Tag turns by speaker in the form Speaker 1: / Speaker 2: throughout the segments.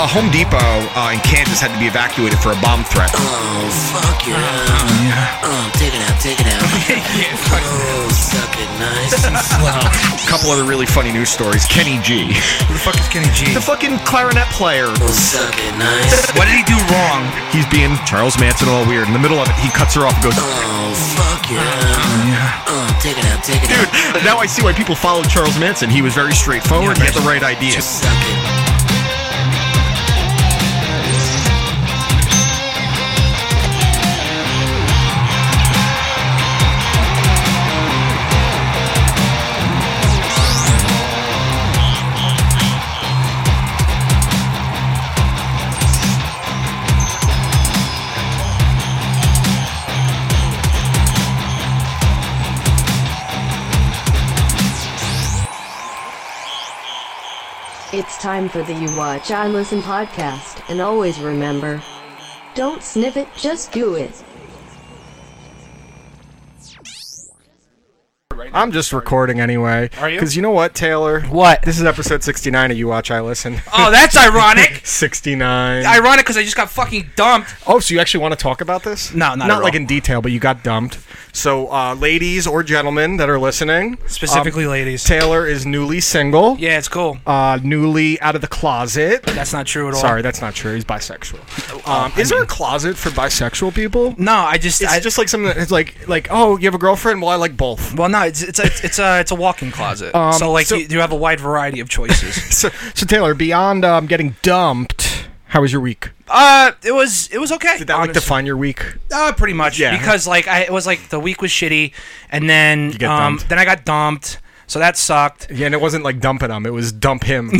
Speaker 1: a Home Depot uh, in Kansas had to be evacuated for a bomb threat.
Speaker 2: Oh, fuck your ass.
Speaker 1: yeah.
Speaker 2: Oh, take it out, take it out. Oh, suck it nice and slow.
Speaker 1: A couple other really funny news stories. Kenny G,
Speaker 3: Who the fuck is Kenny G?
Speaker 1: the fucking clarinet player.
Speaker 2: Oh, suck it nice.
Speaker 3: What did he do wrong?
Speaker 1: He's being Charles Manson all weird. In the middle of it, he cuts her off and goes,
Speaker 2: Oh, fuck your ass. Oh, take it out, take it out.
Speaker 1: "Dude, now I see why people followed Charles Manson. He was very straightforward. he had the right idea."
Speaker 2: Suck it.
Speaker 4: It's time for the You Watch I Listen podcast, and always remember don't sniff it, just do it.
Speaker 5: I'm just recording anyway.
Speaker 3: Are you?
Speaker 5: Because you know what, Taylor?
Speaker 3: What?
Speaker 5: This is episode 69 of You Watch, I Listen.
Speaker 3: Oh, that's ironic.
Speaker 5: 69.
Speaker 3: ironic because I just got fucking dumped.
Speaker 5: oh, so you actually want to talk about this?
Speaker 3: No, not
Speaker 5: Not
Speaker 3: at all.
Speaker 5: like in detail, but you got dumped. So, uh, ladies or gentlemen that are listening,
Speaker 3: Specifically,
Speaker 5: um,
Speaker 3: ladies.
Speaker 5: Taylor is newly single,
Speaker 3: yeah, it's cool.
Speaker 5: uh, newly out of the closet.
Speaker 3: That's not true at all.
Speaker 5: Sorry, that's not true. He's bisexual.
Speaker 3: Oh,
Speaker 5: Um, is there a closet for bisexual people?
Speaker 3: No, I just.
Speaker 5: It's
Speaker 3: I,
Speaker 5: just like something that- it's like like oh you have a girlfriend well I like both
Speaker 3: Well, no, it's it's a it's a it's a walk-in closet. so like
Speaker 5: Um, so-
Speaker 3: you, you have a wide variety of choices.
Speaker 5: so so Taylor beyond um, getting dumped how was your week
Speaker 3: uh, it was it was okay.
Speaker 5: Did that like
Speaker 3: honestly.
Speaker 5: define your week?
Speaker 3: Uh, pretty much.
Speaker 5: Yeah.
Speaker 3: Because like I it was like the week was shitty, and then
Speaker 5: get
Speaker 3: um
Speaker 5: dumped.
Speaker 3: then I got dumped, so that sucked.
Speaker 5: Yeah, and it wasn't like dumping him; it was dump him.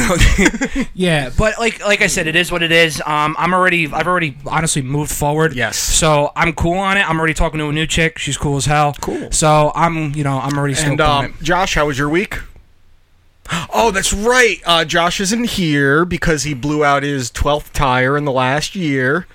Speaker 3: Yeah, but like like I said, it is what it is. Um, I'm already I've already honestly moved forward.
Speaker 5: Yes.
Speaker 3: So I'm cool on it. I'm already talking to a new chick. She's cool as hell.
Speaker 5: Cool.
Speaker 3: So I'm you know I'm already still
Speaker 5: and
Speaker 3: on
Speaker 5: um, Josh, how was your week? Oh, that's right. Uh, Josh isn't here because he blew out his twelfth tire in the last year.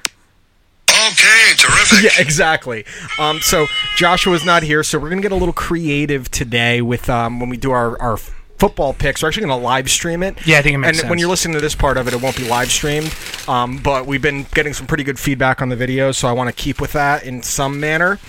Speaker 6: Okay, terrific.
Speaker 5: Yeah, exactly. Um, so Joshua's not here, so we're gonna get a little creative today with um, when we do our our football picks. We're actually gonna live stream it.
Speaker 3: Yeah, I think it makes
Speaker 5: And when
Speaker 3: sense.
Speaker 5: you're listening to this part of it, it won't be live streamed. Um, but we've been getting some pretty good feedback on the video, so I want to keep with that in some manner.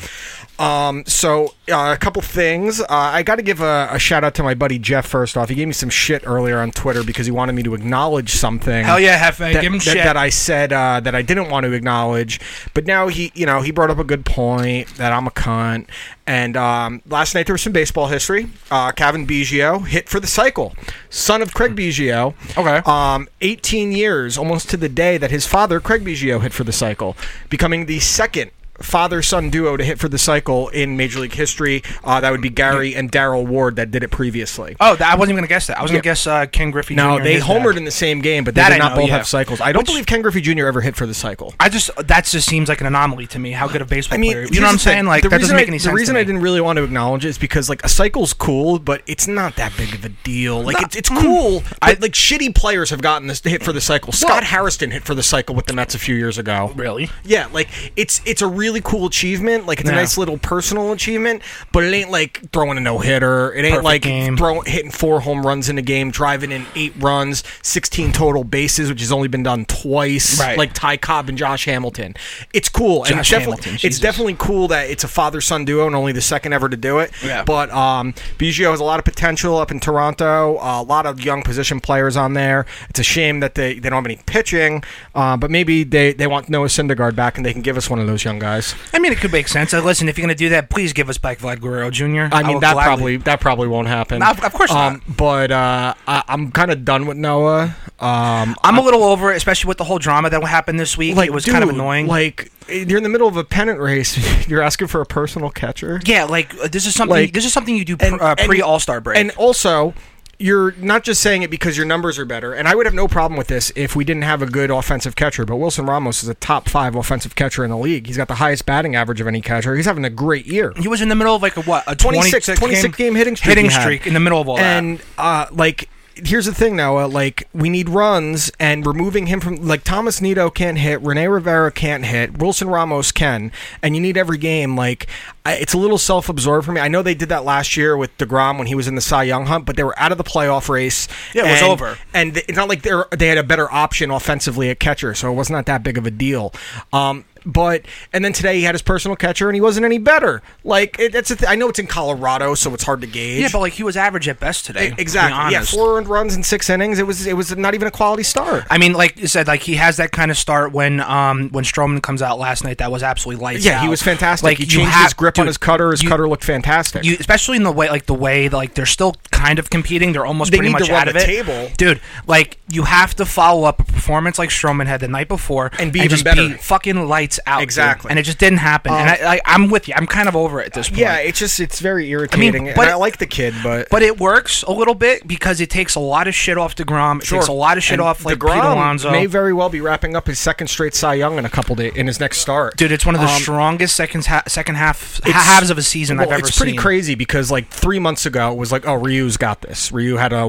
Speaker 5: Um, so uh, a couple things. Uh, I got to give a, a shout out to my buddy Jeff first off. He gave me some shit earlier on Twitter because he wanted me to acknowledge something
Speaker 3: Hell yeah, Hefe.
Speaker 5: that,
Speaker 3: Give him
Speaker 5: that-
Speaker 3: shit.
Speaker 5: that I said uh, that I didn't want to acknowledge, but now he, you know, he brought up a good point that I'm a cunt. And um, last night there was some baseball history. Uh, Kevin Biggio hit for the cycle, son of Craig Biggio.
Speaker 3: Okay.
Speaker 5: Um, 18 years, almost to the day that his father Craig Biggio hit for the cycle, becoming the second. Father son duo to hit for the cycle in Major League history. Uh, that would be Gary and Daryl Ward that did it previously.
Speaker 3: oh, that, I wasn't even gonna guess that. I was gonna guess uh, Ken Griffey.
Speaker 5: No,
Speaker 3: Jr.
Speaker 5: they
Speaker 3: His
Speaker 5: homered
Speaker 3: dad.
Speaker 5: in the same game, but they
Speaker 3: That
Speaker 5: did
Speaker 3: I
Speaker 5: not
Speaker 3: know,
Speaker 5: both
Speaker 3: yeah.
Speaker 5: have cycles. I don't
Speaker 3: Which-
Speaker 5: believe Ken Griffey Jr. ever hit for the cycle.
Speaker 3: I just that just seems like an anomaly to me. How good a baseball
Speaker 5: I mean,
Speaker 3: player? You
Speaker 5: here's
Speaker 3: know what I'm
Speaker 5: the thing.
Speaker 3: saying? Like
Speaker 5: the
Speaker 3: that
Speaker 5: reason
Speaker 3: doesn't
Speaker 5: I-
Speaker 3: make any sense.
Speaker 5: The reason
Speaker 3: to
Speaker 5: I
Speaker 3: me.
Speaker 5: didn't really want to acknowledge it is because like a cycle's cool, but it's not that big of a deal. Like
Speaker 3: No,
Speaker 5: it's, it's
Speaker 3: mm.
Speaker 5: cool.
Speaker 3: I-
Speaker 5: but, like shitty players have gotten this hit for the cycle. Scott Harrison hit for the cycle with the Mets a few years ago.
Speaker 3: really.
Speaker 5: Yeah, like it's it's a really cool achievement. Like it's a
Speaker 3: Yeah.
Speaker 5: nice little personal achievement, but it ain't like throwing a no hitter. It ain't
Speaker 3: Perfect
Speaker 5: like
Speaker 3: game.
Speaker 5: throwing hitting four home runs in a game, driving in eight runs, sixteen total bases, which has only been done twice.
Speaker 3: Right.
Speaker 5: Like Ty Cobb and Josh Hamilton. It's cool. and
Speaker 3: Josh
Speaker 5: defi-
Speaker 3: Hamilton,
Speaker 5: it's
Speaker 3: Jesus.
Speaker 5: definitely cool that it's a father son duo and only the second ever to do it.
Speaker 3: Yeah.
Speaker 5: But um, Biggio has a lot of potential up in Toronto. Uh, a lot of young position players on there. It's a shame that they, they don't have any pitching, uh, but maybe they, they want Noah Syndergaard back and they can give us one of those young guys. guys.
Speaker 3: I mean, it could make sense. Uh, listen, if you're going to do that, please give us back Vlad Guerrero Jr.
Speaker 5: I mean,
Speaker 3: will
Speaker 5: that
Speaker 3: gladly-
Speaker 5: probably that probably won't happen.
Speaker 3: No, of- of course
Speaker 5: um, But uh, I, I'm kind of done with Noah. Um,
Speaker 3: I'm a little over it, especially with the whole drama that happened this week. it was kind of
Speaker 5: dude,
Speaker 3: annoying.
Speaker 5: Like you're in the middle of a pennant race. You're asking for a personal catcher.
Speaker 3: yeah, like uh, this is something.
Speaker 5: Like-
Speaker 3: this is something you do pr- uh, pre All Star break.
Speaker 5: And also, you're not just saying it because your numbers are better. And I would have no problem with this if we didn't have a good offensive catcher. But Wilson Ramos is a top five offensive catcher in the league. He's got the highest batting average of any catcher. He's having a great year.
Speaker 3: he was in the middle of like a what a
Speaker 5: 26,
Speaker 3: 26,
Speaker 5: 26 game, hitting streak.
Speaker 3: hitting
Speaker 5: he had.
Speaker 3: streak in the middle of all that.
Speaker 5: and, uh, like, here's the thing, Noah. Like, we need runs, and removing him from, like, Thomas Nito can't hit, Rene Rivera can't hit, Wilson Ramos can, and you need every game. Like, I, it's a little self absorbed for me. I know they did that last year with DeGrom when he was in the Cy Young hunt, but they were out of the playoff race.
Speaker 3: Yeah, it was
Speaker 5: and-
Speaker 3: over.
Speaker 5: And th- it's not like they're, they had a better option offensively at catcher, so it was not that big of a deal. Um, but and then today he had his personal catcher and he wasn't any better. Like it, that's a th- I know it's in Colorado, so it's hard to gauge.
Speaker 3: Yeah, but like he was average at best today. to be
Speaker 5: Exactly. Yeah,
Speaker 3: honest.
Speaker 5: four earned runs in six innings. It was it was not even a quality start.
Speaker 3: I mean, like you said, like he has that kind of start when um when Stroman comes out last night. That was absolutely lights
Speaker 5: yeah,
Speaker 3: out.
Speaker 5: he was fantastic.
Speaker 3: Like
Speaker 5: he
Speaker 3: you
Speaker 5: changed
Speaker 3: have-
Speaker 5: his grip on
Speaker 3: dude,
Speaker 5: his cutter. His
Speaker 3: you-
Speaker 5: cutter looked fantastic.
Speaker 3: You, especially in the way, like the way, like they're still kind of competing. They're almost
Speaker 5: They
Speaker 3: pretty
Speaker 5: need to
Speaker 3: much
Speaker 5: run
Speaker 3: out of
Speaker 5: the
Speaker 3: it.
Speaker 5: table.
Speaker 3: dude. Like you have to follow up a performance like Stroman had the night before
Speaker 5: And be even
Speaker 3: just
Speaker 5: better.
Speaker 3: be fucking lights out. dude.
Speaker 5: Exactly. Uh,
Speaker 3: and it just didn't happen. and I, I, I'm with you. I'm kind of over it at this point.
Speaker 5: yeah, it's just it's very irritating.
Speaker 3: but
Speaker 5: and I
Speaker 3: it-
Speaker 5: like the kid, but
Speaker 3: But it works a little bit because it takes a lot of shit off Degrom. It takes a lot of shit
Speaker 5: And
Speaker 3: off like Pete
Speaker 5: DeGrom
Speaker 3: Alonso.
Speaker 5: may very well be wrapping up his second straight Cy Young in a couple days in his next start.
Speaker 3: Dude, it's one of the
Speaker 5: Um,
Speaker 3: strongest second ha- second half
Speaker 5: It's-
Speaker 3: halves of a season I've
Speaker 5: well,
Speaker 3: ever
Speaker 5: It's pretty
Speaker 3: seen.
Speaker 5: crazy because like three months ago it was like, oh, Ryu's got this. Ryu had a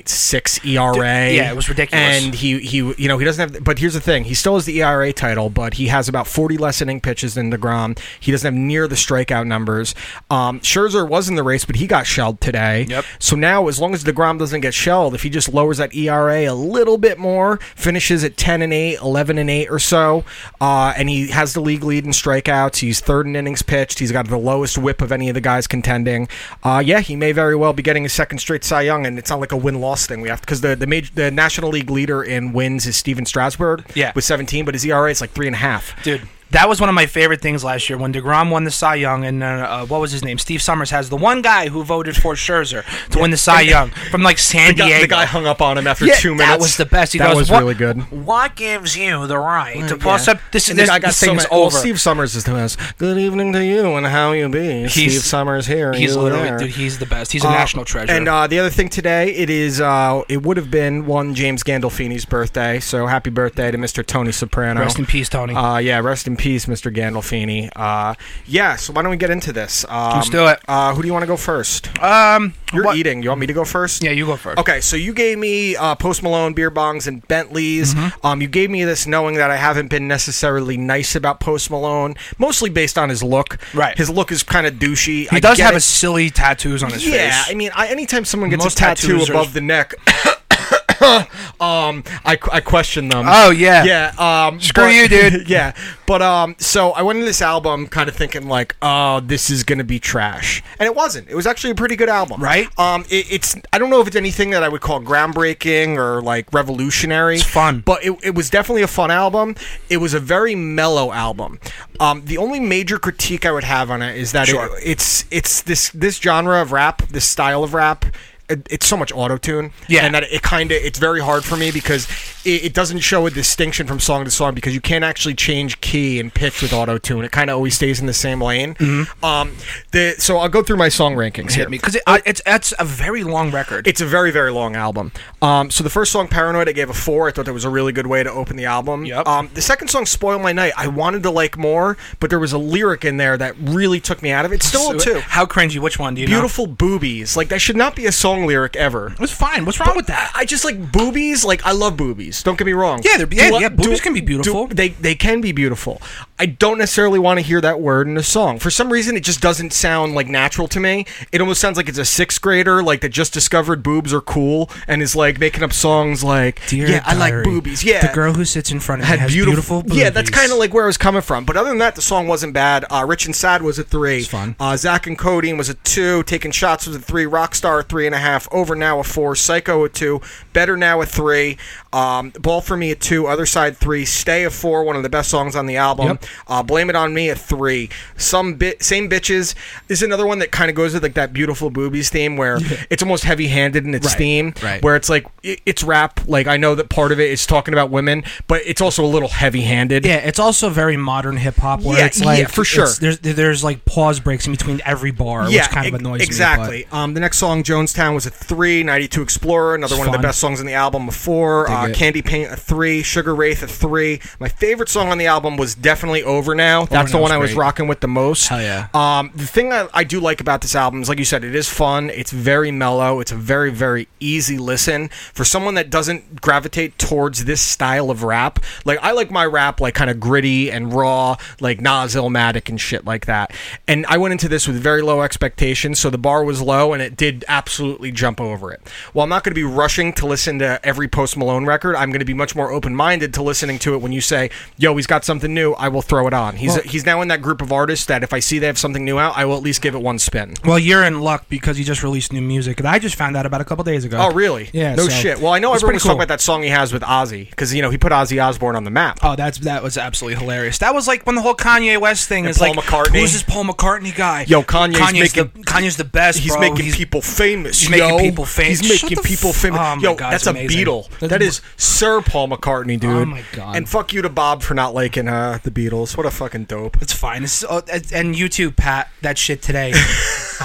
Speaker 5: 1.6 ERA.
Speaker 3: yeah, it was ridiculous.
Speaker 5: E And he he you know he doesn't have. But here's the thing: he still has the ERA title, but he has about 40 less inning pitches than Degrom. He doesn't have near the strikeout numbers. Um, Scherzer was in the race, but he got shelled today.
Speaker 3: Yep.
Speaker 5: So now, as long as Degrom doesn't get shelled, if he just lowers that ERA a little bit more, finishes at 10 and 8, 11 and 8 or so, uh, and he has the league lead in strikeouts, he's third in innings pitched, he's got the lowest WHIP of any of the guys contending. Uh, yeah, he may very well be getting his second straight Cy Young, and it's not like a win loss thing. We have because the the major the National League leader in wins is Steven Strasburg,
Speaker 3: Yeah.
Speaker 5: with 17, but his ERA is like three and a half.
Speaker 3: Dude, that was one of my favorite things last year when DeGrom won the Cy Young and uh, uh, what was his name? Steve Summers has the one guy who voted for Scherzer to win the Cy Young from like San
Speaker 5: The guy,
Speaker 3: Diego.
Speaker 5: the guy hung up on him after
Speaker 3: E Yeah,
Speaker 5: two minutes.
Speaker 3: That was the best. He
Speaker 5: that
Speaker 3: goes,
Speaker 5: was
Speaker 3: "What-
Speaker 5: really good.
Speaker 3: What gives you the right to toss up? This is
Speaker 5: Mm, And the
Speaker 3: this,
Speaker 5: guy got
Speaker 3: this
Speaker 5: so
Speaker 3: thing's
Speaker 5: mad- well,
Speaker 3: over.
Speaker 5: Steve Summers is the best. Good evening to you and how you be. Steve Summers here.
Speaker 3: He's
Speaker 5: you
Speaker 3: literally,
Speaker 5: there.
Speaker 3: dude. He's the best. He's a
Speaker 5: Uh,
Speaker 3: national treasure.
Speaker 5: And uh, the other thing today, it is uh, it would have been one James Gandolfini's birthday. So happy birthday to Mr. Tony Soprano.
Speaker 3: Rest in peace, Tony.
Speaker 5: Uh, yeah, rest in peace, Mr. Gandolfini. Uh, yeah. So why don't we get into this? Um,
Speaker 3: Let's do it.
Speaker 5: Uh, who do you want to go first?
Speaker 3: um,
Speaker 5: You're
Speaker 3: what-
Speaker 5: eating. You want me to go first?
Speaker 3: Yeah, you go first.
Speaker 5: Okay, so you gave me uh, Post Malone beer bongs and Bentleys.
Speaker 3: Mm-hmm.
Speaker 5: Um, you gave me this knowing that I haven't been necessarily nice about Post Malone, mostly based on his look.
Speaker 3: Right.
Speaker 5: his look is kind of douchey.
Speaker 3: He
Speaker 5: I
Speaker 3: does
Speaker 5: get
Speaker 3: have
Speaker 5: it.
Speaker 3: a silly tattoos on his
Speaker 5: yeah.
Speaker 3: face.
Speaker 5: I mean, I, anytime someone gets
Speaker 3: Most
Speaker 5: a tattoo
Speaker 3: tattoos are-
Speaker 5: above the neck. um, I, I question them.
Speaker 3: Oh, yeah.
Speaker 5: yeah. Um,
Speaker 3: Screw
Speaker 5: but-
Speaker 3: you, dude.
Speaker 5: yeah, but um, so I went into this album kind of thinking like, oh, this is gonna be trash, and it wasn't. It was actually a pretty good album,
Speaker 3: Right.
Speaker 5: Um, it, it's I don't know if it's anything that I would call groundbreaking or like revolutionary.
Speaker 3: It's fun.
Speaker 5: but it, it was definitely a fun album. It was a very mellow album. Um, the only major critique I would have on it is that it-
Speaker 3: Sure.
Speaker 5: it's it's this this genre of rap, this style of rap. it- It's so much auto tune,
Speaker 3: Yeah.
Speaker 5: and that it kind of it's very hard for me because it, it doesn't show a distinction from song to song because you can't actually change key and pitch with auto tune. It kind of always stays in the same lane. Um, the so I'll go through my song rankings here.
Speaker 3: Mm-hmm. hit me because it, I- it's that's a very long record.
Speaker 5: It's a very, very long album. Um, so the first song, Paranoid, I gave a four. I thought that was a really good way to open the album.
Speaker 3: Yep.
Speaker 5: Um, the second song, Spoil My Night, I wanted to like more, but there was a lyric in there that really took me out of it. Still a two.
Speaker 3: How cringy? Which one do you know?
Speaker 5: Beautiful boobies. Like, that should not be a song lyric ever.
Speaker 3: It's fine. What's wrong with that?
Speaker 5: I just like boobies. Like I love boobies. Don't get me wrong.
Speaker 3: Yeah, they're- yeah,
Speaker 5: Do I-
Speaker 3: yeah,
Speaker 5: do-
Speaker 3: boobies can be
Speaker 5: do-
Speaker 3: beautiful.
Speaker 5: they they can be beautiful. I don't necessarily want to hear that word in a song. For some reason, it just doesn't sound like natural to me. It almost sounds like it's a sixth grader like that just discovered boobs are cool and is like making up songs like yeah, I like boobies. Yeah,
Speaker 3: the girl who sits in front of me
Speaker 5: had
Speaker 3: has beautiful.
Speaker 5: beautiful, yeah that's kind of like where i was coming from but other than that the song wasn't bad uh, rich and sad was a three
Speaker 3: fun.
Speaker 5: Uh, zach and cody was a two taking shots was a three rockstar a three and a half over now a four psycho a two better now a three um, ball for me a two other side three stay a four one of the best songs on the album
Speaker 3: Yep.
Speaker 5: Uh, Blame It On Me at three. Some bit same bitches this is another one that kind of goes with like that beautiful boobies theme where it's almost heavy handed in its
Speaker 7: Right,
Speaker 5: theme.
Speaker 7: right.
Speaker 5: Where it's like i- it's rap. Like I know that part of it is talking about women, but it's also a little heavy handed.
Speaker 3: Yeah, it's also very modern hip hop where
Speaker 5: Yeah,
Speaker 3: it's like
Speaker 5: yeah, for
Speaker 3: it's-
Speaker 5: sure.
Speaker 3: There's there's like pause breaks in between every bar, which kind of
Speaker 5: e-
Speaker 3: annoys
Speaker 5: exactly.
Speaker 3: me.
Speaker 5: Um, the next song, Jonestown, was a three. 92 Explorer, another
Speaker 3: It's
Speaker 5: one of
Speaker 3: fun.
Speaker 5: the best songs on the album, a four. Uh,
Speaker 7: it.
Speaker 5: Candy Paint, a three. Sugar Wraith, a three. My favorite song on the album was definitely Over Now. That's the
Speaker 3: Now's
Speaker 5: one I was
Speaker 3: great.
Speaker 5: rocking with the most.
Speaker 3: Hell yeah.
Speaker 5: Um, the thing that I do like about this album is, like you said, it is fun. It's very mellow. It's a very, very easy listen for someone that doesn't gravitate towards this style of rap. Like I like my rap like kind of gritty and raw, like Nas Illmatic and shit like that. And I went into this with very low expectations, so the bar was low, and it did absolutely jump over it. Well, I'm not going to be rushing to listen to every Post Malone record. I'm going to be much more open minded to listening to it when you say, "Yo, he's got something new. I will throw it on." He's he's now in that group of artists that if I see they have something new out, I will at least give it one spin.
Speaker 3: But well, you're in luck because you just released new music that I just found out about a couple days ago.
Speaker 5: Oh, really?
Speaker 3: Yeah.
Speaker 5: No
Speaker 3: so
Speaker 5: shit. Well, I know
Speaker 3: it's
Speaker 5: everyone
Speaker 3: pretty
Speaker 5: was
Speaker 3: cool.
Speaker 5: talking about that song he has with Ozzy because you know he put Ozzy Osbourne on the map.
Speaker 3: Oh, that's that was absolutely hilarious. That was like when the whole Kanye West thing is
Speaker 5: Paul
Speaker 3: like,
Speaker 5: McCartney.
Speaker 3: who's this Paul McCartney guy?
Speaker 5: Yo, Kanye's making-
Speaker 3: the, Kanye's the best.
Speaker 5: He's
Speaker 3: bro.
Speaker 5: making people famous.
Speaker 3: he's making
Speaker 5: yo.
Speaker 3: people fam-
Speaker 5: He's
Speaker 3: Shut
Speaker 5: making
Speaker 3: the
Speaker 5: people
Speaker 3: f-
Speaker 5: famous.
Speaker 3: Oh my
Speaker 5: yo,
Speaker 3: God,
Speaker 5: that's
Speaker 3: it's
Speaker 5: a
Speaker 3: amazing.
Speaker 5: Beatle.
Speaker 3: That's
Speaker 5: That
Speaker 3: a-
Speaker 5: is Sir Paul McCartney, dude.
Speaker 3: Oh my God.
Speaker 5: And fuck you to Bob for not liking uh, the Beatles. What a fucking dope.
Speaker 3: It's fine. It's, oh, and- and you too, Pat. That shit today.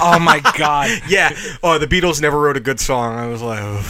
Speaker 3: oh my god.
Speaker 5: Yeah. Oh, the Beatles never wrote a good song. I was like, "Ugh,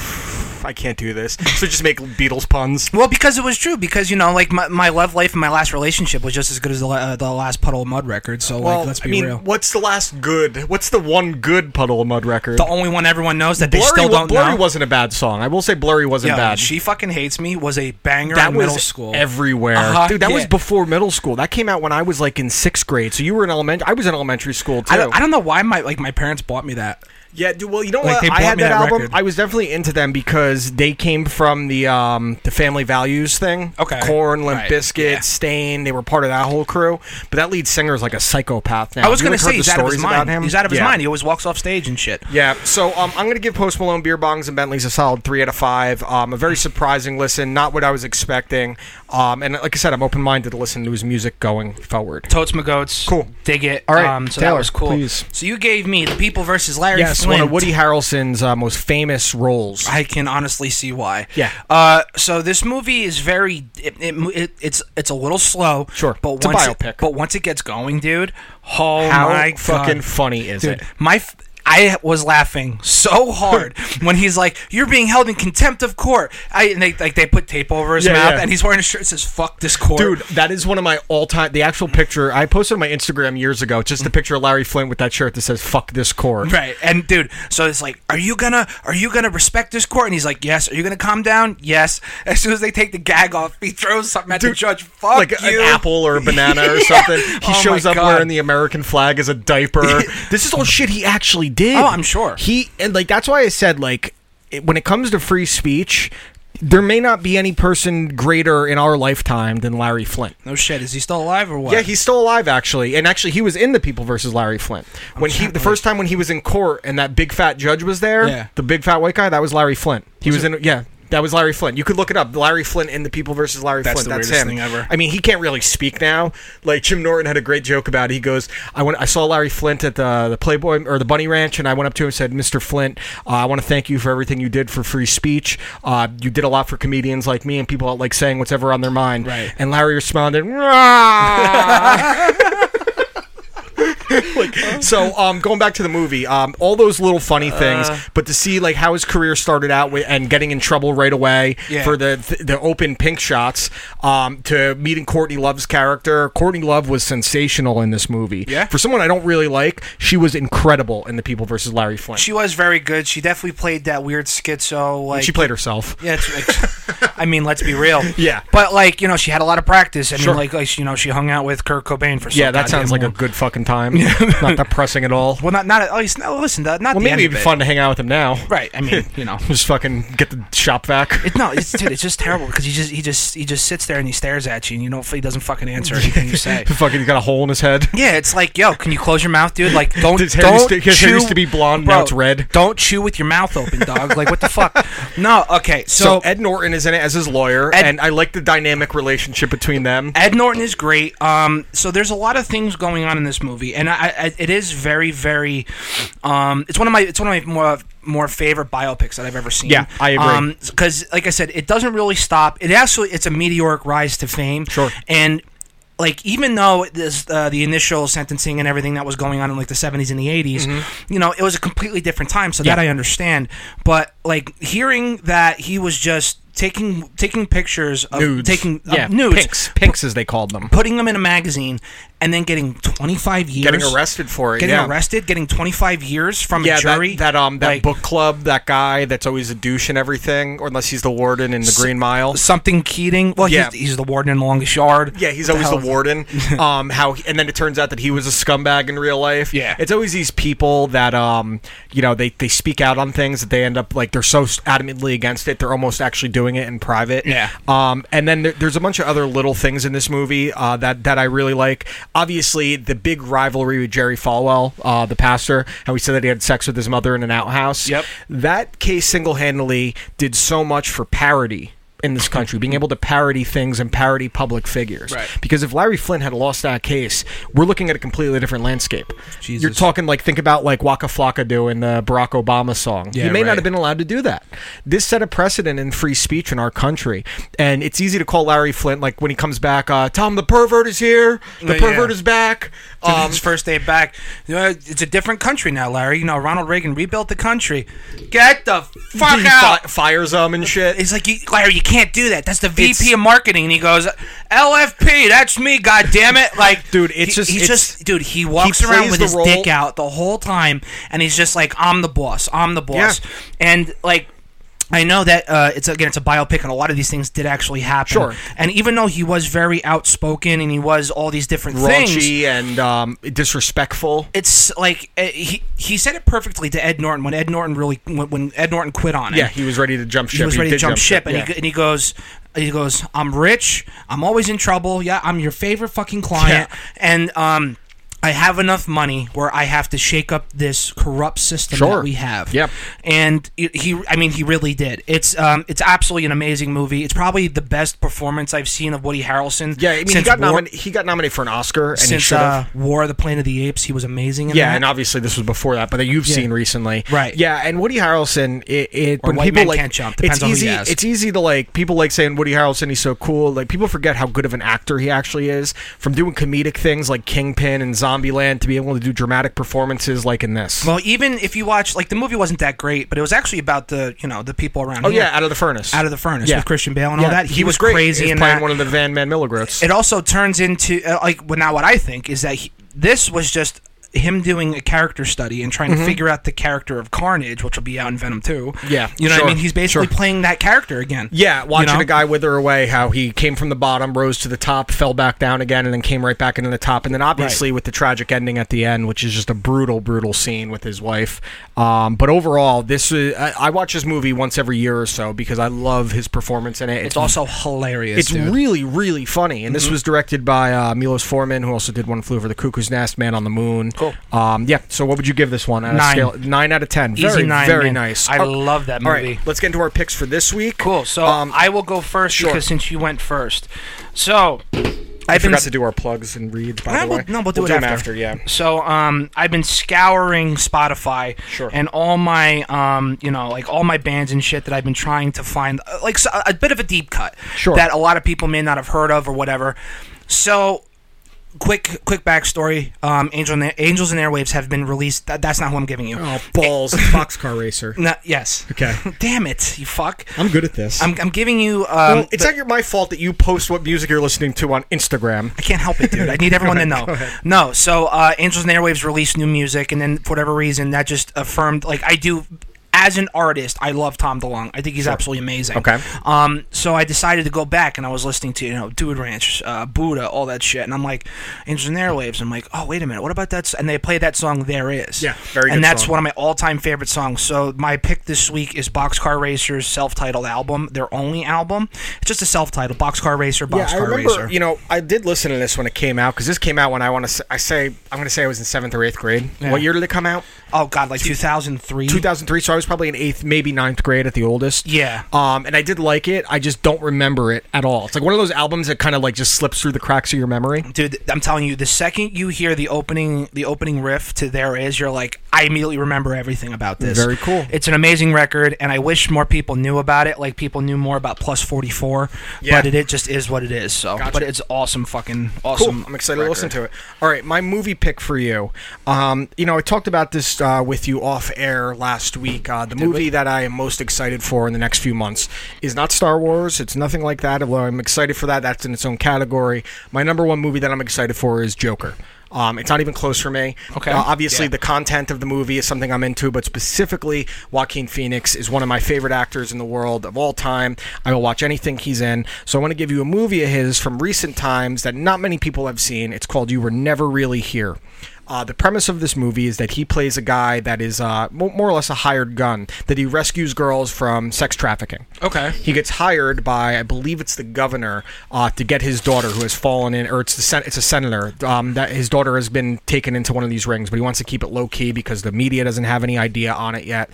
Speaker 5: I can't do this. So just make Beatles puns.
Speaker 3: Well, because it was true. Because you know, like my, my love life and my last relationship was just as good as the, la- uh, the last puddle of mud record. So like, let's be
Speaker 5: I mean,
Speaker 3: real.
Speaker 5: what's the last good? What's the one good Puddle of Mud record?
Speaker 3: the only one everyone knows that they
Speaker 5: Blurry,
Speaker 3: still
Speaker 5: wa-
Speaker 3: don't
Speaker 5: Blurry
Speaker 3: know.
Speaker 5: wasn't a bad song. I will say Blurry wasn't
Speaker 3: Yeah,
Speaker 5: bad.
Speaker 3: she fucking hates me was a banger
Speaker 5: that
Speaker 3: in
Speaker 5: was
Speaker 3: middle school.
Speaker 5: everywhere,
Speaker 3: Uh-huh,
Speaker 5: dude. That was
Speaker 3: yeah.
Speaker 5: before middle school. That came out when I was like in sixth grade. So you were in elementary. I was in elementary school too.
Speaker 3: I don't, I don't know why my like my parents bought me that.
Speaker 5: Yeah, dude, well, you know
Speaker 3: Like,
Speaker 5: what?
Speaker 3: they
Speaker 5: I
Speaker 3: bought
Speaker 5: had
Speaker 3: me
Speaker 5: that,
Speaker 3: that
Speaker 5: album.
Speaker 3: record.
Speaker 5: I was definitely into them because they came from the um, the family values thing.
Speaker 3: Okay.
Speaker 5: Corn, Limp
Speaker 3: Right,
Speaker 5: Biscuit,
Speaker 3: yeah.
Speaker 5: Stain. They were part of that whole crew. But that lead singer is like a psychopath now.
Speaker 3: I was
Speaker 5: You,
Speaker 3: gonna
Speaker 5: like, heard
Speaker 3: say
Speaker 5: the
Speaker 3: he's out of his
Speaker 5: stories about
Speaker 3: mind.
Speaker 5: him?
Speaker 3: He's out of his
Speaker 5: Yeah.
Speaker 3: mind. He always walks off stage and shit.
Speaker 5: Yeah, so um, I'm going to give Post Malone Beer Bongs and Bentleys a solid three out of five. Um, a very surprising listen, not what I was expecting. Um, and like I said, I'm open minded to listen to his music going forward.
Speaker 3: Totes my goats.
Speaker 5: Cool.
Speaker 3: Dig it.
Speaker 5: All right,
Speaker 3: Um, so
Speaker 5: Taylor,
Speaker 3: that was cool.
Speaker 5: please.
Speaker 3: So you gave me the People versus Larry
Speaker 5: Yes,
Speaker 3: Flint.
Speaker 5: one of Woody Harrelson's uh, most famous roles.
Speaker 3: I can honestly see why.
Speaker 5: Yeah.
Speaker 3: Uh, so this movie is very it, it, it, it's it's a little slow.
Speaker 5: Sure.
Speaker 3: But
Speaker 5: It's a
Speaker 3: once
Speaker 5: biopic.
Speaker 3: It, but once it gets going, dude. Oh
Speaker 5: How
Speaker 3: my
Speaker 5: fucking
Speaker 3: God.
Speaker 5: funny is
Speaker 3: dude,
Speaker 5: it?
Speaker 3: My. F- I was laughing so hard when he's like, "You're being held in contempt of court." I and they like they put tape over his
Speaker 5: Yeah,
Speaker 3: mouth,
Speaker 5: yeah.
Speaker 3: and he's wearing a shirt that says "Fuck this court."
Speaker 5: Dude, that is one of my all time. The actual picture I posted on my Instagram years ago, just
Speaker 3: Mm.
Speaker 5: a picture of Larry Flint with that shirt that says "Fuck this court."
Speaker 3: Right. And dude, so it's like, are you gonna are you gonna respect this court? And he's like, Yes. Are you gonna calm down? Yes. As soon as they take the gag off, he throws something at the
Speaker 5: Dude,
Speaker 3: judge. Fuck
Speaker 5: like
Speaker 3: you.
Speaker 5: an apple or a banana or something. He
Speaker 3: Oh my
Speaker 5: shows up
Speaker 3: God.
Speaker 5: wearing the American flag as a diaper. this is all shit he actually did.
Speaker 3: Oh, I'm sure.
Speaker 5: He and like that's why I said like it, when it comes to free speech, there may not be any person greater in our lifetime than Larry Flint.
Speaker 3: No shit. Is he still alive or what?
Speaker 5: Yeah, he's still alive actually, and actually he was in the People versus Larry Flint when he the first time when he was in court and that big fat judge was there.
Speaker 3: Yeah.
Speaker 5: the big fat white guy that was Larry Flint. He was, in yeah. That was Larry Flint. You could look it up. Larry Flint in the People versus Larry
Speaker 3: That's
Speaker 5: Flint.
Speaker 3: the
Speaker 5: That's
Speaker 3: weirdest
Speaker 5: him.
Speaker 3: thing ever.
Speaker 5: I mean, he can't really speak now. Like Jim Norton had a great joke about it. He goes, "I went. I saw Larry Flint at the the Playboy or the Bunny Ranch, and I went up to him and said, Mr. Flint, uh, I want to thank you for everything you did for free speech. Uh, you did a lot for comedians like me and people that like saying what's ever on their mind."
Speaker 3: Right.
Speaker 5: And Larry responded, "Rah." so um, going back to the movie, um, all those little funny things,
Speaker 3: Uh.
Speaker 5: but to see like how his career started out with, and getting in trouble right away
Speaker 3: Yeah.
Speaker 5: for the th- the open pink shots, um, to meeting Courtney Love's character. Courtney Love was sensational in this movie.
Speaker 3: Yeah.
Speaker 5: for someone I don't really like, she was incredible in The People versus Larry Flint.
Speaker 3: She was very good. She definitely played that weird schizo like
Speaker 5: she played herself.
Speaker 3: Yeah, it's, it's- I mean, let's be real.
Speaker 5: Yeah.
Speaker 3: but like you know, she had a lot of practice. I
Speaker 5: Sure.
Speaker 3: mean, like, like you know, she hung out with Kurt Cobain for so
Speaker 5: Yeah, that
Speaker 3: goddamn
Speaker 5: sounds like a
Speaker 3: long.
Speaker 5: good fucking time. Not that pressing at all.
Speaker 3: Well, not not at least. No, listen, not not
Speaker 5: Well,
Speaker 3: the
Speaker 5: maybe
Speaker 3: end
Speaker 5: it'd
Speaker 3: of
Speaker 5: be
Speaker 3: it.
Speaker 5: fun to hang out with him now.
Speaker 3: Right. I mean, you know.
Speaker 5: Just fucking get the shop vac.
Speaker 3: It, no, it's, dude, it's just terrible because he just he just he just sits there and he stares at you and you don't he doesn't fucking answer anything you say.
Speaker 5: fucking got a hole in his head.
Speaker 3: Yeah, it's like, yo, can you close your mouth, dude? Like, don't
Speaker 5: His hair
Speaker 3: don't
Speaker 5: used to- his
Speaker 3: chew.
Speaker 5: hair used to be blonde, now
Speaker 3: Bro,
Speaker 5: it's red.
Speaker 3: Don't chew with your mouth open, dog. Like, what the fuck? No, okay,
Speaker 5: So,
Speaker 3: so, Ed,
Speaker 5: Ed Norton is in it as his lawyer,
Speaker 3: Ed-
Speaker 5: and I like the dynamic relationship between them.
Speaker 3: Norton is great. Um, so there's a lot of things going on in this movie, and I, I it is very, very, um, it's one of my it's one of my more more favorite biopics that I've ever seen.
Speaker 5: Yeah, I agree.
Speaker 3: Because, like I said, it doesn't really stop. It actually it's a meteoric rise to fame.
Speaker 5: Sure.
Speaker 3: and. Like even though this, uh, the initial sentencing and everything that was going on in like the seventies and the 80s you know, it was a completely different time. So that
Speaker 5: Mm-hmm. Yeah.
Speaker 3: I understand. But like hearing that he was just taking taking pictures of
Speaker 5: Nudes.
Speaker 3: taking uh,
Speaker 5: yeah,
Speaker 3: nudes,
Speaker 5: Pinks, pinks as they called them.
Speaker 3: putting them in a magazine, and then getting twenty five years,
Speaker 5: Getting arrested for it.
Speaker 3: getting
Speaker 5: yeah.
Speaker 3: arrested, getting twenty five years from
Speaker 5: Yeah,
Speaker 3: a jury.
Speaker 5: that, that um that
Speaker 3: like,
Speaker 5: book club, that guy that's always a douche and everything, or unless he's the warden in the Green Mile.
Speaker 3: something Keating. Well,
Speaker 5: Yeah.
Speaker 3: he's, he's the warden in the longest yard.
Speaker 5: Yeah, he's
Speaker 3: What
Speaker 5: always the,
Speaker 3: hell-
Speaker 5: warden. um, how he- and then it turns out that he was a scumbag in real life.
Speaker 3: Yeah.
Speaker 5: it's always these people that um, you know, they they speak out on things that they end up like they're so adamantly against it, they're almost actually doing it in private.
Speaker 3: Yeah.
Speaker 5: Um, and then there, there's a bunch of other little things in this movie uh, that that I really like. Obviously, the big rivalry with Jerry Falwell, uh, the pastor, how he said that he had sex with his mother in an outhouse.
Speaker 3: Yep.
Speaker 5: That case single handedly did so much for parody in this country, being able to parody things and parody public figures.
Speaker 3: Right.
Speaker 5: Because if Larry Flynn had lost that case, we're looking at a completely different landscape.
Speaker 3: Jesus.
Speaker 5: You're talking like think about like Waka Flocka do in the Barack Obama song.
Speaker 3: Yeah,
Speaker 5: you may
Speaker 3: right.
Speaker 5: not have been allowed to do that. This set a precedent in free speech in our country, and it's easy to call Larry Flint like when he comes back. Uh, Tom, the pervert is here. The
Speaker 3: Yeah.
Speaker 5: pervert is back. Um,
Speaker 3: his first day back. You know, it's a different country now, Larry. You know, Ronald Reagan rebuilt the country. Get the fuck
Speaker 5: he
Speaker 3: out.
Speaker 5: fi- fires him and shit.
Speaker 3: He's like, you, Larry, you can't do that. That's the VP
Speaker 5: It's-
Speaker 3: of marketing. And he goes, LFP, that's me. God damn it! Like,
Speaker 5: Dude, it's
Speaker 3: he-
Speaker 5: just-
Speaker 3: he's
Speaker 5: it's-
Speaker 3: just, dude. He walks around
Speaker 5: plays
Speaker 3: with
Speaker 5: the
Speaker 3: his
Speaker 5: role-
Speaker 3: dick out the whole time, and he's just like, I'm the boss. I'm the boss.
Speaker 5: Yeah.
Speaker 3: And like. I know that uh, it's again it's a biopic and a lot of these things did actually happen.
Speaker 5: Sure.
Speaker 3: And even though he was very outspoken and he was all these different things,
Speaker 5: Raunchy and um, disrespectful.
Speaker 3: it's like uh, he he said it perfectly to Ed Norton when Ed Norton really when, when Ed Norton quit on it.
Speaker 5: Yeah, he was ready to jump ship.
Speaker 3: He was ready to
Speaker 5: did
Speaker 3: jump, ship, and,
Speaker 5: yeah.
Speaker 3: he, and he goes, he goes, I'm rich. I'm always in trouble. Yeah, I'm your favorite fucking client,
Speaker 5: Yeah.
Speaker 3: and um, I have enough money where I have to shake up this corrupt system
Speaker 5: Sure.
Speaker 3: that we have.
Speaker 5: Yep.
Speaker 3: And he- he, I mean, he really did. It's um, it's absolutely an amazing movie. It's probably the best performance I've seen of Woody Harrelson.
Speaker 5: Yeah, I mean, he
Speaker 3: since
Speaker 5: got,
Speaker 3: War,
Speaker 5: nomin- he got nominated for an Oscar, and he
Speaker 3: since
Speaker 5: should have.
Speaker 3: uh, War of the Planet of the Apes. He was amazing. In
Speaker 5: yeah,
Speaker 3: that.
Speaker 5: and obviously this was before that, but that you've seen recently,
Speaker 3: Right.
Speaker 5: Yeah, and Woody Harrelson, it, it
Speaker 3: Or
Speaker 5: when
Speaker 3: White
Speaker 5: people
Speaker 3: Man
Speaker 5: like
Speaker 3: Can't Jump, depends
Speaker 5: it's
Speaker 3: on who you
Speaker 5: easy.
Speaker 3: ask.
Speaker 5: It's easy to like people like saying Woody Harrelson, he's so cool. Like people forget how good of an actor he actually is. From doing comedic things like Kingpin and Zombieland to be able to do dramatic performances like in this.
Speaker 3: Well, even if you watch, like, the movie wasn't that great, but it was actually about the, you know, the people around.
Speaker 5: oh
Speaker 3: here.
Speaker 5: yeah, out of the furnace,
Speaker 3: Out of the Furnace with Christian Bale and all that. He was
Speaker 5: great.
Speaker 3: crazy
Speaker 5: he was
Speaker 3: in
Speaker 5: playing
Speaker 3: that.
Speaker 5: one of the Van Man Milligroups.
Speaker 3: it also turns into uh, like well, now what I think is that he, this was just him doing a character study and
Speaker 5: Mm-hmm.
Speaker 3: trying to figure out the character of Carnage, which will be out in Venom Two.
Speaker 5: Yeah,
Speaker 3: you know what I
Speaker 5: sure,
Speaker 3: mean. He's basically
Speaker 5: sure.
Speaker 3: playing that character again.
Speaker 5: Yeah, watching
Speaker 3: you know?
Speaker 5: a guy wither away, how he came from the bottom, rose to the top, fell back down again, and then came right back into the top. And then obviously with the tragic ending at the end, which is just a brutal, brutal scene with his wife. Um, but overall, this is, I, I watch this movie once every year or so because I love his performance in it.
Speaker 3: It's Mm-hmm. also hilarious.
Speaker 5: it's
Speaker 3: dude.
Speaker 5: really, really funny, and this was directed by uh, Milos Forman, who also did "One Flew Over the Cuckoo's Nest," "Man on the Moon." Cool. Um, yeah. So, what would you give this one? Out of
Speaker 3: Nine.
Speaker 5: scale- nine out of ten.
Speaker 3: Easy
Speaker 5: very,
Speaker 3: nine,
Speaker 5: very
Speaker 3: man.
Speaker 5: nice.
Speaker 3: I
Speaker 5: Oh,
Speaker 3: love that
Speaker 5: all right,
Speaker 3: movie.
Speaker 5: let's get into our picks for this week.
Speaker 3: cool. So
Speaker 5: Um,
Speaker 3: I will go first
Speaker 5: sure.
Speaker 3: because since you went first, so
Speaker 5: I
Speaker 3: I've been
Speaker 5: forgot
Speaker 3: s-
Speaker 5: to do our plugs and read. By
Speaker 3: Well,
Speaker 5: the
Speaker 3: we'll-
Speaker 5: way,
Speaker 3: no, we'll do it
Speaker 5: them
Speaker 3: after.
Speaker 5: Yeah,
Speaker 3: So um, I've been scouring Spotify,
Speaker 5: Sure.
Speaker 3: and all my um, you know, like all my bands and shit that I've been trying to find, uh, like so- a bit of a deep cut,
Speaker 5: Sure.
Speaker 3: that a lot of people may not have heard of or whatever. So. Quick, quick backstory. Um, Angel and Angels and Airwaves have been released. That, that's not who I'm giving you.
Speaker 5: Oh balls! Boxcar Racer.
Speaker 3: No, yes.
Speaker 5: Okay.
Speaker 3: Damn it, you fuck.
Speaker 5: I'm good at this.
Speaker 3: I'm, I'm giving you. Um,
Speaker 5: well, it's not your, my fault that you post what music you're listening to on Instagram.
Speaker 3: I can't help it, dude. I need everyone to know. No, so uh, Angels and Airwaves released new music, and then for whatever reason, that just affirmed. Like I do as an artist, I love Tom DeLonge. I think he's absolutely amazing.
Speaker 5: Okay.
Speaker 3: Um, so I decided to go back and I was listening to, you know, Dude Ranch, uh, Buddha, all that shit. And I'm like, Engineer Waves. I'm like, oh, wait a minute. What about that? s-" And they played that song, There Is.
Speaker 5: Yeah, very
Speaker 3: And
Speaker 5: good
Speaker 3: that's
Speaker 5: song.
Speaker 3: one of my all time favorite songs. So my pick this week is Boxcar Racer's self titled album, their only album. It's just a self titled Boxcar Racer, Boxcar
Speaker 5: Yeah, I remember.
Speaker 3: Racer.
Speaker 5: You know, I did listen to this when it came out because this came out when I want to. I say I'm going to say I was in seventh or eighth grade. What year did it come out?
Speaker 3: oh, God, like 2003.
Speaker 5: Mm-hmm. 2003. So I was probably in eighth, maybe ninth grade at the oldest.
Speaker 3: Yeah.
Speaker 5: Um, and I did like it. I just don't remember it at all. It's like one of those albums that kind of like just slips through the cracks of your memory.
Speaker 3: dude i'm telling you the second you hear the opening the opening riff to there is you're like i immediately remember everything about this
Speaker 5: Very cool.
Speaker 3: it's an amazing record and i wish more people knew about it like people knew more about plus 44
Speaker 5: Yeah.
Speaker 3: but it, it just is what it is so but it's awesome fucking
Speaker 5: Cool.
Speaker 3: awesome
Speaker 5: I'm excited to listen to it. All right, my movie pick for you. Um, you know, I talked about this uh, with you off air last week. Uh, the movie that I am most excited for in the next few months is not Star Wars. It's nothing like that. Although I'm excited for that. That's in its own category. My number one movie that I'm excited for is Joker. Um, it's not even close for me.
Speaker 3: Okay.
Speaker 5: Uh, obviously,
Speaker 3: Yeah.
Speaker 5: the content of the movie is something I'm into, but specifically, Joaquin Phoenix is one of my favorite actors in the world of all time. I will watch anything he's in. So I want to give you a movie of his from recent times that not many people have seen. It's called You Were Never Really Here. Uh, the premise of this movie is that he plays a guy that is uh, mo- more or less a hired gun, that he rescues girls from sex trafficking.
Speaker 3: Okay.
Speaker 5: He gets hired by, I believe it's the governor, uh, to get his daughter who has fallen in, or it's the sen- it's a senator um, that his daughter has been taken into one of these rings, but he wants to keep it low key because the media doesn't have any idea on it yet,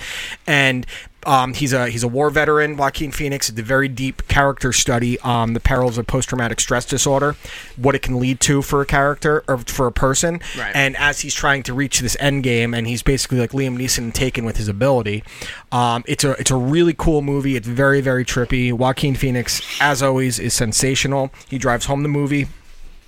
Speaker 5: and. Um, he's a he's a war veteran. Joaquin Phoenix did a very deep character study on the perils of post traumatic stress disorder, what it can lead to for a character or for a person,
Speaker 3: Right.
Speaker 5: and as he's trying to reach this end game, and he's basically like Liam Neeson and taken with his ability. Um, it's a it's a really cool movie. It's very very trippy. Joaquin Phoenix, as always, is sensational. He drives home the movie.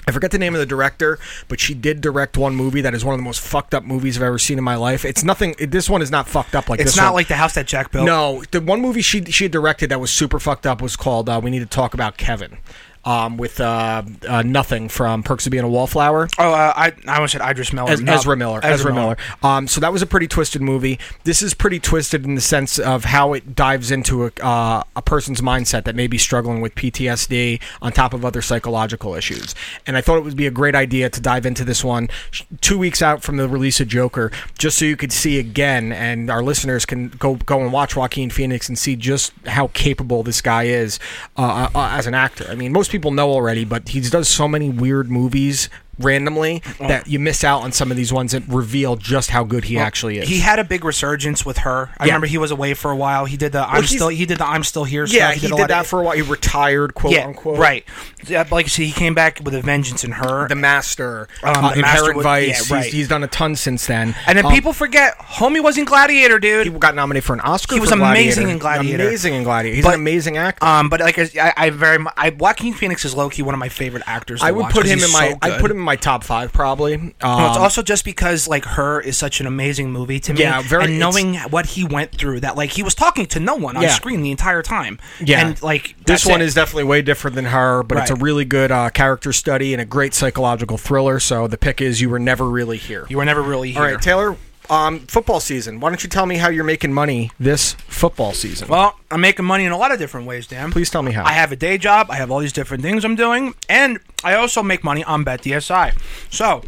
Speaker 5: I forget the name of the director, but she did direct one movie that is one of the most fucked up movies I've ever seen in my life. It's nothing. This one is not fucked up like
Speaker 3: it's
Speaker 5: this
Speaker 3: not
Speaker 5: one.
Speaker 3: like the house that jack built
Speaker 5: No, the one movie she she had directed that was super fucked up was called uh, "We Need to Talk About Kevin," um, with uh, uh, nothing from Perks of Being a Wallflower.
Speaker 3: oh uh, i i almost said idris miller
Speaker 5: Ez-
Speaker 3: No,
Speaker 5: Ezra Miller. Ezra, Miller. Um, so that was a pretty twisted movie. This is pretty twisted in the sense of how it dives into a, uh, a person's mindset that may be struggling with PTSD on top of other psychological issues. And I thought it would be a great idea to dive into this one sh- two weeks out from the release of Joker, just so you could see again, and our listeners can go go and watch Joaquin Phoenix and see just how capable this guy is uh, uh, as an actor. I mean, most people know already, but he does so many weird movies randomly that you miss out on some of these ones that reveal just how good he actually is.
Speaker 3: he had a big resurgence with her. I
Speaker 5: Yeah.
Speaker 3: remember he was away for a while. He did the I'm
Speaker 5: he's-
Speaker 3: still he did the I'm still here.
Speaker 5: yeah,
Speaker 3: stuff.
Speaker 5: he did,
Speaker 3: a lot
Speaker 5: that
Speaker 3: of,
Speaker 5: for a while. He retired, quote
Speaker 3: yeah,
Speaker 5: unquote.
Speaker 3: right. Yeah, but like I said, he came back with a vengeance in her.
Speaker 5: The Master,
Speaker 3: Um,
Speaker 5: uh,
Speaker 3: The Master
Speaker 5: Inherent
Speaker 3: would-
Speaker 5: Vice.
Speaker 3: yeah, right.
Speaker 5: he's, he's done a ton since then.
Speaker 3: and then
Speaker 5: Um,
Speaker 3: people forget, homie was in Gladiator, dude.
Speaker 5: he got nominated for an Oscar.
Speaker 3: He was
Speaker 5: for Gladiator.
Speaker 3: amazing in Gladiator.
Speaker 5: Amazing in Gladiator. He's
Speaker 3: But-
Speaker 5: an amazing actor.
Speaker 3: Um, but like I, I- I very, mu- I Joaquin Phoenix is low key one of my favorite actors. to
Speaker 5: I would
Speaker 3: watch
Speaker 5: put
Speaker 3: 'cause
Speaker 5: him
Speaker 3: he's
Speaker 5: in my.
Speaker 3: so
Speaker 5: I
Speaker 3: good.
Speaker 5: put him in my top five probably. Um,
Speaker 3: No, it's also just because like her is such an amazing movie to me.
Speaker 5: Yeah, very-
Speaker 3: And knowing what he went through, that like he was talking to no one on
Speaker 5: Yeah.
Speaker 3: screen the entire time.
Speaker 5: Yeah.
Speaker 3: and like
Speaker 5: this
Speaker 3: that's
Speaker 5: one
Speaker 3: it.
Speaker 5: is definitely way different than her, but it's a
Speaker 3: Right.
Speaker 5: really good uh, character study and a great psychological thriller. So the pick is you were never really here.
Speaker 3: you were never really here.
Speaker 5: All right, Taylor. Um, football season. Why don't you tell me how you're making money this football season?
Speaker 3: well, I'm making money in a lot of different ways, Dan.
Speaker 5: Please tell me how.
Speaker 3: I have a day job. I have all these different things I'm doing, and I also make money on BetDSI. So,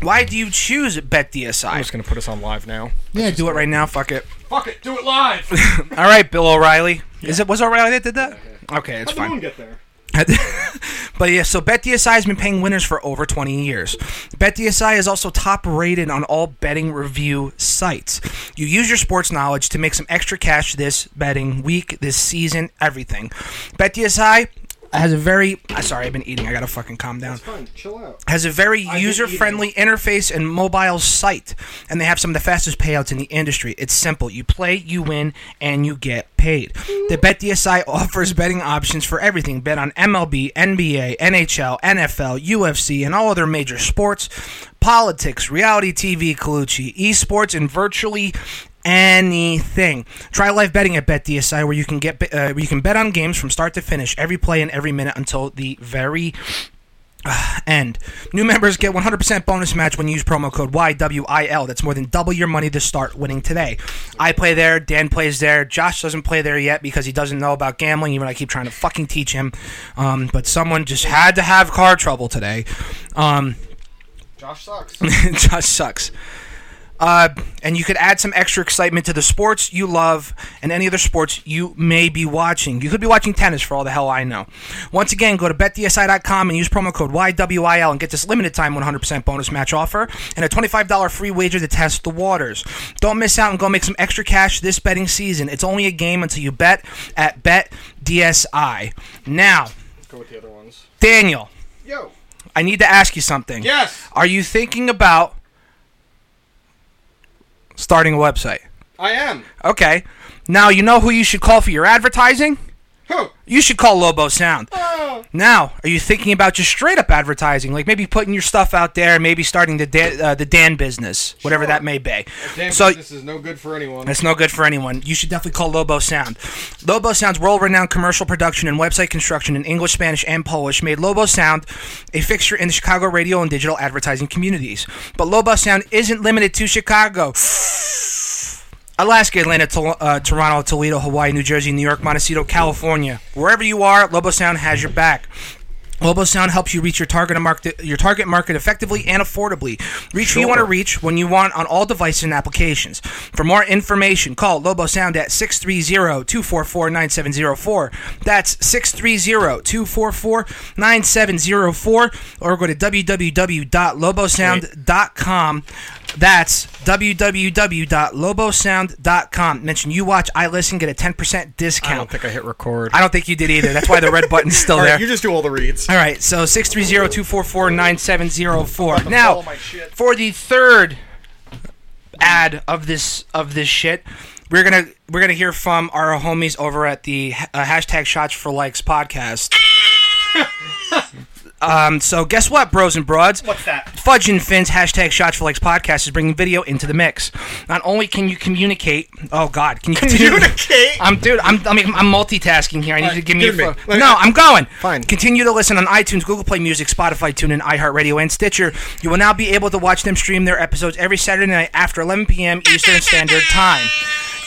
Speaker 3: why do you choose BetDSI?
Speaker 5: I'm just gonna put us on live now.
Speaker 3: yeah, do it right now. Fuck it.
Speaker 5: Fuck it, do it live.
Speaker 3: All right, Bill O'Reilly. Is it was it O'Reilly that did that? Okay, it's fine.
Speaker 5: get there.
Speaker 3: but yeah, so BetDSI has been paying winners for over 20 years. BetDSI is also top rated on all betting review sites. You use your sports knowledge to make some extra cash this betting week, this season, everything. BetDSI has a very uh, sorry, I've been eating. I gotta fucking calm down.
Speaker 5: Chill out.
Speaker 3: Has a very user-friendly interface and mobile site, and they have some of the fastest payouts in the industry. It's simple: you play, you win, and you get paid. The BetDSI offers betting options for everything: bet on MLB, NBA, NHL, NFL, UFC, and all other major sports, politics, reality TV, Colucci, esports, and virtually anything. Try live betting at BetDSI, where you can get uh, where you can bet on games from start to finish, every play and every minute until the very End. New members get 100% bonus match when you use promo code YWIL. That's more than double your money to start winning today. I play there. Dan plays there. Josh doesn't play there yet because he doesn't know about gambling, even though I keep trying to fucking teach him. Um, but someone just had to have car trouble today. Um,
Speaker 5: Josh sucks.
Speaker 3: Josh sucks. Uh, and you could add some extra excitement to the sports you love and any other sports you may be watching. You could be watching tennis for all the hell I know. Once again, go to betdsi.com and use promo code YWIL and get this limited time 100% bonus match offer and a $25 free wager to test the waters. Don't miss out and go make some extra cash this betting season. It's only a game until you bet at BetDSI. Now,
Speaker 5: Go with the other ones.
Speaker 3: Daniel,
Speaker 5: Yo.
Speaker 3: I need to ask you something.
Speaker 5: Yes.
Speaker 3: Are you thinking about starting a website?
Speaker 5: I am.
Speaker 3: Okay. Now you know who you should call for your advertising?
Speaker 5: Who? Oh.
Speaker 3: You should call Lobo Sound. Now, are you thinking about just straight up advertising, like maybe putting your stuff out there, maybe starting the Dan, uh, the Dan business, whatever that may be? so
Speaker 5: is no good for anyone.
Speaker 3: it's no good for anyone. You should definitely call Lobo Sound. Lobo Sound's world renowned commercial production and website construction in English, Spanish, and Polish made Lobo Sound a fixture in the Chicago radio and digital advertising communities. But Lobo Sound isn't limited to Chicago. Alaska, Atlanta, Tol- uh, Toronto, Toledo, Hawaii, New Jersey, New York, Montecito, California. Wherever you are, Lobo Sound has your back. Lobo Sound helps you reach your target market, your target market effectively and affordably. Reach who you want to reach when you want on all devices and applications. For more information, call Lobo Sound at 630-244-9704. That's 630-244-9704 or go to www.lobosound.com. That's www.lobosound.com. Mention you watch, I listen, get a 10% discount.
Speaker 5: I don't think I hit record.
Speaker 3: I don't think you did either. That's why the red button's still
Speaker 5: All
Speaker 3: there.
Speaker 5: right, you just do all the reads.
Speaker 3: All right, so 630-244-9704.
Speaker 5: follow
Speaker 3: Now,
Speaker 5: my shit.
Speaker 3: for the third ad of this of this shit, we're gonna we're gonna hear from our homies over at the uh, hashtag Shots for Likes podcast. um, so guess what, bros and broads? What's
Speaker 5: that?
Speaker 3: Fudge and Finn's hashtag Shots for Likes podcast is bringing video into the mix. Not only can you communicate, oh god, can you continue-
Speaker 5: Communicate?
Speaker 3: I'm dude. I'm I mean, I'm multitasking here. I need
Speaker 5: Alright,
Speaker 3: you to give me.
Speaker 5: give me.
Speaker 3: A,
Speaker 5: Let
Speaker 3: fo-
Speaker 5: me-
Speaker 3: no, I'm going.
Speaker 5: Fine.
Speaker 3: Continue to listen on iTunes, Google Play Music, Spotify, TuneIn, iHeartRadio, and Stitcher. You will now be able to watch them stream their episodes every Saturday night after 11 p.m. Eastern Standard Time.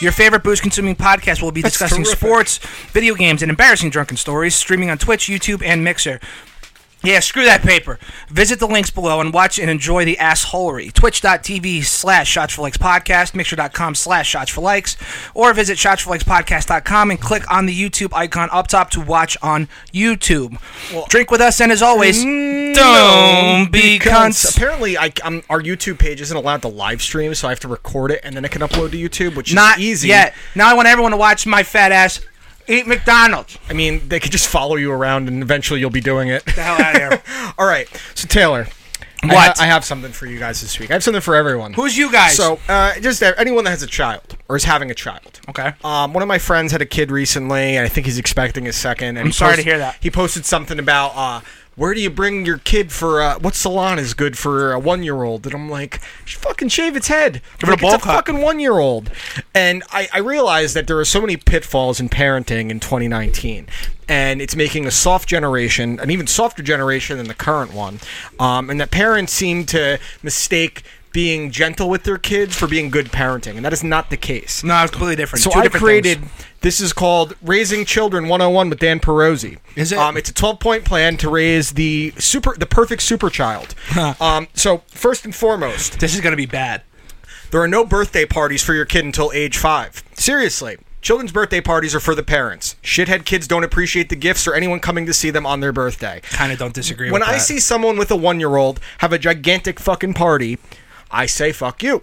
Speaker 3: Your favorite booze-consuming podcast will be discussing
Speaker 5: terrific.
Speaker 3: sports, video games, and embarrassing drunken stories. Streaming on Twitch, YouTube, and Mixer. Yeah, screw that paper. Visit the links below and watch and enjoy the assholery. Twitch.tv slash Shots for Likes podcast, mixer.com slash Shots for Likes, or visit shotsforlikespodcast.com and click on the YouTube icon up top to watch on YouTube. Drink with us, and as always, don't be cunts.
Speaker 5: Apparently, I, um, our YouTube page isn't allowed to live stream, so I have to record it and then I can upload to YouTube, which
Speaker 3: Not
Speaker 5: is easy.
Speaker 3: yet. Now I want everyone to watch my fat ass eat McDonald's.
Speaker 5: I mean, they could just follow you around, and eventually you'll be doing it.
Speaker 3: the hell outta here.
Speaker 5: All right, so Taylor, I ha-
Speaker 3: What?
Speaker 5: I, have something for you guys this week. I have something for everyone.
Speaker 3: Who's you guys?
Speaker 5: So, uh, just uh, anyone that has a child or is having a child.
Speaker 3: Okay.
Speaker 5: Um, one of my friends had a kid recently, and I think he's expecting his second. And I'm
Speaker 3: sorry to hear that.
Speaker 5: He posted something about. Uh, where do you bring your kid for? Uh, what salon is good for a one-year-old? And I'm like, "Sh- fucking shave its head.
Speaker 3: Give it a
Speaker 5: Like,
Speaker 3: bowl
Speaker 5: it's a
Speaker 3: cut.
Speaker 5: fucking one-year-old. And I, I realized that there are so many pitfalls in parenting in 2019, and it's making a soft generation, an even softer generation than the current one, um, and that parents seem to mistake being gentle with their kids for being good parenting, and that is not the case.
Speaker 3: no, it's completely different.
Speaker 5: So
Speaker 3: Two
Speaker 5: I
Speaker 3: different
Speaker 5: created.
Speaker 3: things.
Speaker 5: This is called Raising Children 101 with Dan Perosi.
Speaker 3: Is it?
Speaker 5: Um, it's a 12 point plan to raise the super, the perfect super child. um, so first and foremost,
Speaker 3: This is going to be bad.
Speaker 5: there are no birthday parties for your kid until age five. Seriously. Children's birthday parties are for the parents. Shithead kids don't appreciate the gifts or anyone coming to see them on their birthday.
Speaker 3: Kind of don't disagree
Speaker 5: When
Speaker 3: with
Speaker 5: I
Speaker 3: that.
Speaker 5: see someone with a one year old have a gigantic fucking party, I say fuck you.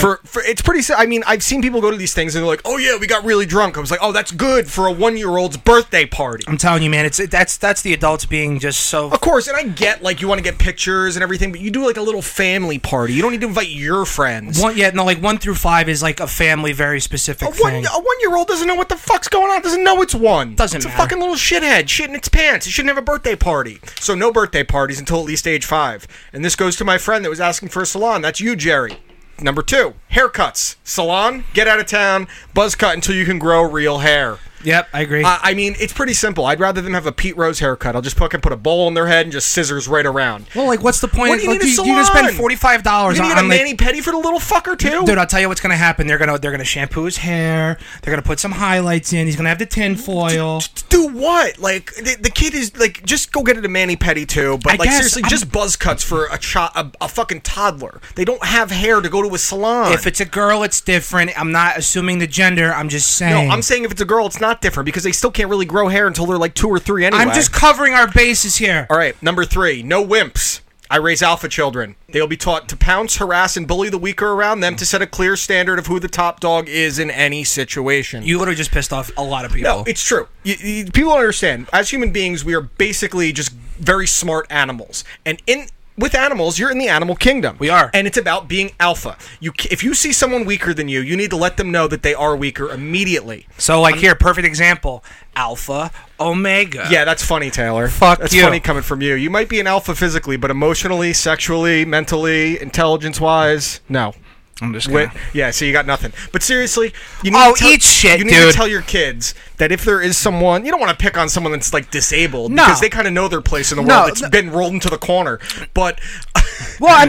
Speaker 5: for, for it's pretty. si- I mean, I've seen people go to these things and they're like, "Oh yeah, we got really drunk." I was like, "Oh, that's good for a one year old's birthday party."
Speaker 3: I'm telling you, man, it's that's that's the adults being just so
Speaker 5: Of course, and I get like you want to get pictures and everything, but you do like a little family party. You don't need to invite your friends.
Speaker 3: One, yeah, no, like one through five is like a family, very specific
Speaker 5: a one,
Speaker 3: thing.
Speaker 5: a one year old doesn't know what the fuck's going on. Doesn't know it's one.
Speaker 3: Doesn't
Speaker 5: It's
Speaker 3: matter.
Speaker 5: a fucking little shithead. Shit in its pants. It shouldn't have a birthday party. So no birthday parties until at least age five. And this goes to my friend that was asking for a salon. That's you, Jerry. Number two, haircuts. Salon, get out of town, buzz cut until you can grow real hair.
Speaker 3: Yep, I agree.
Speaker 5: Uh, I mean, it's pretty simple. I'd rather them have a Pete Rose haircut. I'll just fucking put a bowl on their head and just scissors right around.
Speaker 3: well, like, what's the point?
Speaker 5: What do you
Speaker 3: like,
Speaker 5: need a
Speaker 3: gonna spend
Speaker 5: salon?
Speaker 3: forty five dollars
Speaker 5: You
Speaker 3: on
Speaker 5: need a
Speaker 3: on, like-
Speaker 5: mani petty for the little fucker too.
Speaker 3: Dude, I'll tell you what's gonna happen. They're gonna they're gonna shampoo his hair. They're gonna put some highlights in. He's gonna have the tin foil.
Speaker 5: do what? Like the, the kid is like, just go get it a mani petty too. But
Speaker 3: I
Speaker 5: like
Speaker 3: guess
Speaker 5: seriously,
Speaker 3: I'm-
Speaker 5: just buzz cuts for a, chi- a a fucking toddler. They don't have hair to go to a salon.
Speaker 3: If it's a girl, it's different. I'm not assuming the gender. I'm just
Speaker 5: no,
Speaker 3: saying.
Speaker 5: I'm saying if it's a girl, it's not different because they still can't really grow hair until they're like two or three anyway.
Speaker 3: I'm just covering our bases here.
Speaker 5: All right, number three, no wimps. I raise alpha children. They'll be taught to pounce, harass, and bully the weaker around them to set a clear standard of who the top dog is in any situation.
Speaker 3: You literally just pissed off a lot of people.
Speaker 5: No, it's true. You, you- people don't understand. As human beings, we are basically just very smart animals, and in with animals, you're in the animal kingdom.
Speaker 3: We are.
Speaker 5: and it's about being alpha. You, c- if you see someone weaker than you, you need to let them know that they are weaker immediately.
Speaker 3: so like here, perfect example: alpha, omega.
Speaker 5: Yeah, that's funny, Taylor.
Speaker 3: Fuck
Speaker 5: that's
Speaker 3: you.
Speaker 5: funny coming from you. You might be an alpha physically, but emotionally, sexually, mentally, intelligence-wise, no.
Speaker 3: I'm just
Speaker 5: Wait,
Speaker 3: gonna.
Speaker 5: yeah, so you got nothing. But seriously, you need
Speaker 3: Oh,
Speaker 5: to tell,
Speaker 3: eat shit,
Speaker 5: You need
Speaker 3: dude.
Speaker 5: to tell your kids that if there is someone, you don't want to pick on someone that's like disabled
Speaker 3: No.
Speaker 5: because they kind of know their place in the
Speaker 3: No,
Speaker 5: world. It's
Speaker 3: no.
Speaker 5: been rolled into the corner. But
Speaker 3: Well, I'm,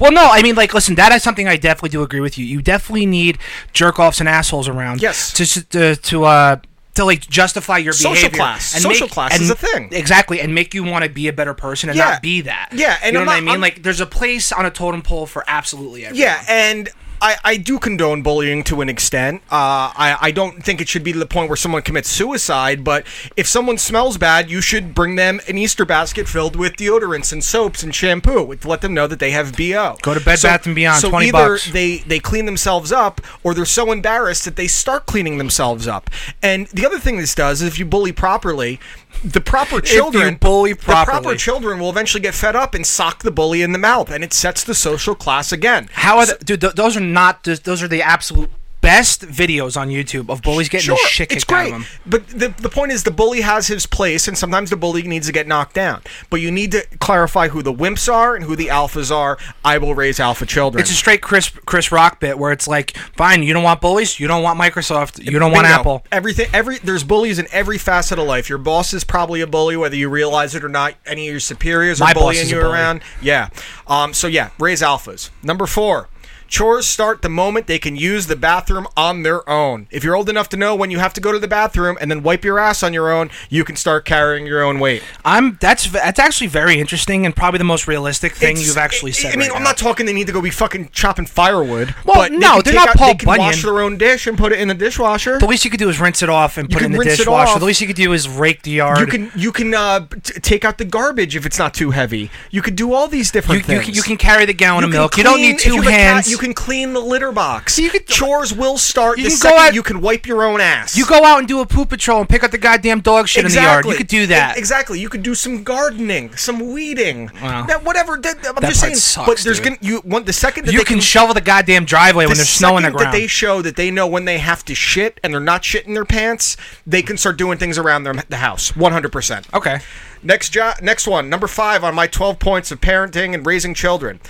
Speaker 3: well, no, I mean, like, listen, that is something I definitely do agree with you. You definitely need jerk offs and assholes around.
Speaker 5: Yes.
Speaker 3: To s- to to uh. To like justify your
Speaker 5: Social
Speaker 3: behavior,
Speaker 5: class. Social class
Speaker 3: and,
Speaker 5: is a thing.
Speaker 3: exactly, and make you want to be a better person and
Speaker 5: Yeah.
Speaker 3: not be that.
Speaker 5: Yeah, and
Speaker 3: you know
Speaker 5: I'm
Speaker 3: what I
Speaker 5: not-
Speaker 3: mean.
Speaker 5: I'm-
Speaker 3: like, there's a place on a totem pole for absolutely everything.
Speaker 5: yeah, and. I, I do condone bullying to an extent. Uh, I, I don't think it should be to the point where someone commits suicide, but if someone smells bad, you should bring them an Easter basket filled with deodorants and soaps and shampoo to let them know that they have BO.
Speaker 3: Go to Bed Bath and Beyond,
Speaker 5: so
Speaker 3: 20
Speaker 5: either
Speaker 3: bucks.
Speaker 5: they they clean themselves up or they're so embarrassed that they start cleaning themselves up. And the other thing this does is if you bully properly, the proper children
Speaker 3: bully
Speaker 5: the proper
Speaker 3: properly.
Speaker 5: children will eventually get fed up and sock the bully in the mouth and it sets the social class again.
Speaker 3: How are the, dude? Th- those are not. Th- those are the absolute best videos on YouTube of bullies getting the shit kicked
Speaker 5: it's great.
Speaker 3: out of them.
Speaker 5: But the, the point is, the bully has his place, and sometimes the bully needs to get knocked down. But you need to clarify who the wimps are and who the alphas are. I will raise alpha children.
Speaker 3: It's a straight Chris Chris Rock bit where it's like, fine, you don't want bullies, you don't want Microsoft, you don't want
Speaker 5: Bingo.
Speaker 3: Apple.
Speaker 5: Everything, every there's bullies in every facet of life. Your boss is probably a bully, whether you realize it or not. Any of your superiors
Speaker 3: My
Speaker 5: are
Speaker 3: boss
Speaker 5: bullying
Speaker 3: is a
Speaker 5: you
Speaker 3: bully.
Speaker 5: around. Yeah. Um. So yeah, raise alphas. Number four. Chores start the moment they can use the bathroom on their own. If you're old enough to know when you have to go to the bathroom and then wipe your ass on your own, you can start carrying your own weight.
Speaker 3: I'm that's that's actually very interesting and probably the most realistic thing
Speaker 5: It's-
Speaker 3: you've actually
Speaker 5: I-
Speaker 3: said.
Speaker 5: I mean,
Speaker 3: right
Speaker 5: I'm
Speaker 3: now.
Speaker 5: not talking they need to go be fucking chopping firewood.
Speaker 3: Well,
Speaker 5: but they
Speaker 3: no,
Speaker 5: can
Speaker 3: they're
Speaker 5: take
Speaker 3: not
Speaker 5: out-
Speaker 3: Paul
Speaker 5: They can wash
Speaker 3: Bunyan.
Speaker 5: their own dish and put it in the dishwasher.
Speaker 3: The least you could do is rinse it off and put it
Speaker 5: can
Speaker 3: in the
Speaker 5: rinse it
Speaker 3: dishwasher.
Speaker 5: off.
Speaker 3: The least you could do is rake the yard.
Speaker 5: You can you can uh, t- take out the garbage if it's not too heavy. You could do all these
Speaker 3: you,
Speaker 5: different
Speaker 3: you
Speaker 5: things.
Speaker 3: can, you can carry the gallon
Speaker 5: You
Speaker 3: of
Speaker 5: can
Speaker 3: milk. you don't
Speaker 5: clean-
Speaker 3: need
Speaker 5: if
Speaker 3: two
Speaker 5: you have a cat,
Speaker 3: hands.
Speaker 5: you can clean the litter box.
Speaker 3: You could-
Speaker 5: Chores will start
Speaker 3: You
Speaker 5: the
Speaker 3: can go
Speaker 5: second
Speaker 3: out-
Speaker 5: you can wipe your own ass.
Speaker 3: You go out and do a poop patrol and pick up the goddamn dog shit
Speaker 5: exactly.
Speaker 3: in the yard. You could do that.
Speaker 5: E- Exactly. You could do some gardening, some weeding.
Speaker 3: Wow.
Speaker 5: That whatever. That, I'm
Speaker 3: That
Speaker 5: just
Speaker 3: part
Speaker 5: saying.
Speaker 3: sucks,
Speaker 5: but there's
Speaker 3: dude.
Speaker 5: gonna you want the second that
Speaker 3: You
Speaker 5: they
Speaker 3: can shovel the goddamn driveway when
Speaker 5: the
Speaker 3: there's snow in the
Speaker 5: second
Speaker 3: ground.
Speaker 5: That they show that they know when they have to shit and they're not shitting their pants, they can start doing things around their, the house. One hundred percent.
Speaker 3: Okay.
Speaker 5: Next job. Next one. Number five on my twelve points of parenting and raising children.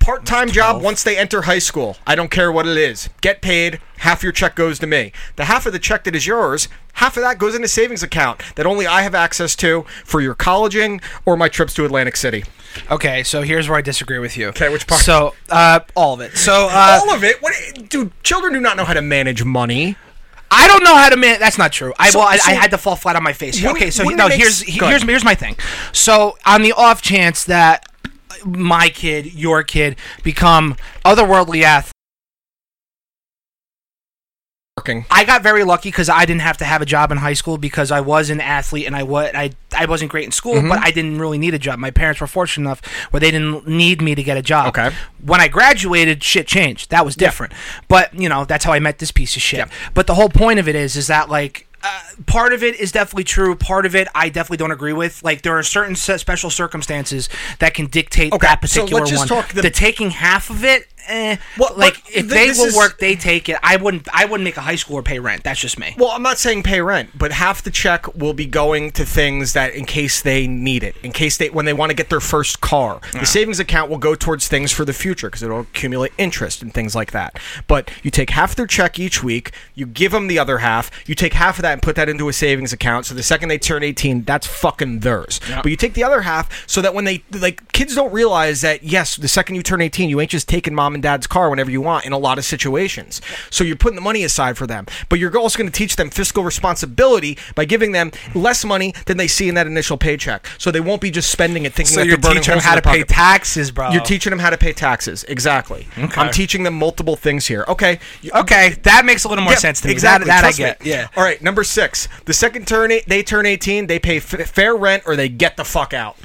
Speaker 5: Part-time job once they enter high school. I don't care what it is. Get paid. Half your check goes to me. The half of the check that is yours, half of that goes in a savings account that only I have access to for your colleging or my trips to Atlantic City.
Speaker 3: Okay, so here's where I disagree with you.
Speaker 5: Okay, which part?
Speaker 3: So, uh, all of it. So, uh,
Speaker 5: All of it. What, dude? Children do not know how to manage money.
Speaker 3: I don't know how to man. That's not true. I
Speaker 5: So-
Speaker 3: well, I,
Speaker 5: so-
Speaker 3: I had to fall flat on my face. here.
Speaker 5: Wouldn't-
Speaker 3: Okay, so
Speaker 5: wouldn't
Speaker 3: no,
Speaker 5: it make
Speaker 3: here's
Speaker 5: s-
Speaker 3: he-
Speaker 5: go ahead.
Speaker 3: here's here's my thing. So on the off chance that my kid, your kid, become otherworldly ath.
Speaker 5: Working.
Speaker 3: I got very lucky because I didn't have to have a job in high school because I was an athlete and I was I, I wasn't great in school, but
Speaker 5: Mm-hmm.
Speaker 3: I didn't really need a job. My parents were fortunate enough where they didn't need me to get a job.
Speaker 5: Okay.
Speaker 3: When I graduated, shit changed. That was different. But you know, that's how I met this piece of shit.
Speaker 5: Yeah.
Speaker 3: But the whole point of it is, is that like. Uh, part of it is definitely true. Part of it I definitely don't agree with. Like there are certain se- special circumstances that can dictate
Speaker 5: Okay,
Speaker 3: that
Speaker 5: so let's
Speaker 3: particular
Speaker 5: just
Speaker 3: one.
Speaker 5: talk the-
Speaker 3: the taking half of it eh.
Speaker 5: Well,
Speaker 3: like
Speaker 5: but
Speaker 3: if
Speaker 5: th-
Speaker 3: they
Speaker 5: this
Speaker 3: will
Speaker 5: is-
Speaker 3: work, they take it. I wouldn't. I wouldn't make a high schooler pay rent. That's just me.
Speaker 5: Well, I'm not saying pay rent, but half the check will be going to things that, in case they need it, in case they when they want to get their first car, the savings account will go towards things for the future because it'll accumulate interest and things like that. But you take half their check each week, you give them the other half, you take half of that and put that into a savings account. So the second they turn 18, that's fucking theirs. But you take the other half so that when they like kids don't realize that yes, the second you turn 18, you ain't just taking mom and dad's car whenever you want in a lot of situations. So you're putting the money aside for them, but you're also going to teach them fiscal responsibility by giving them less money than they see in that initial paycheck. So they won't be just spending it thinking
Speaker 3: So
Speaker 5: that
Speaker 3: you're
Speaker 5: they're burning
Speaker 3: teaching them
Speaker 5: holes in
Speaker 3: how to
Speaker 5: their
Speaker 3: pay
Speaker 5: pocket.
Speaker 3: taxes, bro.
Speaker 5: You're teaching them how to pay taxes. Exactly. I'm teaching them multiple things here. Okay. You-
Speaker 3: Okay, that makes a little more
Speaker 5: yeah,
Speaker 3: sense to me.
Speaker 5: Exactly.
Speaker 3: That, that I
Speaker 5: Trust
Speaker 3: get.
Speaker 5: me.
Speaker 3: Yeah.
Speaker 5: All right. Number six. The second turn eight, they turn eighteen, they pay f- fair rent or they get the fuck out.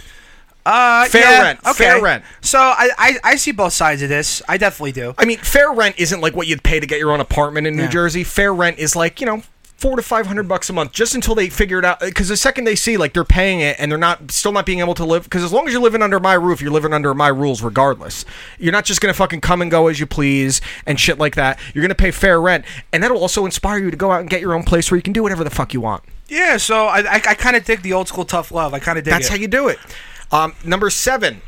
Speaker 3: Uh,
Speaker 5: Fair
Speaker 3: yeah,
Speaker 5: rent,
Speaker 3: Okay.
Speaker 5: fair rent.
Speaker 3: So I, I I see both sides of this. I definitely do.
Speaker 5: I mean, fair rent isn't like what you'd pay to get your own apartment in New Jersey. Fair rent is like you know. Four to five hundred bucks a month, just until they figure it out. Because the second they see like they're paying it and they're not still not being able to live, because as long as you're living under my roof, you're living under my rules regardless. You're not just gonna fucking come and go as you please and shit like that. You're gonna pay fair rent, and that'll also inspire you to go out and get your own place where you can do whatever the fuck you want.
Speaker 3: Yeah. So I I, I kind of dig the old school tough love. I kind of dig.
Speaker 5: That's
Speaker 3: it.
Speaker 5: how you do it. Um, number seven,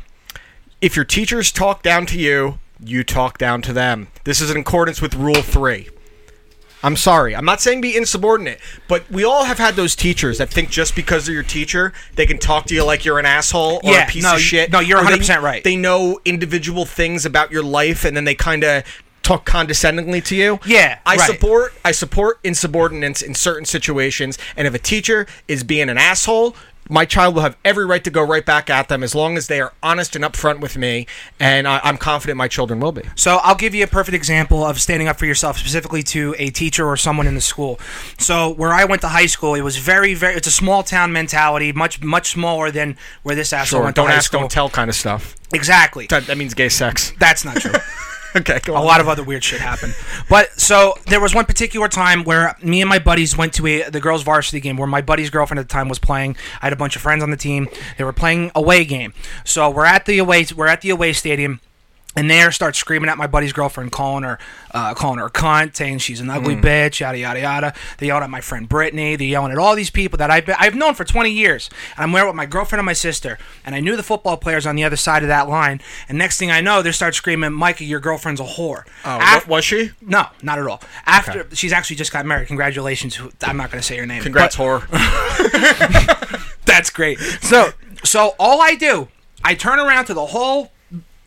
Speaker 5: if your teachers talk down to you, you talk down to them. This is in accordance with Rule Three. I'm sorry. I'm not saying be insubordinate, but we all have had those teachers that think just because they're your teacher, they can talk to you like you're an asshole or
Speaker 3: Yeah,
Speaker 5: a piece
Speaker 3: no,
Speaker 5: of
Speaker 3: you-
Speaker 5: shit.
Speaker 3: no, you're
Speaker 5: or they-
Speaker 3: 100% right.
Speaker 5: They know individual things about your life, and then they kind of talk condescendingly to you.
Speaker 3: Yeah,
Speaker 5: I
Speaker 3: right.
Speaker 5: support. I support insubordinates in certain situations, and if a teacher is being an asshole. My child will have every right to go right back at them as long as they are honest and upfront with me, and I, I'm confident my children will be.
Speaker 3: So I'll give you a perfect example of standing up for yourself, specifically to a teacher or someone in the school. So where I went to high school, it was very, very. It's a small town mentality, much, much smaller than where this asshole
Speaker 5: Sure,
Speaker 3: went to
Speaker 5: don't
Speaker 3: high
Speaker 5: ask,
Speaker 3: school.
Speaker 5: don't tell kind of stuff.
Speaker 3: Exactly.
Speaker 5: That, that means gay sex.
Speaker 3: That's not true.
Speaker 5: Okay, go
Speaker 3: a lot of other weird shit happened. But so there was one particular time where me and my buddies went to a the girls varsity game where my buddy's girlfriend at the time was playing. I had a bunch of friends on the team. They were playing away game. So we're at the away we're at the away stadium. And there starts screaming at my buddy's girlfriend, calling her, uh, calling her a cunt, saying she's an ugly
Speaker 5: Mm.
Speaker 3: bitch, yada yada yada. They yelled at my friend Brittany. They yelling at all these people that I've been, I've known for 20 years. And I'm there with my girlfriend and my sister, and I knew the football players on the other side of that line. And next thing I know, they start screaming, "Micah, your girlfriend's a whore."
Speaker 5: Oh,
Speaker 3: Af-
Speaker 5: wa- was she?
Speaker 3: No, not at all. After she's actually just got married. Congratulations. who- I'm not going to say her name.
Speaker 5: Congrats,
Speaker 3: but-
Speaker 5: whore.
Speaker 3: That's great. So, so all I do, I turn around to the whole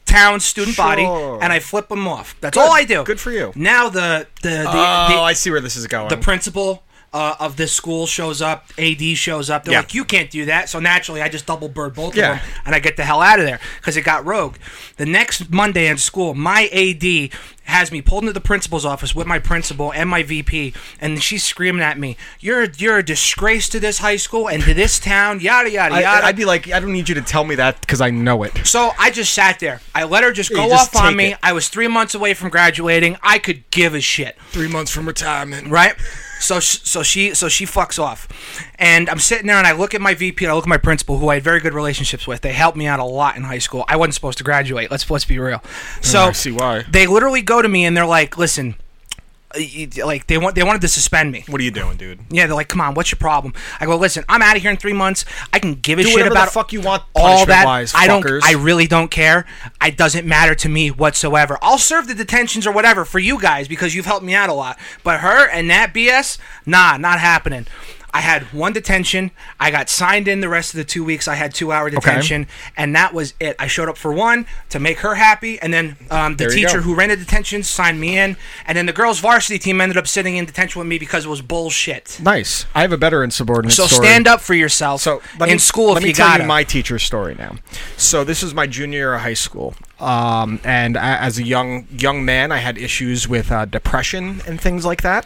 Speaker 3: town student body
Speaker 5: Sure.
Speaker 3: and I flip them off. That's all I do.
Speaker 5: Good for you.
Speaker 3: Now the the the,
Speaker 5: oh,
Speaker 3: the,
Speaker 5: I see where this is going.
Speaker 3: the principal. Uh, of this school shows up, AD shows up. They're
Speaker 5: Yeah.
Speaker 3: like, "You can't do that." So naturally, I just double bird both
Speaker 5: Yeah.
Speaker 3: of them, and I get the hell out of there because it got rogue. The next Monday in school, my AD has me pulled into the principal's office with my principal and my VP, and she's screaming at me, "You're you're a disgrace to this high school and to this town." Yada yada
Speaker 5: I,
Speaker 3: yada.
Speaker 5: I'd be like, I don't need you to tell me that because I know it.
Speaker 3: So I just sat there. I let her just go
Speaker 5: you just
Speaker 3: off on
Speaker 5: take
Speaker 3: me.
Speaker 5: it.
Speaker 3: I was three months away from graduating. I could give a shit,
Speaker 5: Three months from retirement.
Speaker 3: right? So sh- so she so she fucks off, and I'm sitting there and I look at my VP and I look at my principal, who I had very good relationships with. They helped me out a lot in high school. I wasn't supposed to graduate. Let's let's be real. So
Speaker 5: Mm, I see why.
Speaker 3: they literally go to me and they're like, "Listen." uh, you- Like they want, they wanted to suspend me.
Speaker 5: What are you doing, dude?
Speaker 3: Yeah, they're like, "Come on, what's your problem?" I go, "Listen, I'm out of here in three months. I can give a
Speaker 5: Do
Speaker 3: shit
Speaker 5: whatever the
Speaker 3: about
Speaker 5: fuck you want,
Speaker 3: all that.
Speaker 5: punishment-wise,
Speaker 3: I don't.
Speaker 5: fuckers."
Speaker 3: I really don't care. It doesn't matter to me whatsoever. I'll serve the detentions or whatever for you guys because you've helped me out a lot. But her and that BS, nah, not happening." I had one detention. I got signed in the rest of the two weeks. I had two hour detention, and that was it. I showed up for one to make her happy, and then um, the
Speaker 5: There you
Speaker 3: teacher
Speaker 5: go.
Speaker 3: who rented detention signed me in, and then the girls' varsity team ended up sitting in detention with me because it was bullshit.
Speaker 5: Nice. I have a better insubordinate
Speaker 3: So
Speaker 5: story.
Speaker 3: stand up for yourself.
Speaker 5: So let
Speaker 3: in
Speaker 5: me,
Speaker 3: school,
Speaker 5: let
Speaker 3: if
Speaker 5: me
Speaker 3: you
Speaker 5: tell
Speaker 3: got
Speaker 5: you my teacher's story now. So this is my junior year of high school, um, and a as a young young man, I had issues with uh, depression and things like that.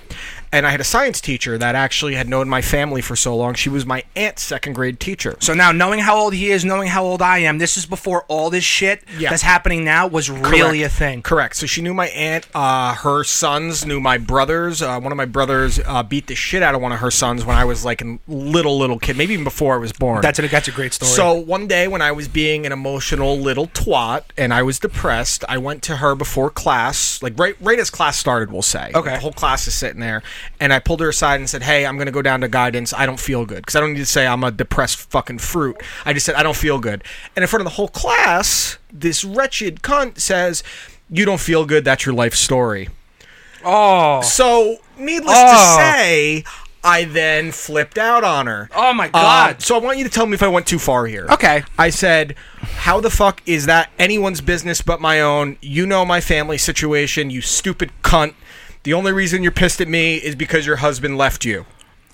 Speaker 5: And I had a science teacher that actually had known my family for so long. She was my aunt's second grade teacher.
Speaker 3: So now, knowing how old he is, knowing how old I am, this is before all this shit
Speaker 5: Yeah.
Speaker 3: that's happening now was really
Speaker 5: Correct.
Speaker 3: a thing.
Speaker 5: Correct. So she knew my aunt. Uh, her sons knew my brothers. Uh, one of my brothers uh, beat the shit out of one of her sons when I was like a little little kid, maybe even before I was born.
Speaker 3: That's a, that's a great story.
Speaker 5: So one day when I was being an emotional little twat and I I was depressed. I went to her before class, like right right as class started, we'll say.
Speaker 3: Okay.
Speaker 5: The whole class is sitting there, and I pulled her aside and said, "Hey, I'm going to go down to guidance. I don't feel good because I don't need to say I'm a depressed fucking fruit. I just said I don't feel good." And in front of the whole class, this wretched cunt says, "You don't feel good. That's your life story."
Speaker 3: Oh,
Speaker 5: So, needless
Speaker 3: Oh.
Speaker 5: to say, I then flipped out on her.
Speaker 3: Oh my
Speaker 5: Um,
Speaker 3: God.
Speaker 5: so I want you to tell me if I went too far here.
Speaker 3: Okay.
Speaker 5: I said, "How the fuck is that anyone's business but my own? You know my family situation. You stupid cunt. The only reason you're pissed at me is because your husband left you."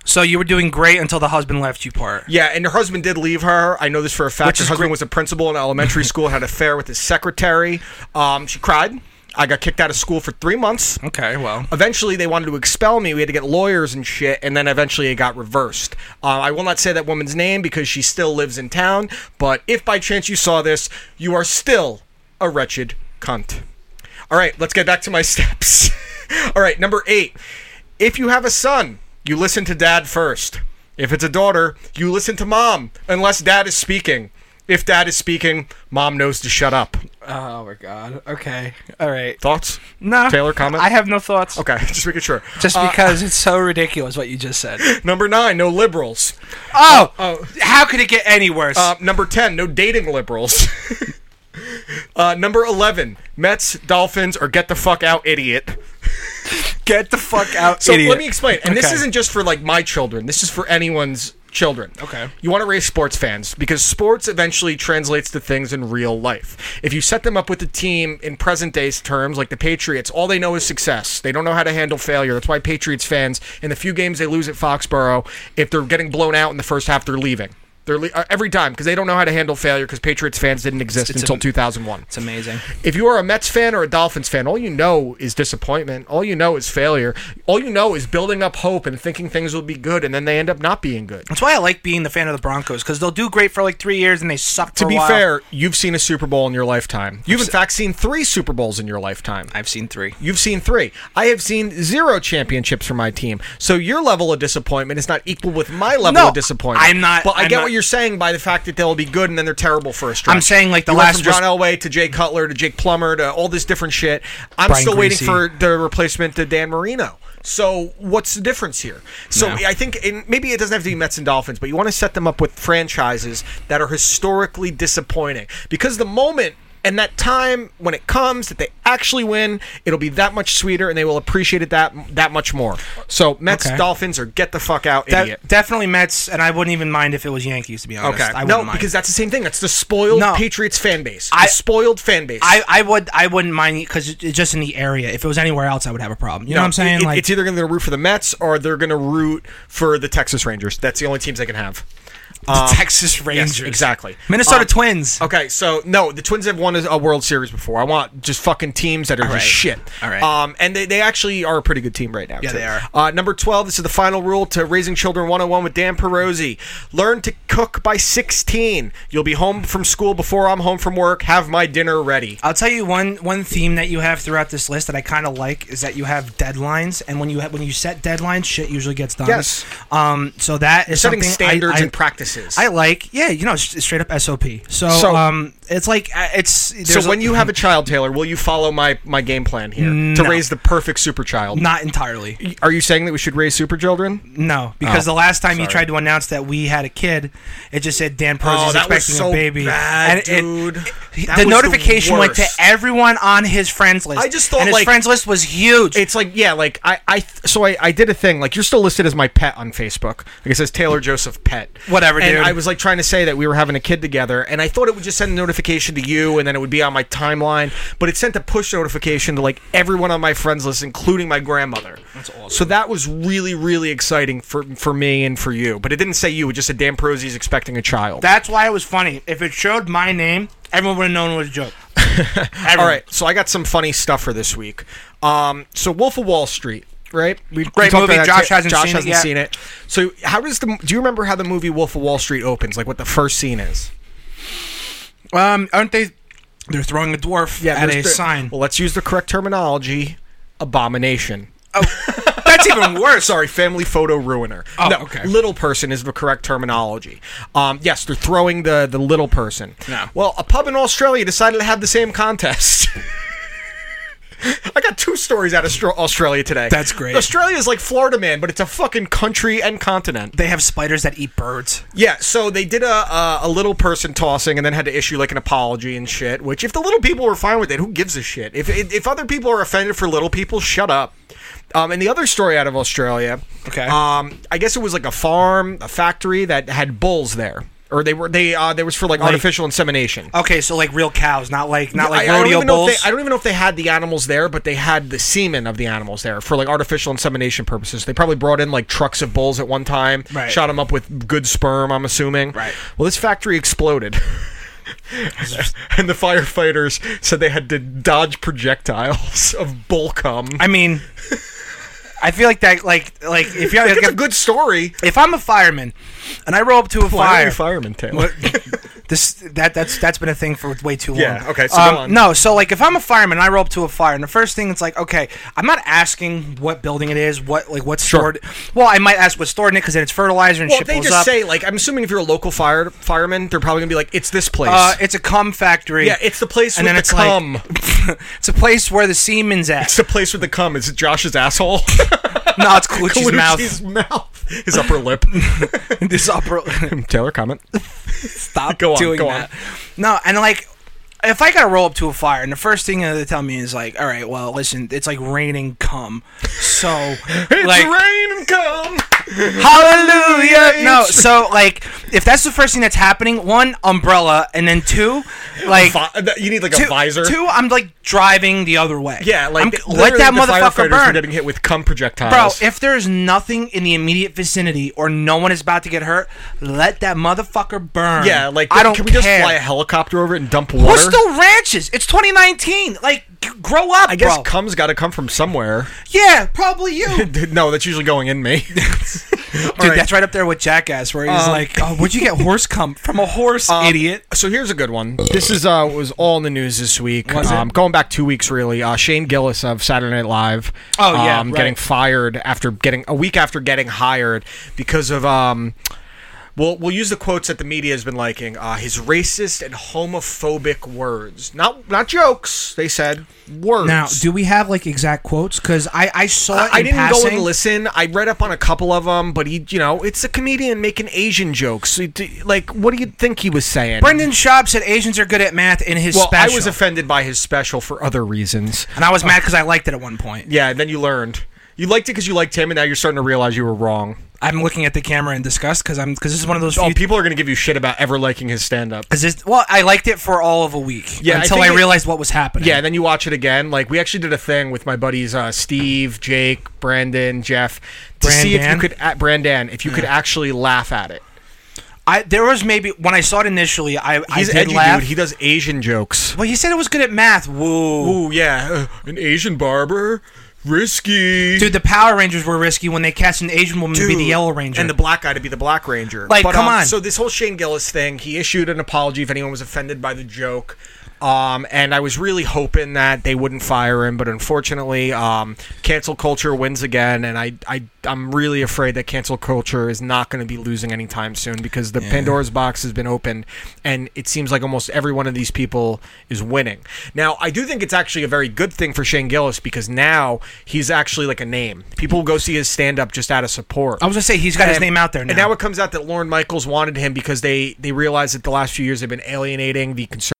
Speaker 3: so you were doing great until the husband left you part.
Speaker 5: Yeah, and her husband did leave her. I know this for a fact.
Speaker 3: Which
Speaker 5: her
Speaker 3: is
Speaker 5: husband
Speaker 3: great.
Speaker 5: was a principal in elementary school, had an affair with his secretary. Um, she cried. I got kicked out of school for three months.
Speaker 3: Okay, well.
Speaker 5: Eventually, they wanted to expel me. We had to get lawyers and shit, and then eventually it got reversed. Uh, I will not say that woman's name because she still lives in town, but if by chance you saw this, you are still a wretched cunt. All right, let's get back to my steps. All right, number eight. If you have a son, you listen to dad first. If it's a daughter, you listen to mom, unless dad is speaking. If dad is speaking, mom knows to shut up.
Speaker 3: Oh my god. Okay. All right.
Speaker 5: Thoughts?
Speaker 3: No.
Speaker 5: Taylor, comment?
Speaker 3: I have no thoughts.
Speaker 5: Okay, just making sure.
Speaker 3: Just
Speaker 5: Uh,
Speaker 3: because it's so ridiculous what you just said.
Speaker 5: Number nine, no liberals.
Speaker 3: Oh, how could it get any worse?
Speaker 5: Uh, number 10, no dating liberals. uh, number 11, Mets, Dolphins, or get the fuck out, idiot.
Speaker 3: get the fuck out,
Speaker 5: So
Speaker 3: idiot.
Speaker 5: let me explain. And this
Speaker 3: Okay.
Speaker 5: isn't just for like my children, this is for anyone's children.
Speaker 3: Okay.
Speaker 5: You want to raise sports fans because sports eventually translates to things in real life. If you set them up with a team in present day's terms, like the Patriots, all they know is success. They don't know how to handle failure. That's why Patriots fans, in the few games they lose at Foxborough, if they're getting blown out in the first half, they're leaving. They're le- uh, every time because they don't know how to handle failure because Patriots fans didn't exist
Speaker 3: it's
Speaker 5: until
Speaker 3: a-
Speaker 5: 2001
Speaker 3: It's amazing.
Speaker 5: if you are a Mets fan or a Dolphins fan, all you know is disappointment. All you know is failure. All you know is building up hope and thinking things will be good, and then they end up not being good.
Speaker 3: That's why I like being the fan of the Broncos because they'll do great for like three years and they suck.
Speaker 5: To
Speaker 3: for a
Speaker 5: be
Speaker 3: while.
Speaker 5: fair, you've seen a Super Bowl in your lifetime. You've in fact seen three Super Bowls in your lifetime.
Speaker 3: I've seen three.
Speaker 5: You've seen three. I have seen zero championships for my team. So your level of disappointment is not equal with my level
Speaker 3: No,
Speaker 5: of disappointment.
Speaker 3: I'm not-
Speaker 5: But I
Speaker 3: I'm
Speaker 5: get
Speaker 3: not-
Speaker 5: what you're saying by the fact that they'll be good and then they're terrible for a stretch.
Speaker 3: I'm saying, like, the
Speaker 5: You went
Speaker 3: last
Speaker 5: from John
Speaker 3: res-
Speaker 5: Elway to Jay Cutler to Jake Plummer to all this different shit. I'm
Speaker 3: Brian
Speaker 5: still waiting
Speaker 3: Griese.
Speaker 5: for the replacement to Dan Marino. So what's the difference here? So I think and maybe it doesn't have to be Mets and Dolphins, but you want to set them up with franchises that are historically disappointing because the moment and that time when it comes that they actually win, it'll be that much sweeter and they will appreciate it that that much more. So Mets,
Speaker 3: Okay.
Speaker 5: Dolphins, or get the fuck out,
Speaker 3: De-
Speaker 5: idiot.
Speaker 3: definitely Mets, and I wouldn't even mind if it was Yankees. To be honest,
Speaker 5: Okay.
Speaker 3: I wouldn't
Speaker 5: no,
Speaker 3: mind.
Speaker 5: because that's the same thing. That's the spoiled
Speaker 3: No.
Speaker 5: Patriots fan base.
Speaker 3: I-
Speaker 5: the spoiled fan base.
Speaker 3: I, I would I wouldn't mind because it's just in the area. If it was anywhere else, I would have a problem. You know
Speaker 5: No,
Speaker 3: what I'm saying?
Speaker 5: it-
Speaker 3: like
Speaker 5: it's either going to root for the Mets or they're going to root for the Texas Rangers. That's the only teams they can have.
Speaker 3: the Texas Rangers,
Speaker 5: exactly.
Speaker 3: um, Minnesota
Speaker 5: Um,
Speaker 3: Twins.
Speaker 5: Okay, so no, the Twins have won a World Series before. I want just fucking teams that are
Speaker 3: right.
Speaker 5: just shit.
Speaker 3: All right.
Speaker 5: Um, and they, they actually are a pretty good team right now.
Speaker 3: Yeah,
Speaker 5: too.
Speaker 3: they are.
Speaker 5: Uh, number 12, this is the final rule to Raising Children 101 with Dan Perosi. Learn to cook by 16. You'll be home from school before I'm home from work. Have my dinner ready.
Speaker 3: I'll tell you one one theme that you have throughout this list that I kind of like is that you have deadlines, and when you ha- when you set deadlines, shit usually gets done.
Speaker 5: Yes.
Speaker 3: Um. So that is
Speaker 5: Setting
Speaker 3: something I-
Speaker 5: standards
Speaker 3: I-
Speaker 5: and practices.
Speaker 3: I like. Yeah. You know, s- straight up SOP. So,
Speaker 5: So-
Speaker 3: um, it's like uh, it's there's
Speaker 5: so when
Speaker 3: a- Mm-hmm.
Speaker 5: you have a child, Taylor, will you follow my, my game plan here to raise the perfect super child?
Speaker 3: not entirely.
Speaker 5: Are you saying that we should raise super children?
Speaker 3: No, because
Speaker 5: Oh,
Speaker 3: the last time you
Speaker 5: sorry.
Speaker 3: tried to announce that we had a kid, it just said Dan Perez
Speaker 5: Oh,
Speaker 3: is
Speaker 5: that was
Speaker 3: expecting
Speaker 5: so
Speaker 3: a baby.
Speaker 5: bad,
Speaker 3: it-
Speaker 5: dude.
Speaker 3: he-
Speaker 5: That was
Speaker 3: the
Speaker 5: the
Speaker 3: notification went to
Speaker 5: worst.
Speaker 3: everyone on his friends list.
Speaker 5: I just thought,
Speaker 3: and his
Speaker 5: like-
Speaker 3: friends list was huge.
Speaker 5: It's like yeah, like I, I th- so I, I did a thing like you're still listed as my pet on Facebook. Like it says Taylor Joseph Pet.
Speaker 3: Whatever,
Speaker 5: And
Speaker 3: dude.
Speaker 5: I was like trying to say that we were having a kid together, and I thought it would just send a notification to you, and then it would be on my timeline. But it sent a push notification to like everyone on my friends list, including my grandmother. That's awesome. So that was really really exciting for for me and for you. But it didn't say you. It just said Dan Prosi's expecting a child.
Speaker 3: That's why it was funny. If it showed my name, everyone would have known it was a joke. Everyone.
Speaker 5: All right, so I got some funny stuff for this week. Um, so Wolf of Wall Street, right? We
Speaker 3: Great
Speaker 5: talked
Speaker 3: movie.
Speaker 5: about
Speaker 3: Josh
Speaker 5: too.
Speaker 3: hasn't
Speaker 5: Josh
Speaker 3: seen it
Speaker 5: hasn't
Speaker 3: yet.
Speaker 5: seen it. So how does the? Do you remember how the movie Wolf of Wall Street opens? Like what the first scene is?
Speaker 3: Um, aren't they? They're throwing a dwarf at a
Speaker 5: there's the-
Speaker 3: sign.
Speaker 5: Well, let's use the correct terminology. Abomination.
Speaker 3: Oh.
Speaker 5: That's
Speaker 3: That's
Speaker 5: even worse. Sorry, family photo ruiner.
Speaker 3: Oh,
Speaker 5: no,
Speaker 3: okay.
Speaker 5: little person is the correct terminology. Um, yes, they're throwing the the little person.
Speaker 3: No.
Speaker 5: Well, a pub in Australia decided to have the same contest. I got two stories out of Austra- Australia today.
Speaker 3: That's great.
Speaker 5: Australia is like Florida, man, but it's a fucking country and continent.
Speaker 3: They have spiders that eat birds.
Speaker 5: Yeah, so they did a, a a little person tossing, and then had to issue like an apology and shit. Which, if the little people were fine with it, who gives a shit? If if if other people are offended for little people, shut up. Um, and the other story out of Australia,
Speaker 3: Okay.
Speaker 5: Um, I guess it was like a farm, a factory that had bulls there, or they were they uh, there was for like, artificial insemination.
Speaker 3: Okay, so like real cows, not like not like
Speaker 5: I- I don't
Speaker 3: rodeo
Speaker 5: even know if
Speaker 3: bulls.
Speaker 5: they- I don't even know if they had the animals there, but they had the semen of the animals there for like artificial insemination purposes. They probably brought in like trucks of bulls at one time,
Speaker 3: Right.
Speaker 5: shot them up with good sperm. I'm assuming.
Speaker 3: Right.
Speaker 5: Well, this factory exploded. and the firefighters said they had to dodge projectiles of bull cum.
Speaker 3: I mean, I feel like that like like if you're
Speaker 5: It's
Speaker 3: like,
Speaker 5: a good story.
Speaker 3: if I'm a fireman and I roll up to
Speaker 5: Why
Speaker 3: a
Speaker 5: are
Speaker 3: fire,
Speaker 5: you fireman, Taylor?
Speaker 3: What- this that that's that's been a thing for way too long.
Speaker 5: Yeah, okay, so go
Speaker 3: Um,
Speaker 5: on.
Speaker 3: No, so like if I'm a fireman, and I roll up to a fire, and the first thing it's like, okay, I'm not asking what building it is, what like what's
Speaker 5: Sure.
Speaker 3: stored. Well, I might ask what's stored in it because then it's fertilizer and
Speaker 5: Well,
Speaker 3: shit
Speaker 5: they
Speaker 3: blows
Speaker 5: just
Speaker 3: up.
Speaker 5: say like I'm assuming if you're a local fire fireman, they're probably gonna be like, it's this place.
Speaker 3: uh, it's a cum factory.
Speaker 5: yeah, it's the place
Speaker 3: and
Speaker 5: with
Speaker 3: then
Speaker 5: the
Speaker 3: it's
Speaker 5: cum.
Speaker 3: like it's a place where the semen's at.
Speaker 5: it's the place with the cum. Is it Josh's asshole?
Speaker 3: no, it's Colucci's mouth.
Speaker 5: Colucci's mouth. His upper lip.
Speaker 3: This upper
Speaker 5: Taylor, comment.
Speaker 3: stop
Speaker 5: Go on,
Speaker 3: doing
Speaker 5: go
Speaker 3: that.
Speaker 5: on.
Speaker 3: No, and like if I gotta roll up to a fire and the first thing they tell me is like, all right, well, listen, it's like raining cum. So like
Speaker 5: rain and cum.
Speaker 3: hallelujah. No, so like if that's the first thing that's happening, one, umbrella, and then two, like
Speaker 5: you need like a
Speaker 3: two,
Speaker 5: visor.
Speaker 3: two, I'm like driving the other way.
Speaker 5: yeah, like
Speaker 3: I'm- let
Speaker 5: literally
Speaker 3: that
Speaker 5: the
Speaker 3: motherfucker
Speaker 5: firefighters Were
Speaker 3: burn.
Speaker 5: getting hit with cum
Speaker 3: Bro,
Speaker 5: projectiles.
Speaker 3: if there's nothing in the immediate vicinity or no one is about to get hurt, let that motherfucker burn.
Speaker 5: yeah, like
Speaker 3: I don't
Speaker 5: Can we
Speaker 3: care.
Speaker 5: just fly a helicopter over it and dump water?
Speaker 3: We're still ranches. It's 2019. Like, g- grow up,
Speaker 5: I guess
Speaker 3: bro.
Speaker 5: cum's got to come from somewhere.
Speaker 3: yeah, probably you. Dude,
Speaker 5: no, that's usually going in me. right.
Speaker 3: that's right up there with Jackass, where he's like, oh, "Where'd you get horse cum from a horse, idiot?"
Speaker 5: So here's a good one. This is uh was all in the news this week.
Speaker 3: Was it?
Speaker 5: Um, going back two weeks really. Uh, Shane Gillis of Saturday Night Live.
Speaker 3: Oh, yeah,
Speaker 5: um,
Speaker 3: right.
Speaker 5: getting fired after getting a week after getting hired because of um. We'll, we'll use the quotes that the media has been liking. Uh, his racist and homophobic words, not not jokes. They said words.
Speaker 3: Now, do we have like exact quotes? Because I I saw it.
Speaker 5: I
Speaker 3: in
Speaker 5: didn't go
Speaker 3: passing.
Speaker 5: and listen. I read up on a couple of them, but he, you know, it's a comedian making Asian jokes. So, d- Like, what do you think he was saying?
Speaker 3: Brendan Schaub said Asians are good at math in his
Speaker 5: Well,
Speaker 3: special,
Speaker 5: I was offended by his special for other reasons.
Speaker 3: and I was mad because I liked it at one point.
Speaker 5: Yeah, and then you learned. You liked it because you liked him, and now you're starting to realize you were wrong.
Speaker 3: I'm looking at the camera in disgust because I'm because this is one of those.
Speaker 5: Oh,
Speaker 3: few,
Speaker 5: people are going to give you shit about ever liking his stand up.
Speaker 3: Cause this, well, I liked it for all of a week
Speaker 5: Yeah, I
Speaker 3: until I,
Speaker 5: think it-
Speaker 3: realized what was happening.
Speaker 5: Yeah, and then you watch it again. Like, we actually did a thing with my buddies uh, Steve, Jake, Brandon, Jeff, to see if you
Speaker 3: Brandan?
Speaker 5: could, at Brandon, if you could actually laugh at it.
Speaker 3: I there was maybe when I saw it initially, I
Speaker 5: He's
Speaker 3: I
Speaker 5: an
Speaker 3: did
Speaker 5: edgy
Speaker 3: laugh.
Speaker 5: dude. He does Asian jokes.
Speaker 3: Well, he said it was good at math. Woo.
Speaker 5: Oh, yeah. uh, An Asian barber? Risky.
Speaker 3: Dude, the Power Rangers were risky when they cast an Asian woman to be
Speaker 5: Dude,
Speaker 3: the Yellow Ranger.
Speaker 5: and the black guy to be the black ranger. um,
Speaker 3: Like, come on.
Speaker 5: So this whole Shane Gillis thing, he issued an apology if anyone was offended by the joke. Um, and I was really hoping that they wouldn't fire him, but unfortunately, um, cancel culture wins again, and I, I, I'm really afraid that cancel culture is not going to be losing anytime soon because the Pandora's box has been opened, and it seems like almost every one of these people is winning. Now, I do think it's actually a very good thing for Shane Gillis because now he's actually like a name. People will go see his stand-up just out of support.
Speaker 3: I was gonna say he's got his
Speaker 5: And-
Speaker 3: name out there now.
Speaker 5: And now it comes out that Lauren Michaels wanted him because they they realized that the last few years have been alienating the conservative.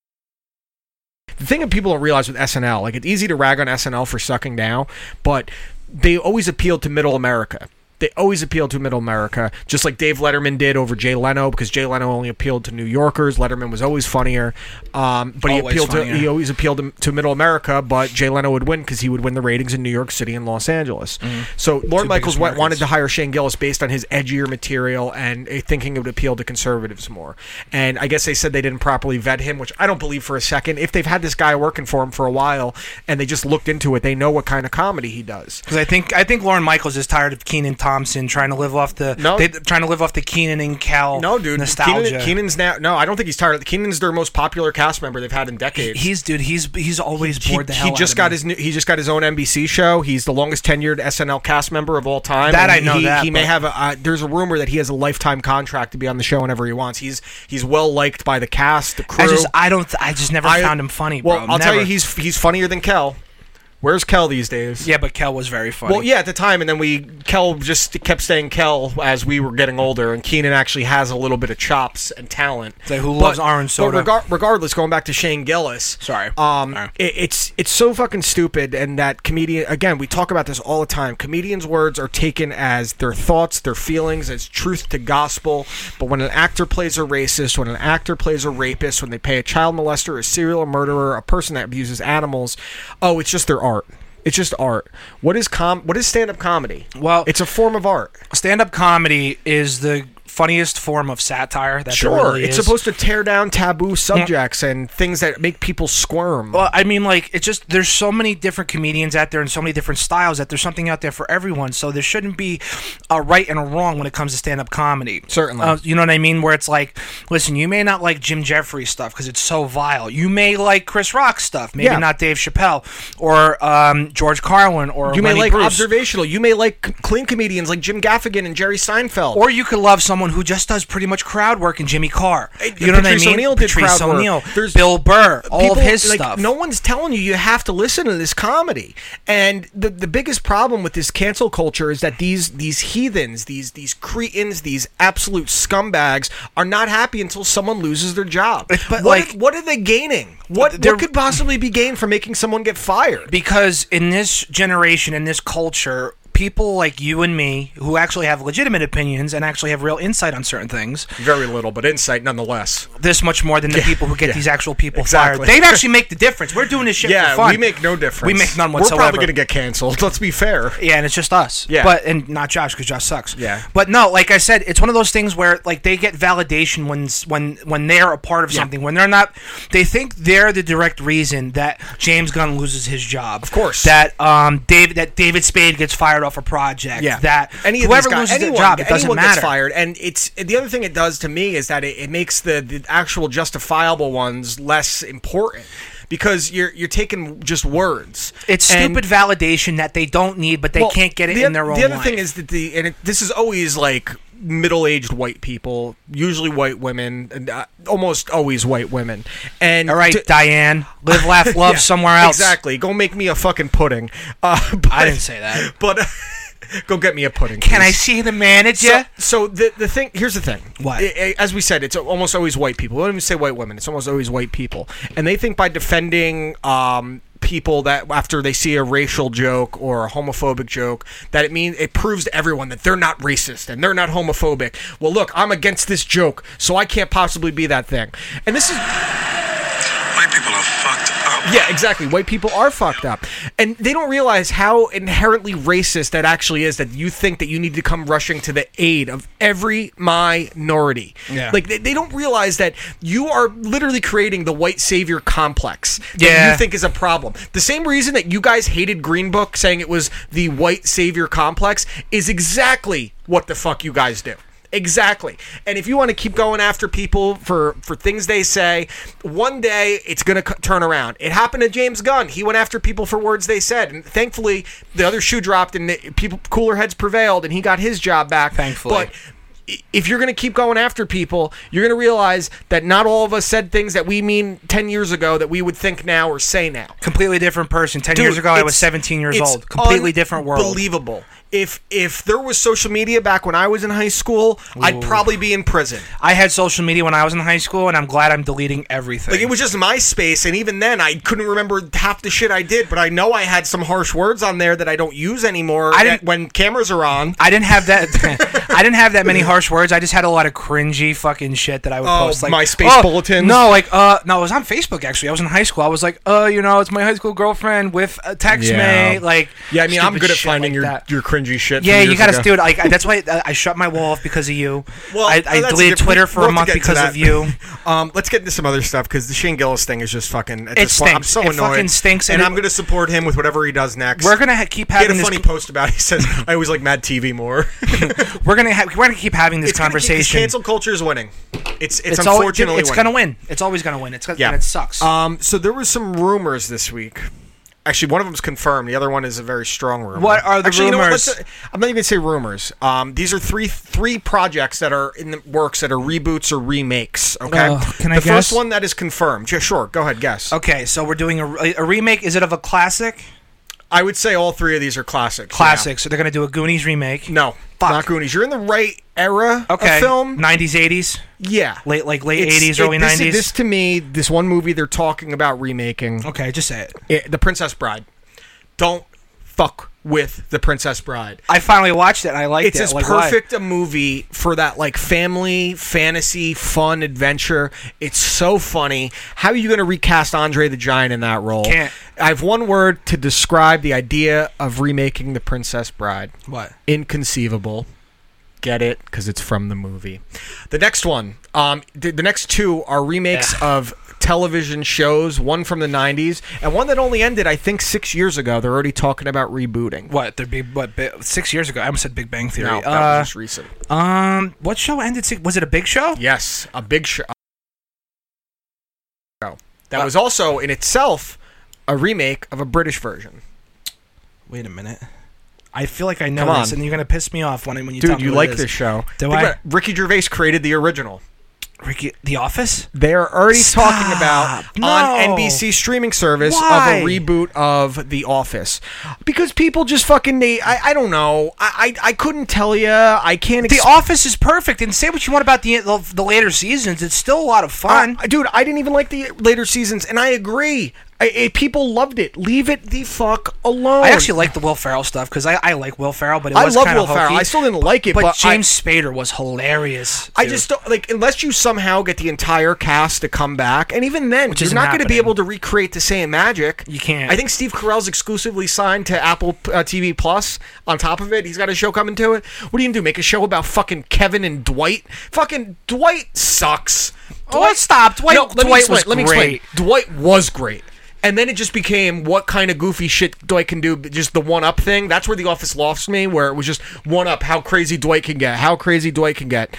Speaker 5: The thing that people don't realize with SNL, like it's easy to rag on SNL for sucking now, but they always appealed to middle America. They always appealed to middle America, just like Dave Letterman did over Jay Leno, because Jay Leno only appealed to New Yorkers. Letterman was always funnier, um, but he
Speaker 3: Always
Speaker 5: appealed
Speaker 3: funnier.
Speaker 5: to he always appealed to, to middle America. But Jay Leno would win because he would win the ratings in New York City and Los Angeles. So Lauren Michaels wa- wanted to hire Shane Gillis based on his edgier material and uh, thinking it would appeal to conservatives more. And I guess they said they didn't properly vet him, which I don't believe for a second. If they've had this guy working for him for a while and they just looked into it, they know what kind of comedy he does.
Speaker 3: because I think I think Lauren Michaels is tired of Keenan Thompson trying to live off the
Speaker 5: No.
Speaker 3: they, trying to live off the Keenan and Cal
Speaker 5: No, dude.
Speaker 3: nostalgia.
Speaker 5: Keenan, Keenan's now. No, I don't think he's tired. Keenan's their most popular cast member they've had in decades.
Speaker 3: he's dude. He's he's always
Speaker 5: he,
Speaker 3: bored the hell.
Speaker 5: he just
Speaker 3: out
Speaker 5: got
Speaker 3: of me.
Speaker 5: his new, he just got his own NBC show. He's the longest tenured SNL cast member of all time.
Speaker 3: That
Speaker 5: and
Speaker 3: I know
Speaker 5: He,
Speaker 3: that,
Speaker 5: he may
Speaker 3: but-
Speaker 5: have a uh, there's a rumor that he has a lifetime contract to be on the show whenever he wants. He's he's well liked by the cast, the crew.
Speaker 3: I just I don't I just never
Speaker 5: I-
Speaker 3: found him funny.
Speaker 5: Well,
Speaker 3: bro.
Speaker 5: I'll tell you,
Speaker 3: Never.
Speaker 5: he's he's funnier than Kel. Where's Kel these days?
Speaker 3: yeah, but Cal was very funny.
Speaker 5: Well, yeah, at the time, and then we Kel just kept saying Kel as we were getting older, and Keenan actually has a little bit of chops and talent.
Speaker 3: like, who loves orange soda?
Speaker 5: But regar- regardless, going back to Shane Gillis,
Speaker 3: Sorry.
Speaker 5: um,
Speaker 3: Sorry.
Speaker 5: it- it's it's so fucking stupid, and that comedian again, we talk about this all the time. Comedians' words are taken as their thoughts, their feelings, as truth to gospel. But when an actor plays a racist, when an actor plays a rapist, when they pay a child molester, a serial murderer, a person that abuses animals, oh, it's just their art. It's just art. What is com? What is stand up comedy?
Speaker 3: Well-
Speaker 5: it's a form of art.
Speaker 3: stand-up comedy is the funniest form of satire. That there really
Speaker 5: it's
Speaker 3: is.
Speaker 5: supposed to tear down taboo subjects and things that make people squirm.
Speaker 3: Well, I mean, like it's just there's so many different comedians out there and so many different styles that there's something out there for everyone. So there shouldn't be a right and a wrong when it comes to stand up comedy.
Speaker 5: Certainly.
Speaker 3: Uh, you know what I mean? Where it's like, listen, you may not like Jim Jeffries stuff because it's so vile. You may like Chris Rock stuff, maybe
Speaker 5: Yeah.
Speaker 3: not Dave Chappelle or um, George Carlin or
Speaker 5: You may
Speaker 3: Lenny
Speaker 5: like
Speaker 3: Bruce.
Speaker 5: observational. You may like c- clean comedians like Jim Gaffigan and Jerry Seinfeld.
Speaker 3: Or you could love someone who just does pretty much crowd work in Jimmy Carr. You know what I
Speaker 5: Patrice
Speaker 3: mean?
Speaker 5: O'Neill did
Speaker 3: Patrice
Speaker 5: crowd work.
Speaker 3: O'Neill,
Speaker 5: There's
Speaker 3: Bill Burr, all
Speaker 5: people-
Speaker 3: of his
Speaker 5: like,
Speaker 3: stuff.
Speaker 5: No one's telling you you have to listen to this comedy. And the the biggest problem with this cancel culture is that these these heathens, these these cretins, these absolute scumbags are not happy until someone loses their job.
Speaker 3: but,
Speaker 5: what,
Speaker 3: like-
Speaker 5: what are they gaining? What
Speaker 3: They're-
Speaker 5: what could possibly be gained from making someone get fired?
Speaker 3: because in this generation in this culture people like you and me who actually have legitimate opinions and actually have real insight on certain things
Speaker 5: Very little, but insight nonetheless.
Speaker 3: this much more than the people who get
Speaker 5: yeah,
Speaker 3: these actual people
Speaker 5: exactly.
Speaker 3: fired they actually make the difference we're doing this shit for
Speaker 5: Yeah,
Speaker 3: fun
Speaker 5: we make no difference.
Speaker 3: we make none
Speaker 5: We're
Speaker 3: whatsoever
Speaker 5: probably going to get canceled. Let's be fair.
Speaker 3: yeah, and it's just us.
Speaker 5: Yeah.
Speaker 3: but and not Josh because Josh sucks.
Speaker 5: Yeah.
Speaker 3: but no, like I said, it's one of those things where like they get validation when s- when when they're a part of something when they're not. They think they're the direct reason that James Gunn loses his job. Of
Speaker 5: course.
Speaker 3: that um David that David Spade gets fired off a project. that
Speaker 5: any of
Speaker 3: whoever
Speaker 5: these guys,
Speaker 3: loses
Speaker 5: anyone,
Speaker 3: their job, it doesn't
Speaker 5: anyone
Speaker 3: matter.
Speaker 5: gets fired. And it's the other thing it does to me is that it, it makes the, the actual justifiable ones less important because you're you're taking just words.
Speaker 3: It's
Speaker 5: And-
Speaker 3: stupid validation that they don't need, but they
Speaker 5: well,
Speaker 3: can't get it
Speaker 5: the,
Speaker 3: in their own.
Speaker 5: The other
Speaker 3: life.
Speaker 5: thing is that the and it, this is always like middle-aged white people, usually white women, and, uh, almost always white women. And
Speaker 3: all right,
Speaker 5: to-
Speaker 3: Diane, live, laugh, love
Speaker 5: Yeah,
Speaker 3: somewhere else.
Speaker 5: Exactly. Go make me a fucking pudding. Uh, but,
Speaker 3: I didn't say that.
Speaker 5: But go get me a pudding.
Speaker 3: Can I
Speaker 5: please.
Speaker 3: see the manager?
Speaker 5: So, so the the thing here's the thing.
Speaker 3: What?
Speaker 5: I- I- as we said, it's almost always white people. We don't even say white women. It's almost always white people, and they think by defending. Um, people that after they see a racial joke or a homophobic joke that it means it proves to everyone that they're not racist and they're not homophobic well look i'm against this joke so i can't possibly be that thing and this is
Speaker 6: White people are fucked up.
Speaker 5: yeah, exactly. White people are fucked up. And they don't realize how inherently racist that actually is that you think that you need to come rushing to the aid of every minority.
Speaker 3: Yeah.
Speaker 5: Like, they, they don't realize that you are literally creating the white savior complex that
Speaker 3: Yeah.
Speaker 5: you think is a problem. The same reason that you guys hated Green Book saying it was the white savior complex is exactly what the fuck you guys do. Exactly. And if you want to keep going after people for for things they say, one day it's going to c- turn around. It happened to James Gunn. He went after people for words they said, and thankfully the other shoe dropped and the people cooler heads prevailed and he got his job back.
Speaker 3: Thankfully.
Speaker 5: But i- if you're going to keep going after people, you're going to realize that not all of us said things that we mean 10 years ago that we would think now or say now.
Speaker 3: completely different person. Ten years
Speaker 5: Dude,
Speaker 3: ago, I was
Speaker 5: it's-
Speaker 3: 17 years
Speaker 5: it's
Speaker 3: old. Completely different world.
Speaker 5: Unbelievable. If if there was social media back when I was in high school, I'd probably be in prison.
Speaker 3: I had social media when I was in high school, and I'm glad I'm deleting everything.
Speaker 5: Like it was just MySpace, and even then, I couldn't remember half the shit I did. But I know I had some harsh words on there that I don't use anymore. I
Speaker 3: I didn't-
Speaker 5: didn't when cameras are on.
Speaker 3: I didn't have that. I didn't have that many harsh words. I just had a lot of cringy fucking shit that I would
Speaker 5: Oh,
Speaker 3: post like
Speaker 5: MySpace
Speaker 3: oh,
Speaker 5: bulletins?
Speaker 3: No, like uh, no, it was on Facebook actually. I was in high school. I was like, uh, you know, it's my high school girlfriend with a text
Speaker 5: Yeah.
Speaker 3: mate. Like,
Speaker 5: Yeah, I mean, I'm
Speaker 3: stupid
Speaker 5: good at
Speaker 3: shit
Speaker 5: finding
Speaker 3: like
Speaker 5: your
Speaker 3: that.
Speaker 5: your cringy shit.
Speaker 3: Yeah,
Speaker 5: from
Speaker 3: you
Speaker 5: years
Speaker 3: gotta,
Speaker 5: ago.
Speaker 3: dude. Like I, that's why I, I shut my wall off because of you.
Speaker 5: Well, uh,
Speaker 3: I, I
Speaker 5: that's
Speaker 3: deleted
Speaker 5: different-
Speaker 3: Twitter for
Speaker 5: we'll
Speaker 3: a
Speaker 5: have
Speaker 3: month
Speaker 5: to get to
Speaker 3: because
Speaker 5: that.
Speaker 3: of you.
Speaker 5: Um, let's get into some other stuff because the Shane Gillis thing is just fucking. At
Speaker 3: It
Speaker 5: this point, I'm
Speaker 3: stinks.
Speaker 5: so
Speaker 3: It
Speaker 5: annoyed.
Speaker 3: fucking stinks,
Speaker 5: and
Speaker 3: and it-
Speaker 5: I'm gonna support him with whatever he does next.
Speaker 3: We're gonna ha- keep
Speaker 5: He had a
Speaker 3: having this.
Speaker 5: funny post about. It. He says, "I always like Mad TV more."
Speaker 3: We're gonna ha- we're gonna keep having this
Speaker 5: It's gonna keep- it's
Speaker 3: conversation.
Speaker 5: Cancel culture is winning. It's it's,
Speaker 3: it's always,
Speaker 5: unfortunately
Speaker 3: it's
Speaker 5: winning.
Speaker 3: gonna win. It's always gonna win. It's gonna,
Speaker 5: Yeah,
Speaker 3: and it sucks.
Speaker 5: Um, so there was some rumors this week. Actually, one of them's confirmed. The other one is a very strong rumor.
Speaker 3: What are the
Speaker 5: Actually, You know what?
Speaker 3: rumors?
Speaker 5: Let's- uh, I'm not even gonna say rumors. Um, these are three three projects that are in the works that are reboots or remakes. Okay.
Speaker 3: Oh, can I
Speaker 5: the
Speaker 3: guess?
Speaker 5: first one that is confirmed. Yeah, sure. Go ahead, guess.
Speaker 3: okay, so we're doing a, re- a remake. Is it of a classic?
Speaker 5: I would say all three of these are classics. yeah.
Speaker 3: Classic. So they're gonna do a Goonies remake.
Speaker 5: No,
Speaker 3: Fuck.
Speaker 5: not Goonies. You're in the right era
Speaker 3: Okay.
Speaker 5: of film.
Speaker 3: Nineties, eighties.
Speaker 5: yeah,
Speaker 3: Late- like late
Speaker 5: It's-
Speaker 3: 80s,
Speaker 5: it-
Speaker 3: early
Speaker 5: this-
Speaker 3: 90s.
Speaker 5: This to me, this one movie they're talking about remaking.
Speaker 3: Okay, just say it.
Speaker 5: it, Eh, the Princess Bride. Don't fuck with the Princess Bride.
Speaker 3: I finally watched it. and I liked
Speaker 5: It's
Speaker 3: it.
Speaker 5: as
Speaker 3: Like, why?
Speaker 5: perfect a movie for that like family, fantasy, fun adventure. It's so funny. How are you going to recast Andre the Giant in that role?
Speaker 3: Can't.
Speaker 5: I have one word to describe the idea of remaking the Princess Bride.
Speaker 3: What?
Speaker 5: Inconceivable. Get it because it's from the movie. The next one, um, the, the next two are remakes of television shows. One from the '90s and one that only ended, I think, six years ago. They're already talking about rebooting.
Speaker 3: What? There'd be what? Bi- six years ago, I almost said Big Bang Theory.
Speaker 5: No, that
Speaker 3: Uh,
Speaker 5: was just recent.
Speaker 3: um, what show ended? Six- was it a big show?
Speaker 5: Yes, a big show.
Speaker 3: Uh,
Speaker 5: That was also in itself a remake of a British version.
Speaker 3: Wait a minute. I feel like I know
Speaker 5: Come
Speaker 3: this,
Speaker 5: on.
Speaker 3: and you're gonna piss me off when I- when you tell
Speaker 5: Dude,
Speaker 3: me
Speaker 5: you
Speaker 3: what it
Speaker 5: like
Speaker 3: is.
Speaker 5: this show.
Speaker 3: Do
Speaker 5: Think
Speaker 3: I?
Speaker 5: about it. Ricky Gervais created the original.
Speaker 3: Ricky, The Office.
Speaker 5: They are already
Speaker 3: Stop.
Speaker 5: talking about
Speaker 3: No.
Speaker 5: on NBC streaming service
Speaker 3: Why?
Speaker 5: of a reboot of The Office because people just fucking they I, I don't know I I, I couldn't tell you I can't
Speaker 3: The
Speaker 5: explain.
Speaker 3: Office is perfect, and say what you want about the the, the later seasons, it's still a lot of fun.
Speaker 5: Uh, dude, I didn't even like the later seasons, and I agree. I, I- people loved it. Leave it the fuck alone.
Speaker 3: I actually like the Will Ferrell stuff because I, I like Will Ferrell, but it
Speaker 5: I
Speaker 3: was
Speaker 5: love
Speaker 3: kind of
Speaker 5: Will Ferrell. I still didn't like it,
Speaker 3: but,
Speaker 5: but I-
Speaker 3: James Spader was hilarious.
Speaker 5: I
Speaker 3: dude.
Speaker 5: just don't like unless you somehow get the entire cast to come back, and even then, you're
Speaker 3: isn't
Speaker 5: not going to be
Speaker 3: happening.
Speaker 5: able to recreate the same magic.
Speaker 3: You can't.
Speaker 5: I think Steve Carell's exclusively signed to Apple uh, TV Plus. On top of it, he's got a show coming to it. What are you going to do? Make a show about fucking Kevin and Dwight? Fucking Dwight sucks.
Speaker 3: Oh, stop. Dwight-
Speaker 5: let me
Speaker 3: Dwight
Speaker 5: explain-
Speaker 3: was
Speaker 5: let me
Speaker 3: great.
Speaker 5: explain. Dwight was great. And then it just became what kind of goofy shit Dwight can do, but just the one up thing. That's where The Office lost me, where it was just one up, how crazy Dwight can get, how crazy Dwight can get.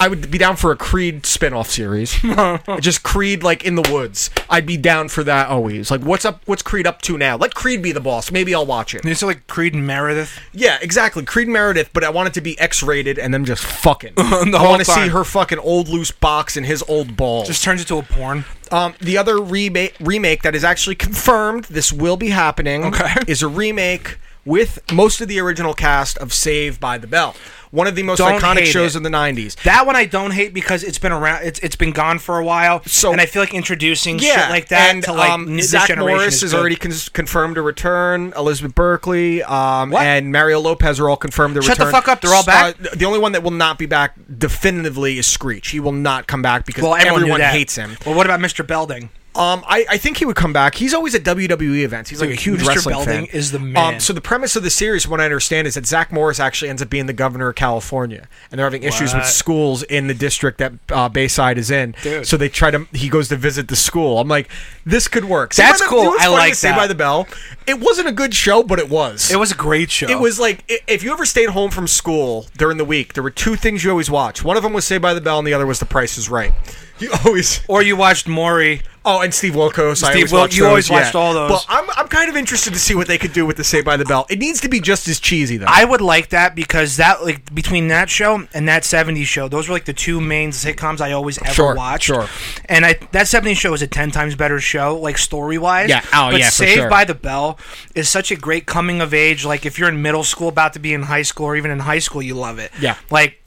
Speaker 5: I would be down for a Creed spin off series. just Creed, like in the woods. I'd be down for that always. Like, what's up? What's Creed up to now? Let Creed be the boss. Maybe I'll watch it.
Speaker 3: It's like Creed and Meredith.
Speaker 5: Yeah, exactly. Creed Meredith, but I want it to be X rated and them just fucking. I
Speaker 3: whole
Speaker 5: want to see
Speaker 3: time.
Speaker 5: her fucking old loose box and his old ball.
Speaker 3: Just turns into a porn.
Speaker 5: Um, the other remake remake that is actually confirmed, this will be happening,
Speaker 3: Okay.
Speaker 5: is a remake with most of the original cast of Save by the Bell, one of the most
Speaker 3: Don't
Speaker 5: iconic
Speaker 3: hate
Speaker 5: shows
Speaker 3: it.
Speaker 5: in the '90s.
Speaker 3: That one I don't hate because it's been around. It's it's been gone for a while.
Speaker 5: So-
Speaker 3: and I feel like introducing shit like that
Speaker 5: and
Speaker 3: to like
Speaker 5: um,
Speaker 3: n- this
Speaker 5: Zach
Speaker 3: generation
Speaker 5: Morris is,
Speaker 3: good.
Speaker 5: already con- confirmed to return. Elizabeth Berkley um,
Speaker 3: What?
Speaker 5: and Mario Lopez are all confirmed to
Speaker 3: Shut the
Speaker 5: return.
Speaker 3: fuck up, they're all back?
Speaker 5: Uh, the only one that will not be back definitively is Screech. He will not come back because
Speaker 3: well. Everyone, knew
Speaker 5: everyone
Speaker 3: that.
Speaker 5: hates him.
Speaker 3: Well, what about Mr. Belding?
Speaker 5: Um, I, I think he would come back. He's always at WWE events. He's like a
Speaker 3: Dude,
Speaker 5: huge
Speaker 3: Mr.
Speaker 5: wrestling
Speaker 3: Belding
Speaker 5: fan.
Speaker 3: is the man.
Speaker 5: Um, so the premise of the series, from what I understand, is that Zach Morris actually ends up being the governor of California, and they're having issues with
Speaker 3: What?
Speaker 5: schools in the district that uh, Bayside is in.
Speaker 3: Dude.
Speaker 5: So they try to. He goes to visit the school. I'm like, this could work.
Speaker 3: That's
Speaker 5: See, by the-
Speaker 3: cool.
Speaker 5: you know what's
Speaker 3: I
Speaker 5: funny
Speaker 3: like
Speaker 5: to See
Speaker 3: that.
Speaker 5: by the Bell. It wasn't a good show, but it was.
Speaker 3: It was a great show.
Speaker 5: It was like i- if you ever stayed home from school during the week, there were two things you always watched. One of them was Saved by the Bell, and the other was The Price Is Right. You always
Speaker 3: Or you watched Maury.
Speaker 5: Oh, and Steve Wilkos. I
Speaker 3: Steve
Speaker 5: always
Speaker 3: Wil-
Speaker 5: watch
Speaker 3: you always
Speaker 5: those,
Speaker 3: watched all those.
Speaker 5: But I'm, I'm kind of interested to see what they could do with the Say by the Bell. It needs to be just as cheesy though.
Speaker 3: I would like that because that like between that show and that 70s show, those were like the two main sitcoms I always ever
Speaker 5: Sure,
Speaker 3: watched.
Speaker 5: sure.
Speaker 3: And I that 70s show is a 10 times better show like story-wise.
Speaker 5: Yeah, oh,
Speaker 3: but
Speaker 5: yeah, for
Speaker 3: Saved
Speaker 5: sure.
Speaker 3: by the Bell is such a great coming of age like if you're in middle school about to be in high school or even in high school you love it.
Speaker 5: Yeah.
Speaker 3: Like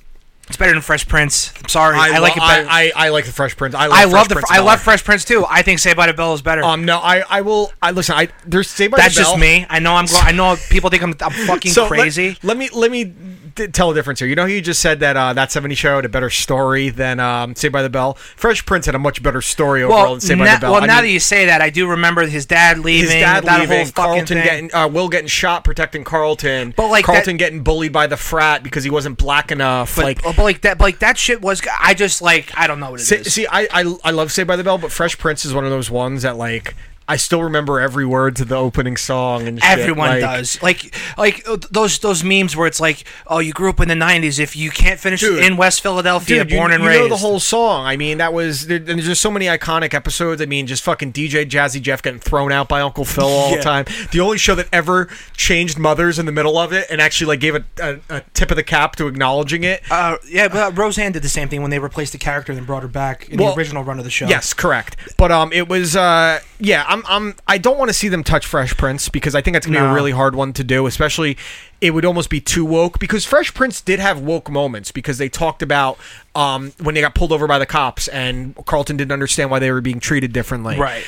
Speaker 3: it's better than Fresh Prince. I'm sorry. I,
Speaker 5: lo-
Speaker 3: like it better. I,
Speaker 5: I, I, I like the Fresh Prince. I love, Fresh
Speaker 3: love the
Speaker 5: Prince
Speaker 3: I
Speaker 5: Miller.
Speaker 3: love Fresh Prince too. I think Saved by the Bell is better.
Speaker 5: Um, no, I, I will. I listen. I there's Saved by
Speaker 3: That's
Speaker 5: the Bell.
Speaker 3: just me. I know I'm. Gro- I know people think I'm, I'm fucking
Speaker 5: So let-
Speaker 3: crazy.
Speaker 5: Let, me let me d- tell the difference here. You know, who you just said that uh, that seventy show had a better story than um, Saved by the Bell. Fresh Prince had a much better story overall
Speaker 3: Well,
Speaker 5: than Saved by
Speaker 3: na-
Speaker 5: the Bell.
Speaker 3: well
Speaker 5: I
Speaker 3: now
Speaker 5: mean,
Speaker 3: that you say that, I do remember his dad leaving.
Speaker 5: his dad
Speaker 3: that
Speaker 5: leaving,
Speaker 3: whole fucking
Speaker 5: Carlton
Speaker 3: thing.
Speaker 5: getting uh, Will getting shot protecting Carlton,
Speaker 3: But, like,
Speaker 5: Carlton
Speaker 3: that-
Speaker 5: getting bullied by the frat because he wasn't black enough.
Speaker 3: But, oh,
Speaker 5: like
Speaker 3: but like that, but like that shit was. I just like I don't know what it is.
Speaker 5: See, see I, I I love Saved by the Bell, but Fresh Prince is one of those ones that like I still remember every word to the opening song and shit,
Speaker 3: Everyone
Speaker 5: like-
Speaker 3: does. Like like uh, th- those those memes where it's like, oh, you grew up in the '90s. If you can't finish
Speaker 5: Dude.
Speaker 3: in West Philadelphia,
Speaker 5: Dude, you,
Speaker 3: born and
Speaker 5: you
Speaker 3: raised,
Speaker 5: know the whole song. I mean, that was there, and there's just so many iconic episodes. I mean, just fucking DJ Jazzy Jeff getting thrown out by Uncle Phil all the time. The only show that ever changed mothers in the middle of it and actually like gave a, a, a tip of the cap to acknowledging it.
Speaker 3: Uh, yeah, but uh, Roseanne did the same thing when they replaced the character and then brought her back in
Speaker 5: Well,
Speaker 3: the original run of the show.
Speaker 5: Yes, correct. But um, it was uh, yeah. I'm I'm I don't want to see them touch Fresh Prince because I think that's gonna be a
Speaker 3: No.
Speaker 5: really hard one to do. Especially, it would almost be too woke because Fresh Prince did have woke moments because they talked about um when they got pulled over by the cops and Carlton didn't understand why they were being treated differently.
Speaker 3: Right.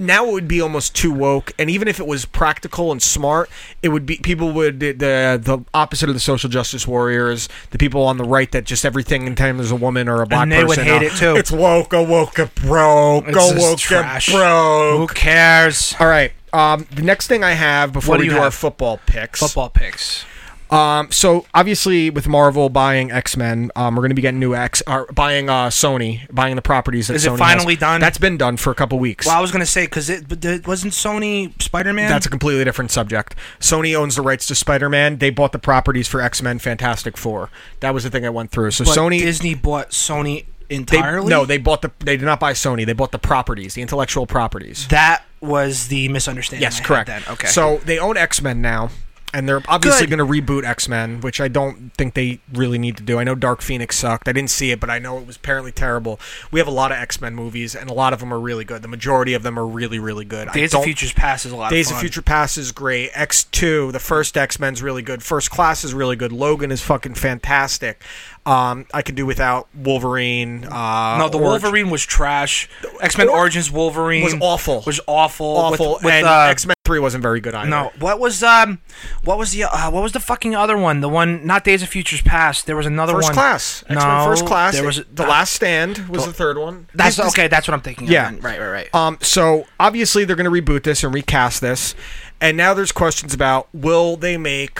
Speaker 5: Now it would be almost too woke, and even if it was practical and smart, it would be people would the the opposite of the social justice warriors, the people on the right that just everything in time there's a woman or a black
Speaker 3: And they would
Speaker 5: person,
Speaker 3: hate
Speaker 5: uh,
Speaker 3: it, too.
Speaker 5: It's woke, go woke, it broke,
Speaker 3: It's
Speaker 5: go
Speaker 3: just
Speaker 5: woke,
Speaker 3: trash.
Speaker 5: it broke.
Speaker 3: Who cares?
Speaker 5: All right. Um, the next thing I have before
Speaker 3: What do
Speaker 5: we
Speaker 3: you
Speaker 5: do our
Speaker 3: have?
Speaker 5: football picks.
Speaker 3: Football picks.
Speaker 5: Um, so obviously with Marvel buying X Men, um, we're going to be getting new X, or buying uh, Sony, buying the properties. That
Speaker 3: Is it
Speaker 5: Sony has.
Speaker 3: finally done?
Speaker 5: That's been done for a couple weeks.
Speaker 3: Well, I was gonna say because it but the- wasn't Sony Spider Man.
Speaker 5: That's a completely different subject. Sony owns the rights to Spider Man. They bought the properties for X Men, Fantastic Four. That was the thing I went through. So
Speaker 3: but
Speaker 5: Sony
Speaker 3: Disney bought Sony
Speaker 5: they,
Speaker 3: entirely.
Speaker 5: no, they bought the. They did not buy Sony. They bought the properties, the intellectual properties.
Speaker 3: that was the misunderstanding. I
Speaker 5: Yes,
Speaker 3: had
Speaker 5: correct.
Speaker 3: Then okay.
Speaker 5: So they own X Men now, and they're obviously
Speaker 3: Good.
Speaker 5: going to reboot X Men, which I don't think they really need to do. I know Dark Phoenix sucked. I didn't see it, but I know it was apparently terrible. We have a lot of X Men movies, and a lot of them are really good. The majority of them are really, really good. I
Speaker 3: Days of
Speaker 5: don't-
Speaker 3: Futures Past is a lot.
Speaker 5: Days
Speaker 3: of,
Speaker 5: of
Speaker 3: fun.
Speaker 5: Future Past is great. X two, the first X Men's really good. First Class is really good. Logan is fucking fantastic. Um, I could do without Wolverine. Uh,
Speaker 3: No, the
Speaker 5: Orange-
Speaker 3: Wolverine was trash. X Men
Speaker 5: Or-
Speaker 3: Origins Wolverine
Speaker 5: was awful.
Speaker 3: Was awful.
Speaker 5: awful,
Speaker 3: With, with,
Speaker 5: and
Speaker 3: uh,
Speaker 5: X Men three wasn't very good either.
Speaker 3: No, what was um, what was the uh, what was the fucking other one? The one not Days of Futures Past. There was another
Speaker 5: First
Speaker 3: one.
Speaker 5: class. X-Men
Speaker 3: no,
Speaker 5: first class.
Speaker 3: There was
Speaker 5: the Last Stand was the third one.
Speaker 3: That's
Speaker 5: This- this-
Speaker 3: okay. That's what I'm thinking. of
Speaker 5: Yeah.
Speaker 3: then. right, right, right.
Speaker 5: Um, so obviously they're going to reboot this and recast this, and now there's questions about will they make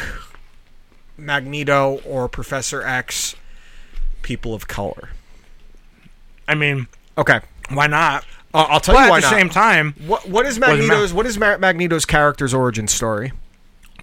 Speaker 5: Magneto or Professor X people of color?
Speaker 3: I mean,
Speaker 5: Okay,
Speaker 3: why not?
Speaker 5: uh, I'll tell
Speaker 3: But
Speaker 5: you
Speaker 3: at
Speaker 5: why
Speaker 3: the
Speaker 5: not.
Speaker 3: same time,
Speaker 5: what what is
Speaker 3: Well, the ma-
Speaker 5: Magneto's what is Ma- Magneto's character's origin story?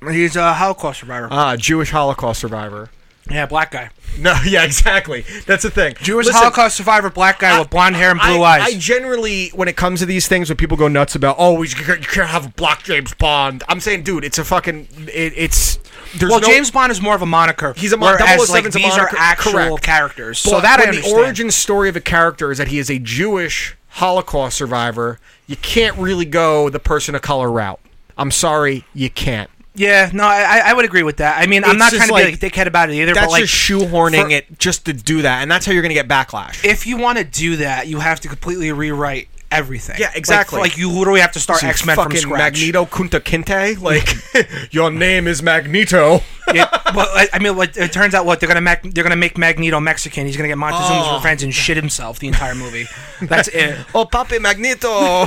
Speaker 3: he's a Holocaust survivor.
Speaker 5: Ah, Jewish Holocaust survivor.
Speaker 3: yeah, black guy.
Speaker 5: No, yeah, exactly. That's the thing.
Speaker 3: Jewish
Speaker 5: Listen,
Speaker 3: Holocaust survivor, black guy with blonde hair and blue
Speaker 5: I, I
Speaker 3: eyes.
Speaker 5: generally, when it comes to these things, when people go nuts about, oh, you can't, you can't have a black James Bond. I'm saying, dude, it's a fucking, it, it's there's
Speaker 3: well,
Speaker 5: no-
Speaker 3: James Bond is more of a moniker.
Speaker 5: He's a mon-
Speaker 3: whereas, like,
Speaker 5: 007's a
Speaker 3: these
Speaker 5: moniker.
Speaker 3: are actual
Speaker 5: Correct.
Speaker 3: characters.
Speaker 5: But
Speaker 3: so that I
Speaker 5: when the
Speaker 3: understand.
Speaker 5: origin story of a character is that he is a Jewish Holocaust survivor, you can't really go the person of color route. I'm sorry, you can't.
Speaker 3: Yeah, no, I, I- I would agree with that. I mean,
Speaker 5: It's
Speaker 3: I'm not
Speaker 5: just
Speaker 3: trying to
Speaker 5: like-
Speaker 3: be like a dickhead about it either.
Speaker 5: That's
Speaker 3: but like
Speaker 5: just shoehorning
Speaker 3: for-
Speaker 5: it just to do that, and that's how you're going to get backlash.
Speaker 3: If you want to do that, you have to completely rewrite everything.
Speaker 5: Yeah,
Speaker 3: Like,
Speaker 5: exactly.
Speaker 3: Like, you literally have to start
Speaker 5: Some
Speaker 3: X Men from
Speaker 5: fucking
Speaker 3: scratch.
Speaker 5: Magneto Kunta Kinte, like your name is Magneto.
Speaker 3: Yeah, well, I, I mean, like, it turns out what they're gonna mac- they're gonna make Magneto Mexican. He's gonna get Montezuma's
Speaker 5: Oh.
Speaker 3: revenge and shit himself the entire movie. That's it.
Speaker 5: Oh, Papi Magneto.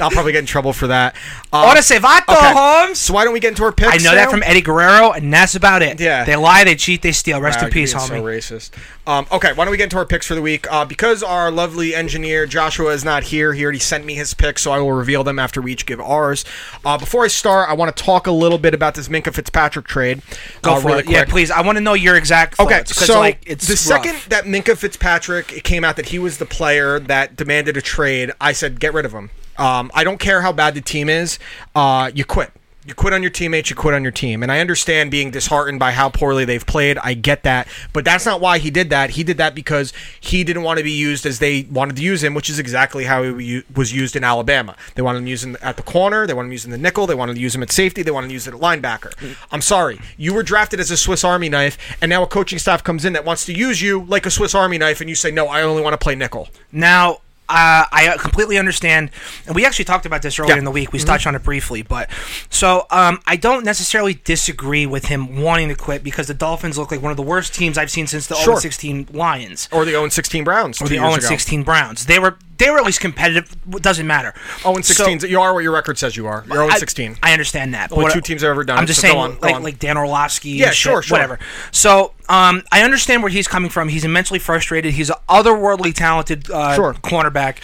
Speaker 5: I'll probably get in trouble for that. Um,
Speaker 3: Ahora se va todo, Holmes.
Speaker 5: So why don't we get into our picks?
Speaker 3: I know that
Speaker 5: now?
Speaker 3: from Eddie Guerrero, and that's about it.
Speaker 5: Yeah.
Speaker 3: they lie, they cheat, they steal. Rest
Speaker 5: Wow,
Speaker 3: in peace,
Speaker 5: Ah, you're being
Speaker 3: homie.
Speaker 5: So racist. Um, okay, why don't we get into our picks for the week? Uh, because our lovely engineer Joshua is not here, he already sent me his picks, so I will reveal them after we each give ours. Uh, before I start, I want to talk a little bit about this Minka Fitzpatrick trade.
Speaker 3: Go
Speaker 5: uh,
Speaker 3: for
Speaker 5: really
Speaker 3: it. Yeah,
Speaker 5: quick.
Speaker 3: please. I want to know your exact. Thoughts,
Speaker 5: Okay,
Speaker 3: 'cause,
Speaker 5: so
Speaker 3: like, it's
Speaker 5: the
Speaker 3: rough.
Speaker 5: second that Minka Fitzpatrick it came out that he was the player that demanded a trade, I said get rid of him. Um, I don't care how bad the team is. Uh, you quit. You quit on your teammates. You quit on your team. And I understand being disheartened by how poorly they've played. I get that, but that's not why he did that. He did that because he didn't want to be used as they wanted to use him, which is exactly how he u- was used in Alabama. They wanted him used in- at the corner. They wanted him used in the nickel. They wanted to use him at safety. They wanted to use it at linebacker. I'm sorry, you were drafted as a Swiss Army knife, and now a coaching staff comes in that wants to use you like a Swiss Army knife, and you say, "No, I only want to play nickel."
Speaker 3: Now, uh, I completely understand, and we actually talked about this earlier
Speaker 5: Yeah. Mm-hmm.
Speaker 3: in the week. We touched on it briefly, but so um, I don't necessarily disagree with him wanting to quit because the Dolphins look like one of the worst teams I've seen since the
Speaker 5: Sure. Oh,
Speaker 3: 0-16 Lions
Speaker 5: or the 0 16 Browns.
Speaker 3: or the 0-16 Browns. They were they were at least competitive. It doesn't matter.
Speaker 5: 0 16. Oh, You are what your record says you are. You're 0
Speaker 3: I-
Speaker 5: 16.
Speaker 3: I, understand that. but
Speaker 5: Only
Speaker 3: what-
Speaker 5: two teams have ever done
Speaker 3: I'm
Speaker 5: it,
Speaker 3: just
Speaker 5: so go
Speaker 3: saying,
Speaker 5: on, go
Speaker 3: like
Speaker 5: on.
Speaker 3: like Dan Orlovsky.
Speaker 5: Yeah,
Speaker 3: and shit,
Speaker 5: sure, sure.
Speaker 3: whatever. So um, I understand where he's coming from. He's immensely frustrated. He's an otherworldly talented uh,
Speaker 5: Sure.
Speaker 3: cornerback,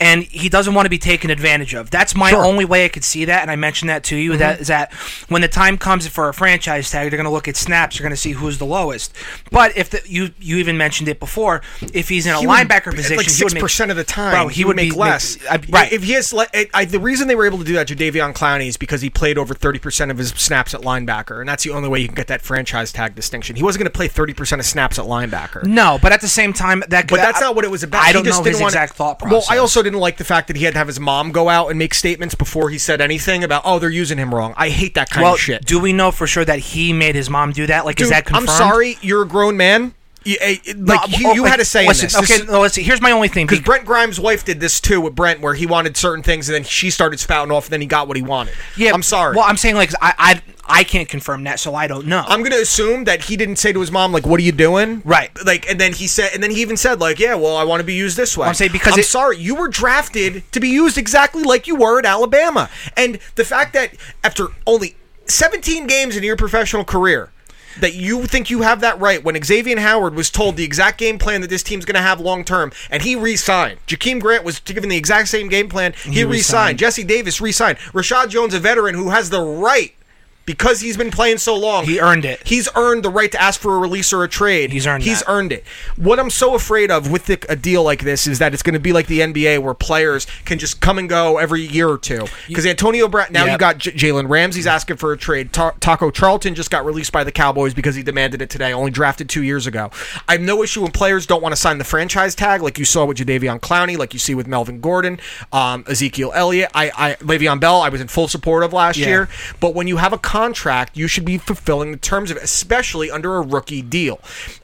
Speaker 3: and he doesn't want to be taken advantage of. That's my
Speaker 5: Sure. Mm-hmm.
Speaker 3: only way I could see that, and I mentioned that to you. that is that when the time comes for a franchise tag, they're going to look at snaps. They're going to see who's the lowest. But if the, you you even mentioned it before, if he's in a
Speaker 5: He would-
Speaker 3: linebacker position,
Speaker 5: like
Speaker 3: he would
Speaker 5: six
Speaker 3: make-
Speaker 5: percent of the time.
Speaker 3: Bro,
Speaker 5: he, would make
Speaker 3: be-
Speaker 5: less.
Speaker 3: I-
Speaker 5: right.
Speaker 3: right.
Speaker 5: If he has, le- I, I, the reason they were able to do that, Jadavion Clowney, is because he played over thirty percent of his snaps at linebacker, and that's the only way you can get that franchise tag distinction. He wasn't going to play thirty percent of snaps at linebacker.
Speaker 3: no, but at the same time, that
Speaker 5: But that's not what it was about.
Speaker 3: I
Speaker 5: He
Speaker 3: don't
Speaker 5: just
Speaker 3: know
Speaker 5: didn't
Speaker 3: his
Speaker 5: want-
Speaker 3: exact thought process.
Speaker 5: Well, I also didn't like the fact that he had to have his mom go out and make statements before he said anything about, oh, they're using him wrong. I hate that kind
Speaker 3: well,
Speaker 5: of shit.
Speaker 3: do we know for sure that he made his mom do that? Like, is
Speaker 5: Dude,
Speaker 3: that confirmed?
Speaker 5: I'm sorry, you're a grown man. You, eh, eh, like
Speaker 3: No,
Speaker 5: you,
Speaker 3: oh,
Speaker 5: you
Speaker 3: like,
Speaker 5: had a say
Speaker 3: listen,
Speaker 5: in this.
Speaker 3: Okay, no, let's see. Here's my only thing.
Speaker 5: Because
Speaker 3: Be-
Speaker 5: Brent Grimes' wife did this too with Brent, where he wanted certain things and then she started spouting off, and then he got what he wanted.
Speaker 3: yeah,
Speaker 5: I'm sorry.
Speaker 3: Well, I'm saying like I I, I can't confirm that, so I don't know.
Speaker 5: I'm gonna assume that he didn't say to his mom like, "What are you doing?"
Speaker 3: Right.
Speaker 5: Like, and then he said, and then he even said like, "Yeah, well, I want to be used this way."
Speaker 3: I'm saying because
Speaker 5: I'm
Speaker 3: it-
Speaker 5: sorry, you were drafted to be used exactly like you were at Alabama, and the fact that after only 17 games in your professional career. That you think you have that right when Xavier Howard was told the exact game plan that this team's going to have long term, and he re-signed. Jakeem Grant was given the exact same game plan. He, re-signed. Jesse Davis re-signed. Rashad Jones, a veteran who has the right because he's been playing so long,
Speaker 3: He earned it.
Speaker 5: He's earned the right to ask for a release or a trade.
Speaker 3: He's earned
Speaker 5: He's
Speaker 3: that.
Speaker 5: earned it. What I'm so afraid of with the, a deal like this is that it's going to be like the NBA where players can just come and go every year or two. Because Antonio Brown, now you
Speaker 3: Yep.
Speaker 5: got J- Jalen Ramsey's asking for a trade. Ta- Taco Charlton just got released by the Cowboys because he demanded it today, only drafted two years ago. I have no issue when players don't want to sign the franchise tag, like you saw with Jadavion Clowney, like you see with Melvin Gordon, um, Ezekiel Elliott, I, I, Le'Veon Bell. I was in full support of last
Speaker 3: Yeah.
Speaker 5: year. But when you have a contract, you should be fulfilling the terms of it, especially under a rookie deal.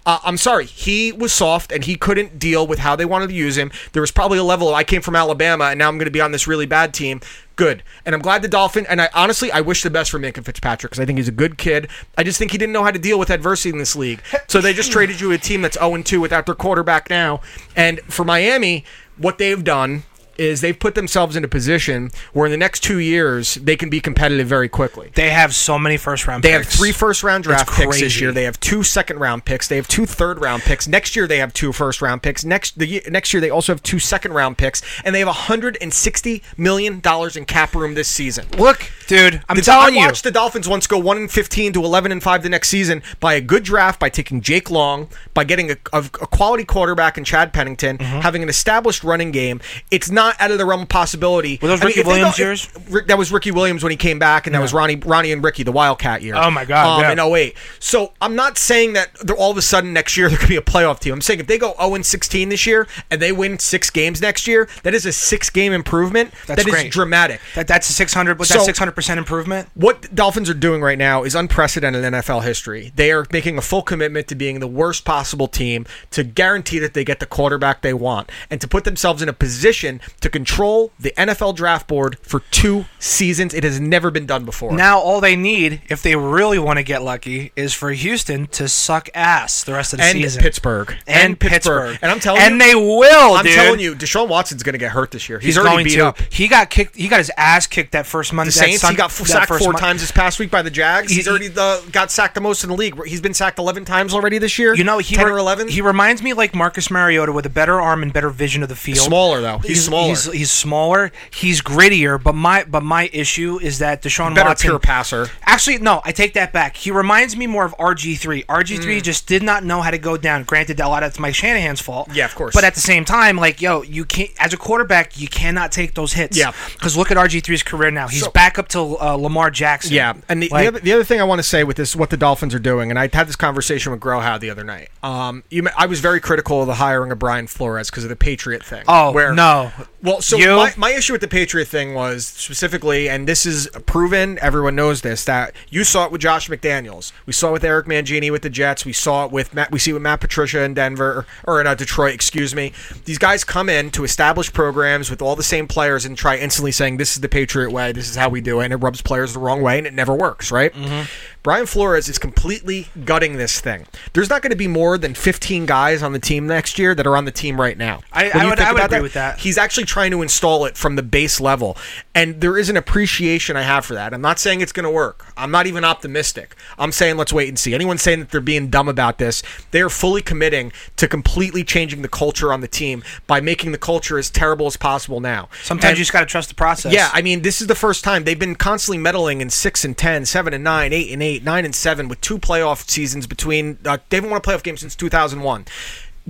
Speaker 5: Uh, I'm sorry, he was soft and he couldn't deal with how they wanted to use him. There was probably a level of, I came from Alabama and now I'm going to be on this really bad team. Good. And I'm glad the Dolphin, and I honestly, I wish the best for Minka Fitzpatrick because I think he's a good kid. I just think he didn't know how to deal with adversity in this league. So they just traded you a team that's 0 2 without their quarterback now. And for Miami, what they've done is they've put themselves in a position where in the next two years they can be competitive very quickly.
Speaker 3: they have so many first round.
Speaker 5: They have three first round draft picks this
Speaker 3: crazy.
Speaker 5: year. They have two second round picks. They have two third round picks. Next year they have two first round picks. Next the ye- next year they also have two second round picks, and they have 160 million dollars in cap room this season.
Speaker 3: Look, dude, I'm
Speaker 5: The-
Speaker 3: telling
Speaker 5: I
Speaker 3: you.
Speaker 5: watched the Dolphins once go one and fifteen to eleven and five the next season by a good draft, by taking Jake Long, by getting a, a, a quality quarterback in Chad Pennington,
Speaker 3: Mm-hmm.
Speaker 5: having an established running game. It's not out of the realm of possibility.
Speaker 3: Were those Ricky
Speaker 5: if they
Speaker 3: Williams
Speaker 5: don't- if-
Speaker 3: years?
Speaker 5: Rick- that was Ricky Williams when he came back, and that was Ronnie Ronnie and Ricky the Wildcat year.
Speaker 3: Oh, my God, yeah.
Speaker 5: Um, in 08. So I'm not saying that they're all of a sudden next year they're going to be a playoff team. I'm saying if they go 0 and 16 this year and they win six games next year, that is a six game improvement.
Speaker 3: That's
Speaker 5: That is
Speaker 3: great.
Speaker 5: dramatic.
Speaker 3: that, that's a 600. But
Speaker 5: So-
Speaker 3: that's 600 percent improvement.
Speaker 5: What the Dolphins are doing right now is unprecedented in NFL history. They are making a full commitment to being the worst possible team to guarantee that they get the quarterback they want and to put themselves in a position to control the NFL draft board for two seasons. It has never been done before.
Speaker 3: Now all they need, if they really want to get lucky, is for Houston to suck ass the rest of the
Speaker 5: and
Speaker 3: season.
Speaker 5: Pittsburgh.
Speaker 3: And, Pittsburg.
Speaker 5: Pittsburgh. And I'm telling
Speaker 3: and
Speaker 5: you,
Speaker 3: they will.
Speaker 5: I'm
Speaker 3: dude.
Speaker 5: telling you, Deshaun Watson's going to get hurt this year. He's,
Speaker 3: He's,
Speaker 5: already
Speaker 3: going
Speaker 5: beat
Speaker 3: to.
Speaker 5: up.
Speaker 3: He got kicked. He got his ass kicked that first Monday.
Speaker 5: The Saints.
Speaker 3: That
Speaker 5: he got f-
Speaker 3: that
Speaker 5: sacked
Speaker 3: first
Speaker 5: four
Speaker 3: Mon-
Speaker 5: times this past week by the Jags.
Speaker 3: He-
Speaker 5: He's already the, got sacked the most in the league. He's been sacked 11 times already this year.
Speaker 3: You know, he
Speaker 5: 10
Speaker 3: re-
Speaker 5: or 11.
Speaker 3: He reminds me like Marcus Mariota with a better arm and better vision of the field.
Speaker 5: Smaller, though. He's smaller.
Speaker 3: He's, he's smaller. He's grittier. But my but my issue is that Deshaun
Speaker 5: Better
Speaker 3: Watson
Speaker 5: pure passer.
Speaker 3: Actually, no, I take that back. He reminds me more of RG three. RG
Speaker 5: Mm.
Speaker 3: three just did not know how to go down. Granted, a lot of it's Mike Shanahan's fault.
Speaker 5: Yeah, of course.
Speaker 3: But at the same time, like yo, you can't as a quarterback, you cannot take those hits.
Speaker 5: Yeah.
Speaker 3: Because look at RG 3s career now. He's back up to uh, Lamar Jackson.
Speaker 5: Yeah, and the,
Speaker 3: Like,
Speaker 5: the, other, the other thing I want to say with this, what the Dolphins are doing, and I had this conversation with Grohow the other night. Um, you, ma- I was very critical of the hiring of Brian Flores because of the Patriot thing.
Speaker 3: Oh, no.
Speaker 5: Well, so
Speaker 3: You?
Speaker 5: my, my issue with the Patriot thing was specifically, and this is proven, everyone knows this, that you saw it with Josh McDaniels. We saw it with Eric Mangini with the Jets. We saw it with Matt, we see it with Matt Patricia in Denver, or in uh, Detroit, excuse me. These guys come in to establish programs with all the same players and try instantly saying, this is the Patriot way, this is how we do it, and it rubs players the wrong way, and it never works, right?
Speaker 3: Mm-hmm.
Speaker 5: Brian Flores is completely gutting this thing. There's not going to be more than 15 guys on the team next year that are on the team right now.
Speaker 3: I-
Speaker 5: When
Speaker 3: I
Speaker 5: you
Speaker 3: would-
Speaker 5: think
Speaker 3: I would
Speaker 5: about
Speaker 3: agree with that.
Speaker 5: He's actually trying to install it from the base level. And there is an appreciation I have for that. I'm not saying it's going to work. I'm not even optimistic. I'm saying let's wait and see. Anyone saying that they're being dumb about this, they are fully committing to completely changing the culture on the team by making the culture as terrible as possible now.
Speaker 3: Sometimes
Speaker 5: And-
Speaker 3: you just got to trust the process.
Speaker 5: yeah, I mean, this is the first time they've been constantly meddling in six and 10, 7 and nine, eight and eight, nine and seven, with two playoff seasons between. Uh, they haven't won a playoff game since two thousand one.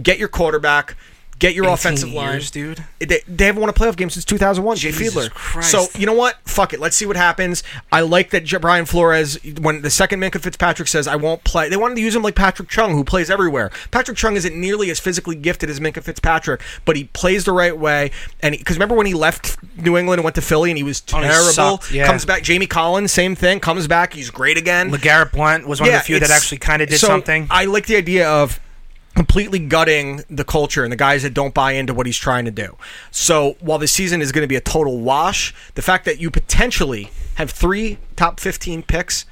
Speaker 5: Get your quarterback. Get your offensive
Speaker 3: years,
Speaker 5: line,
Speaker 3: dude.
Speaker 5: They, they haven't won a playoff game since two thousand one. Jay
Speaker 3: Jesus
Speaker 5: Fiedler.
Speaker 3: Christ.
Speaker 5: So you know what? Fuck it. Let's see what happens. I like that J- Brian Flores. When the second Minka Fitzpatrick says I won't play, they wanted to use him like Patrick Chung, who plays everywhere. Patrick Chung isn't nearly as physically gifted as Minka Fitzpatrick, but he plays the right way. And because remember when he left New England and went to Philly, and he was
Speaker 3: Oh, he
Speaker 5: terrible.
Speaker 3: sucked, yeah.
Speaker 5: Comes back. Jamie Collins, same thing. Comes back. He's great again.
Speaker 3: LeGarrette Blunt was one of the few that
Speaker 5: it's-
Speaker 3: actually kind of did
Speaker 5: so
Speaker 3: something.
Speaker 5: I like the idea of completely gutting the culture and the guys that don't buy into what he's trying to do. So while this season is going to be a total wash, the fact that you potentially have three top 15 picks,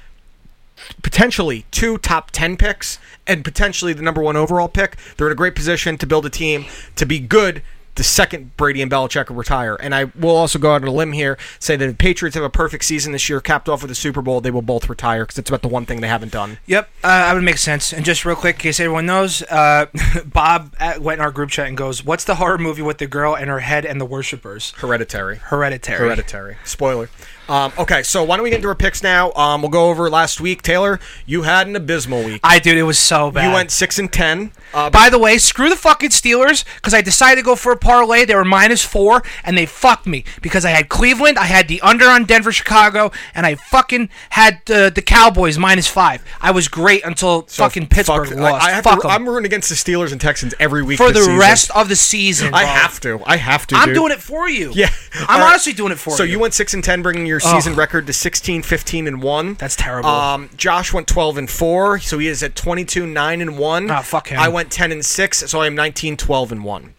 Speaker 5: potentially two top 10 picks, and potentially the number one overall pick, they're in a great position to build a team to be good. The second Brady and Belichick retire, and I will also go out on a limb here, say that if Patriots have a perfect season this year, capped off with a Super Bowl, they will both retire because it's about the one thing they haven't done.
Speaker 3: Yep, uh, that would make sense. And just real quick, in case everyone knows, uh, Bob at, went in our group chat and goes, "What's the horror movie with the girl and her head and the worshippers?"
Speaker 5: Hereditary.
Speaker 3: Hereditary.
Speaker 5: Hereditary. Spoiler. Um, okay, so why don't we get into our picks now? Um, we'll go over last week. Taylor, you had an abysmal week.
Speaker 3: I dude, it was so bad.
Speaker 5: you went six and ten. Uh,
Speaker 3: By the way, screw the fucking Steelers because I decided to go for a parlay. They were minus four and they fucked me because I had Cleveland, I had the under on Denver, Chicago, and I fucking had uh, the Cowboys minus five. I was great until
Speaker 5: so
Speaker 3: fucking Pittsburgh
Speaker 5: fuck-
Speaker 3: lost.
Speaker 5: I, I have
Speaker 3: fuck
Speaker 5: to,
Speaker 3: 'em.
Speaker 5: I'm rooting against the Steelers and Texans every week
Speaker 3: for
Speaker 5: this
Speaker 3: the
Speaker 5: season.
Speaker 3: rest of the season.
Speaker 5: I
Speaker 3: bro.
Speaker 5: have to. I have to.
Speaker 3: I'm
Speaker 5: dude.
Speaker 3: doing it for you.
Speaker 5: Yeah,
Speaker 3: I'm
Speaker 5: All right.
Speaker 3: honestly doing it for
Speaker 5: So
Speaker 3: you.
Speaker 5: you went six and ten, bringing your season record to 16, 15, and one.
Speaker 3: That's terrible.
Speaker 5: Um, Josh went twelve and four, so he is at 22, nine and one.
Speaker 3: Ah, fuck him.
Speaker 5: I went ten and six, so I am 19, 12 and one.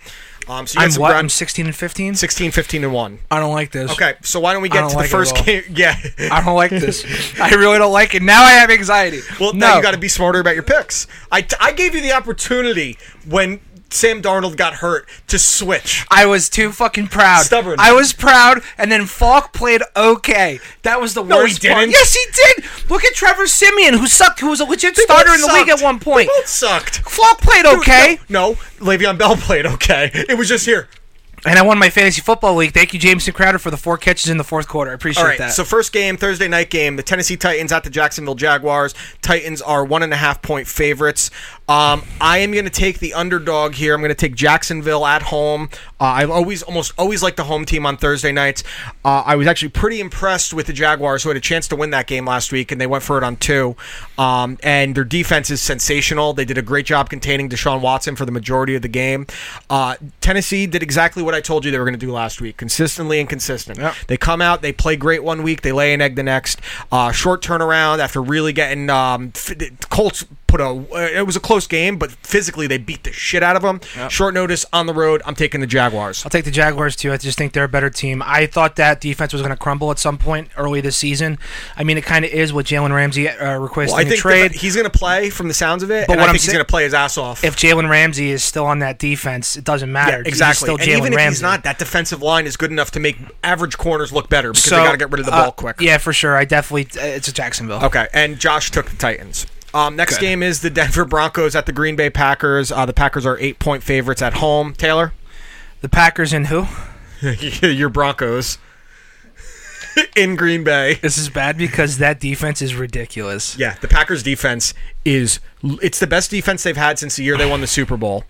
Speaker 5: Um, so you
Speaker 3: I'm
Speaker 5: had some
Speaker 3: what?
Speaker 5: ground-
Speaker 3: I'm 16 and 15.
Speaker 5: 16, 15, and one.
Speaker 3: I don't like this.
Speaker 5: Okay, so why don't we
Speaker 3: I
Speaker 5: get
Speaker 3: don't
Speaker 5: to
Speaker 3: like
Speaker 5: the
Speaker 3: it
Speaker 5: first
Speaker 3: at all.
Speaker 5: game? Yeah.
Speaker 3: I don't like this. I really don't like it. Now I have anxiety.
Speaker 5: well,
Speaker 3: no.
Speaker 5: now you got to be smarter about your picks. I, t- I gave you the opportunity when Sam Darnold got hurt to switch.
Speaker 3: I was too fucking proud.
Speaker 5: Stubborn.
Speaker 3: I was proud, and then Falk played okay. That was the
Speaker 5: No,
Speaker 3: worst
Speaker 5: he
Speaker 3: part.
Speaker 5: didn't.
Speaker 3: Yes, he did. Look at Trevor Simeon, who sucked, who was a legit
Speaker 5: They both
Speaker 3: starter in the league
Speaker 5: sucked.
Speaker 3: at one point.
Speaker 5: They both sucked.
Speaker 3: Falk played
Speaker 5: Dude,
Speaker 3: okay,
Speaker 5: No, no, Le'Veon Bell played okay. It was just here.
Speaker 3: and I won my fantasy football league. Thank you, Jameson Crowder, for the four catches in the fourth quarter. I appreciate
Speaker 5: All right.
Speaker 3: that.
Speaker 5: So first game, Thursday night game, the Tennessee Titans at the Jacksonville Jaguars. Titans are one and a half point favorites. Um, I am going to take the underdog here. I'm going to take Jacksonville at home. Uh, I always, almost always like the home team on Thursday nights. Uh, I was actually pretty impressed with the Jaguars, who had a chance to win that game last week, and they went for it on two. Um, and their defense is sensational. They did a great job containing Deshaun Watson for the majority of the game. Uh, Tennessee did exactly what I told you they were going to do last week, consistently and consistent. They come out, they play great one week, they lay an egg the next. Uh, short turnaround after really getting um, f- the Colts put a. uh, It was a close game, but physically they beat the shit out of them. Short notice on the road. I'm taking the Jaguars.
Speaker 3: I'll take the Jaguars too. I just think they're a better team. I thought that defense was going to crumble at some point early this season. I mean, it kind of is with Jalen Ramsey uh, requesting
Speaker 5: Well, I
Speaker 3: a
Speaker 5: think
Speaker 3: trade.
Speaker 5: that he's going to play from the sounds of it,
Speaker 3: But
Speaker 5: and
Speaker 3: what
Speaker 5: I
Speaker 3: I'm
Speaker 5: think he's
Speaker 3: saying-
Speaker 5: going to play his ass off.
Speaker 3: if Jalen Ramsey is still on that defense, it doesn't matter.
Speaker 5: Yeah, exactly.
Speaker 3: He's still
Speaker 5: and
Speaker 3: Jalen
Speaker 5: even if
Speaker 3: Ramsey.
Speaker 5: he's not, that defensive line is good enough to make average corners look better because
Speaker 3: So,
Speaker 5: they got to get rid of the
Speaker 3: uh,
Speaker 5: ball Oh. quick.
Speaker 3: Yeah, for sure. I definitely. uh, It's a Jacksonville.
Speaker 5: Okay, and Josh took the Titans. Um, next game is the Denver Broncos at the Green Bay Packers. Uh, the Packers are eight point favorites at home. Taylor,
Speaker 3: The Packers and who?
Speaker 5: your Broncos in Green Bay.
Speaker 3: This is bad because that defense is ridiculous.
Speaker 5: Yeah, the Packers defense is it's the best defense they've had since the year they won the Super Bowl.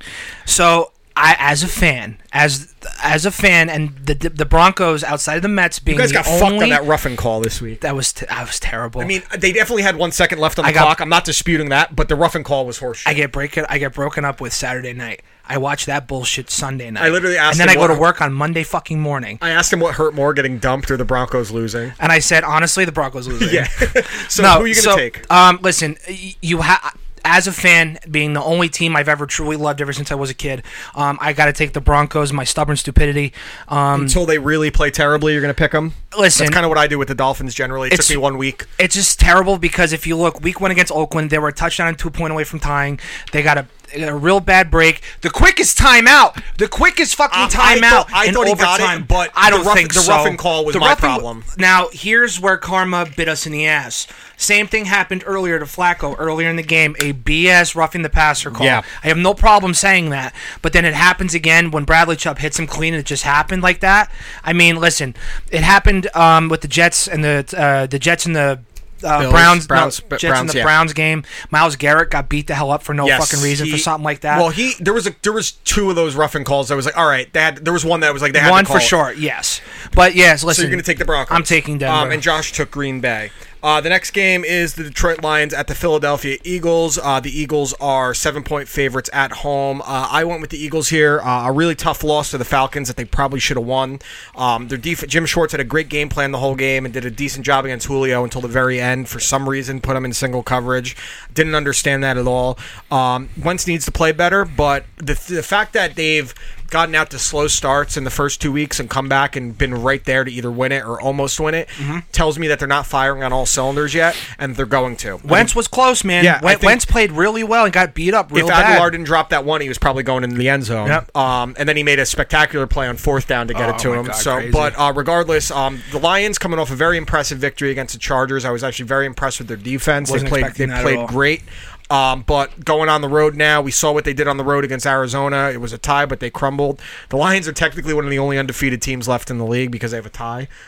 Speaker 3: So I, as a fan, as as a fan, and the the Broncos outside of the Mets being
Speaker 5: You guys
Speaker 3: the
Speaker 5: got fucked
Speaker 3: only
Speaker 5: on that roughing call this week.
Speaker 3: that was t- I was terrible.
Speaker 5: I mean, they definitely had one second left on the
Speaker 3: I got-
Speaker 5: clock. I'm not disputing that, but the roughing call was horseshit.
Speaker 3: I get breaking. I get broken up with Saturday night. I watch that bullshit Sunday night.
Speaker 5: I literally asked
Speaker 3: and then
Speaker 5: him
Speaker 3: I go
Speaker 5: what-
Speaker 3: to work on Monday fucking morning,
Speaker 5: I asked him what hurt more, getting dumped or the Broncos losing.
Speaker 3: and I said honestly, the Broncos losing.
Speaker 5: Yeah. so
Speaker 3: no,
Speaker 5: who are you gonna
Speaker 3: so,
Speaker 5: take?
Speaker 3: Um, listen, y- you have as a fan, being the only team I've ever truly loved ever since I was a kid. Um, I got to take the Broncos. My stubborn stupidity. Um,
Speaker 5: Until they really play terribly, you're gonna pick them.
Speaker 3: Listen-
Speaker 5: that's kind of what I do with the Dolphins generally. It took
Speaker 3: It's-
Speaker 5: me one week.
Speaker 3: it's just terrible because if you look, week one against Oakland, they were a touchdown and two point away from tying. They got a. they got A real bad break. The quickest timeout. The quickest fucking
Speaker 5: Uh, I
Speaker 3: timeout.
Speaker 5: thought- I
Speaker 3: in
Speaker 5: thought he got it,
Speaker 3: overtime.
Speaker 5: but
Speaker 3: I don't
Speaker 5: the rough-
Speaker 3: think
Speaker 5: the
Speaker 3: so.
Speaker 5: roughing call was
Speaker 3: The
Speaker 5: my
Speaker 3: roughing-
Speaker 5: problem.
Speaker 3: Now here's where karma bit us in the ass. Same thing happened earlier to Flacco earlier in the game. A BS roughing the passer call.
Speaker 5: Yeah.
Speaker 3: I have no problem saying that, but then it happens again when Bradley Chubb hits him clean, and it just happened like that. I mean, listen, it happened um, with the Jets and the uh, the Jets and the. Uh,
Speaker 5: Bills, Browns,
Speaker 3: Browns, Browns,
Speaker 5: but
Speaker 3: Jets in
Speaker 5: Browns,
Speaker 3: the
Speaker 5: yeah.
Speaker 3: Browns game. Miles Garrett got beat the hell up for no
Speaker 5: Yes,
Speaker 3: fucking reason for
Speaker 5: he-
Speaker 3: something like that.
Speaker 5: Well, he there was a there was two of those roughing calls. that was like, all right, they had, there was one that was like they had to
Speaker 3: one for
Speaker 5: call it.
Speaker 3: sure, yes. But yes, listen,
Speaker 5: So you're going to take the Broncos.
Speaker 3: I'm taking Denver.
Speaker 5: Um, and Josh took Green Bay. Uh, the next game is the Detroit Lions at the Philadelphia Eagles. Uh, the Eagles are seven point favorites at home. Uh, I went with the Eagles here. Uh, a really tough loss to the Falcons that they probably should have won. Um, their def- Jim Schwartz had a great game plan the whole game and did a decent job against Julio until the very end. For some reason, put him in single coverage. Didn't understand that at all. Um, Wentz needs to play better, but the, the fact that they've gotten out to slow starts in the first two weeks and come back and been right there to either win it or almost win it
Speaker 3: Mm-hmm.
Speaker 5: tells me that they're not firing on all cylinders yet, and they're going to.
Speaker 3: Wentz was close, man.
Speaker 5: Yeah, I
Speaker 3: Wen-
Speaker 5: think-
Speaker 3: Wentz played really well and got beat up real
Speaker 5: if
Speaker 3: bad.
Speaker 5: Aguilar didn't drop that one, he was probably going into the end zone.
Speaker 3: Yep. Oh
Speaker 5: Um, and then he made a spectacular play on fourth down to get it to
Speaker 3: my
Speaker 5: him.
Speaker 3: God,
Speaker 5: so,
Speaker 3: crazy.
Speaker 5: but uh, regardless, um, the Lions coming off a very impressive victory against the Chargers. I was actually very impressed with their defense.
Speaker 3: Wasn't
Speaker 5: they played. They
Speaker 3: expecting that at all.
Speaker 5: played great. Um, but going on the road now, we saw what they did on the road against Arizona. It was a tie, but they crumbled. The Lions are technically one of the only undefeated teams left in the league because they have a tie.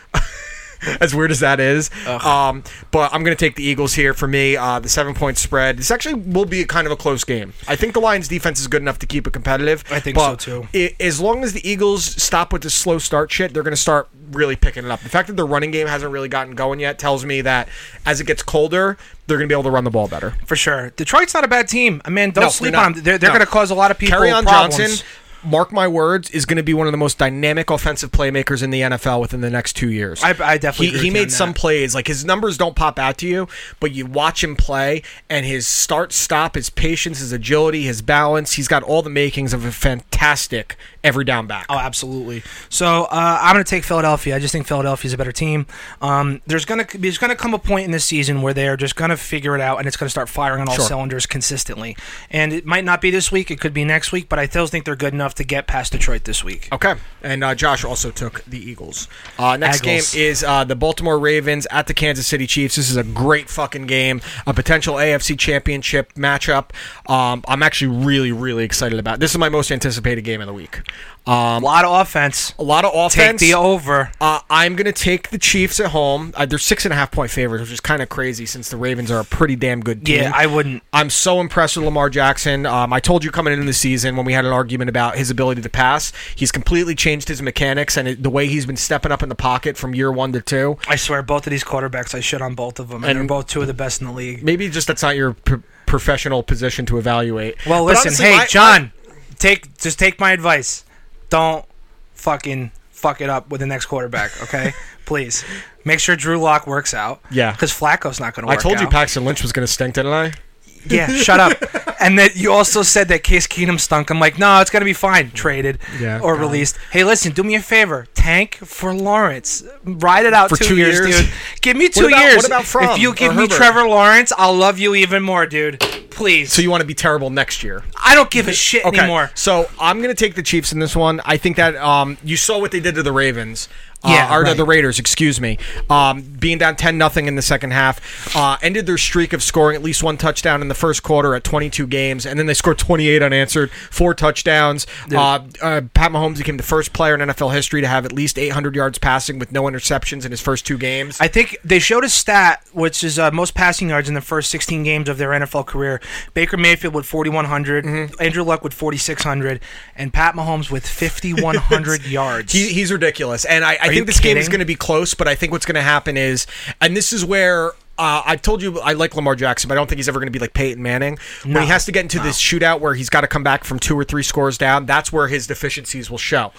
Speaker 5: as weird as that is. Um, but I'm going to take the Eagles here for me. Uh, the seven point spread. This actually will be kind of a close game. I think the Lions defense is good enough to keep it competitive.
Speaker 3: I think
Speaker 5: but
Speaker 3: so, too.
Speaker 5: i- as long as the Eagles stop with this slow start shit, they're going to start really picking it up. The fact that their running game hasn't really gotten going yet tells me that as it gets colder, they're going to be able to run the ball better.
Speaker 3: for sure. Detroit's not a bad team. I mean, don't
Speaker 5: No,
Speaker 3: sleep
Speaker 5: they're
Speaker 3: on
Speaker 5: not.
Speaker 3: them. They're, they're
Speaker 5: No.
Speaker 3: going to cause a lot of people
Speaker 5: Carry on
Speaker 3: problems.
Speaker 5: Johnson. Mark my words, is going to be one of the most dynamic offensive playmakers in the NFL within the next two years.
Speaker 3: I- I
Speaker 5: he, he
Speaker 3: definitely agree with you
Speaker 5: made
Speaker 3: on
Speaker 5: some
Speaker 3: that.
Speaker 5: plays like his numbers don't pop out to you, but you watch him play and his start, stop, his patience, his agility, his balance. He's got all the makings of a fantastic every down back.
Speaker 3: Oh, absolutely. So uh, I'm going to take Philadelphia. I just think Philadelphia's a better team. Um, there's going to there's going to come a point in this season where they are just going to figure it out, and it's going to start firing on all
Speaker 5: Sure.
Speaker 3: cylinders consistently. And it might not be this week. It could be next week. But I still think they're good enough to get past Detroit this week.
Speaker 5: Okay, and uh, Josh also took the Eagles. Uh, next
Speaker 3: Eagles.
Speaker 5: game is uh, the Baltimore Ravens at the Kansas City Chiefs. This is a great fucking game, a potential AFC Championship matchup. Um, I'm actually really, really excited about. This is my most anticipated game of the week. Um,
Speaker 3: A lot of offense.
Speaker 5: A lot of
Speaker 3: Take
Speaker 5: offense.
Speaker 3: the over.
Speaker 5: uh, I'm going to take the Chiefs at home. Uh, they're six and a half point favorites, which is kind of crazy since the Ravens are a pretty damn good team.
Speaker 3: Yeah, I wouldn't.
Speaker 5: I'm so impressed with Lamar Jackson. Um, I told you coming into the season when we had an argument about his ability to pass, he's completely changed his mechanics and it, the way he's been stepping up in the pocket from year one to two.
Speaker 3: I swear, both of these quarterbacks, I shit on both of them, and,
Speaker 5: And-
Speaker 3: they're both two of the best in the league.
Speaker 5: Maybe just that's not your p- professional position to evaluate.
Speaker 3: Well,
Speaker 5: But
Speaker 3: listen,
Speaker 5: honestly,
Speaker 3: hey,
Speaker 5: my-
Speaker 3: John, take just take my advice. Don't fucking fuck it up with the next quarterback, okay? Please make sure Drew Lock works out.
Speaker 5: Yeah.
Speaker 3: because Flacco's not going to
Speaker 5: I, I
Speaker 3: work.
Speaker 5: told you
Speaker 3: out.
Speaker 5: Paxton Lynch was going to stink, didn't I?
Speaker 3: Yeah, shut up. And that you also said that Case Keenum stunk. I'm like, no, it's gonna be fine. Traded
Speaker 5: Yeah,
Speaker 3: or
Speaker 5: got
Speaker 3: released. Hey, listen, do me a favor. Tank for Lawrence. Ride it out
Speaker 5: For
Speaker 3: two,
Speaker 5: two
Speaker 3: years,
Speaker 5: years?
Speaker 3: dude. Give me two
Speaker 5: about-
Speaker 3: years.
Speaker 5: what about Fromm
Speaker 3: If you
Speaker 5: or
Speaker 3: give me
Speaker 5: Herbert?
Speaker 3: Trevor Lawrence, I'll love you even more, dude. Please.
Speaker 5: So you want to be terrible next year?
Speaker 3: I don't give a shit anymore.
Speaker 5: So I'm going to take the Chiefs in this one. I think that um, you saw what they did to the Ravens. Uh,
Speaker 3: Yeah,
Speaker 5: or the- the
Speaker 3: right.
Speaker 5: Raiders, excuse me, um, being down ten nothing in the second half, uh, ended their streak of scoring at least one touchdown in the first quarter at twenty two games, and then they scored twenty eight unanswered, four touchdowns. Uh, uh, Pat Mahomes became the first player in NFL history to have at least eight hundred yards passing with no interceptions in his first two games.
Speaker 3: I think they showed a stat, which is uh, most passing yards in the first 16 games of their NFL career. Baker Mayfield with 4,100,
Speaker 5: Mm-hmm.
Speaker 3: Andrew Luck with 4,600, and Pat Mahomes with 5,100 yards.
Speaker 5: He, he's ridiculous, and I, I
Speaker 3: you
Speaker 5: think this game is
Speaker 3: kidding?
Speaker 5: going to be close. But I think what's going to happen is, and this is where uh, I've told you I like Lamar Jackson, but I don't think he's ever going to be like Peyton Manning. When he has to get into this shootout where he's got to come back from two or three scores down, that's where his deficiencies will show.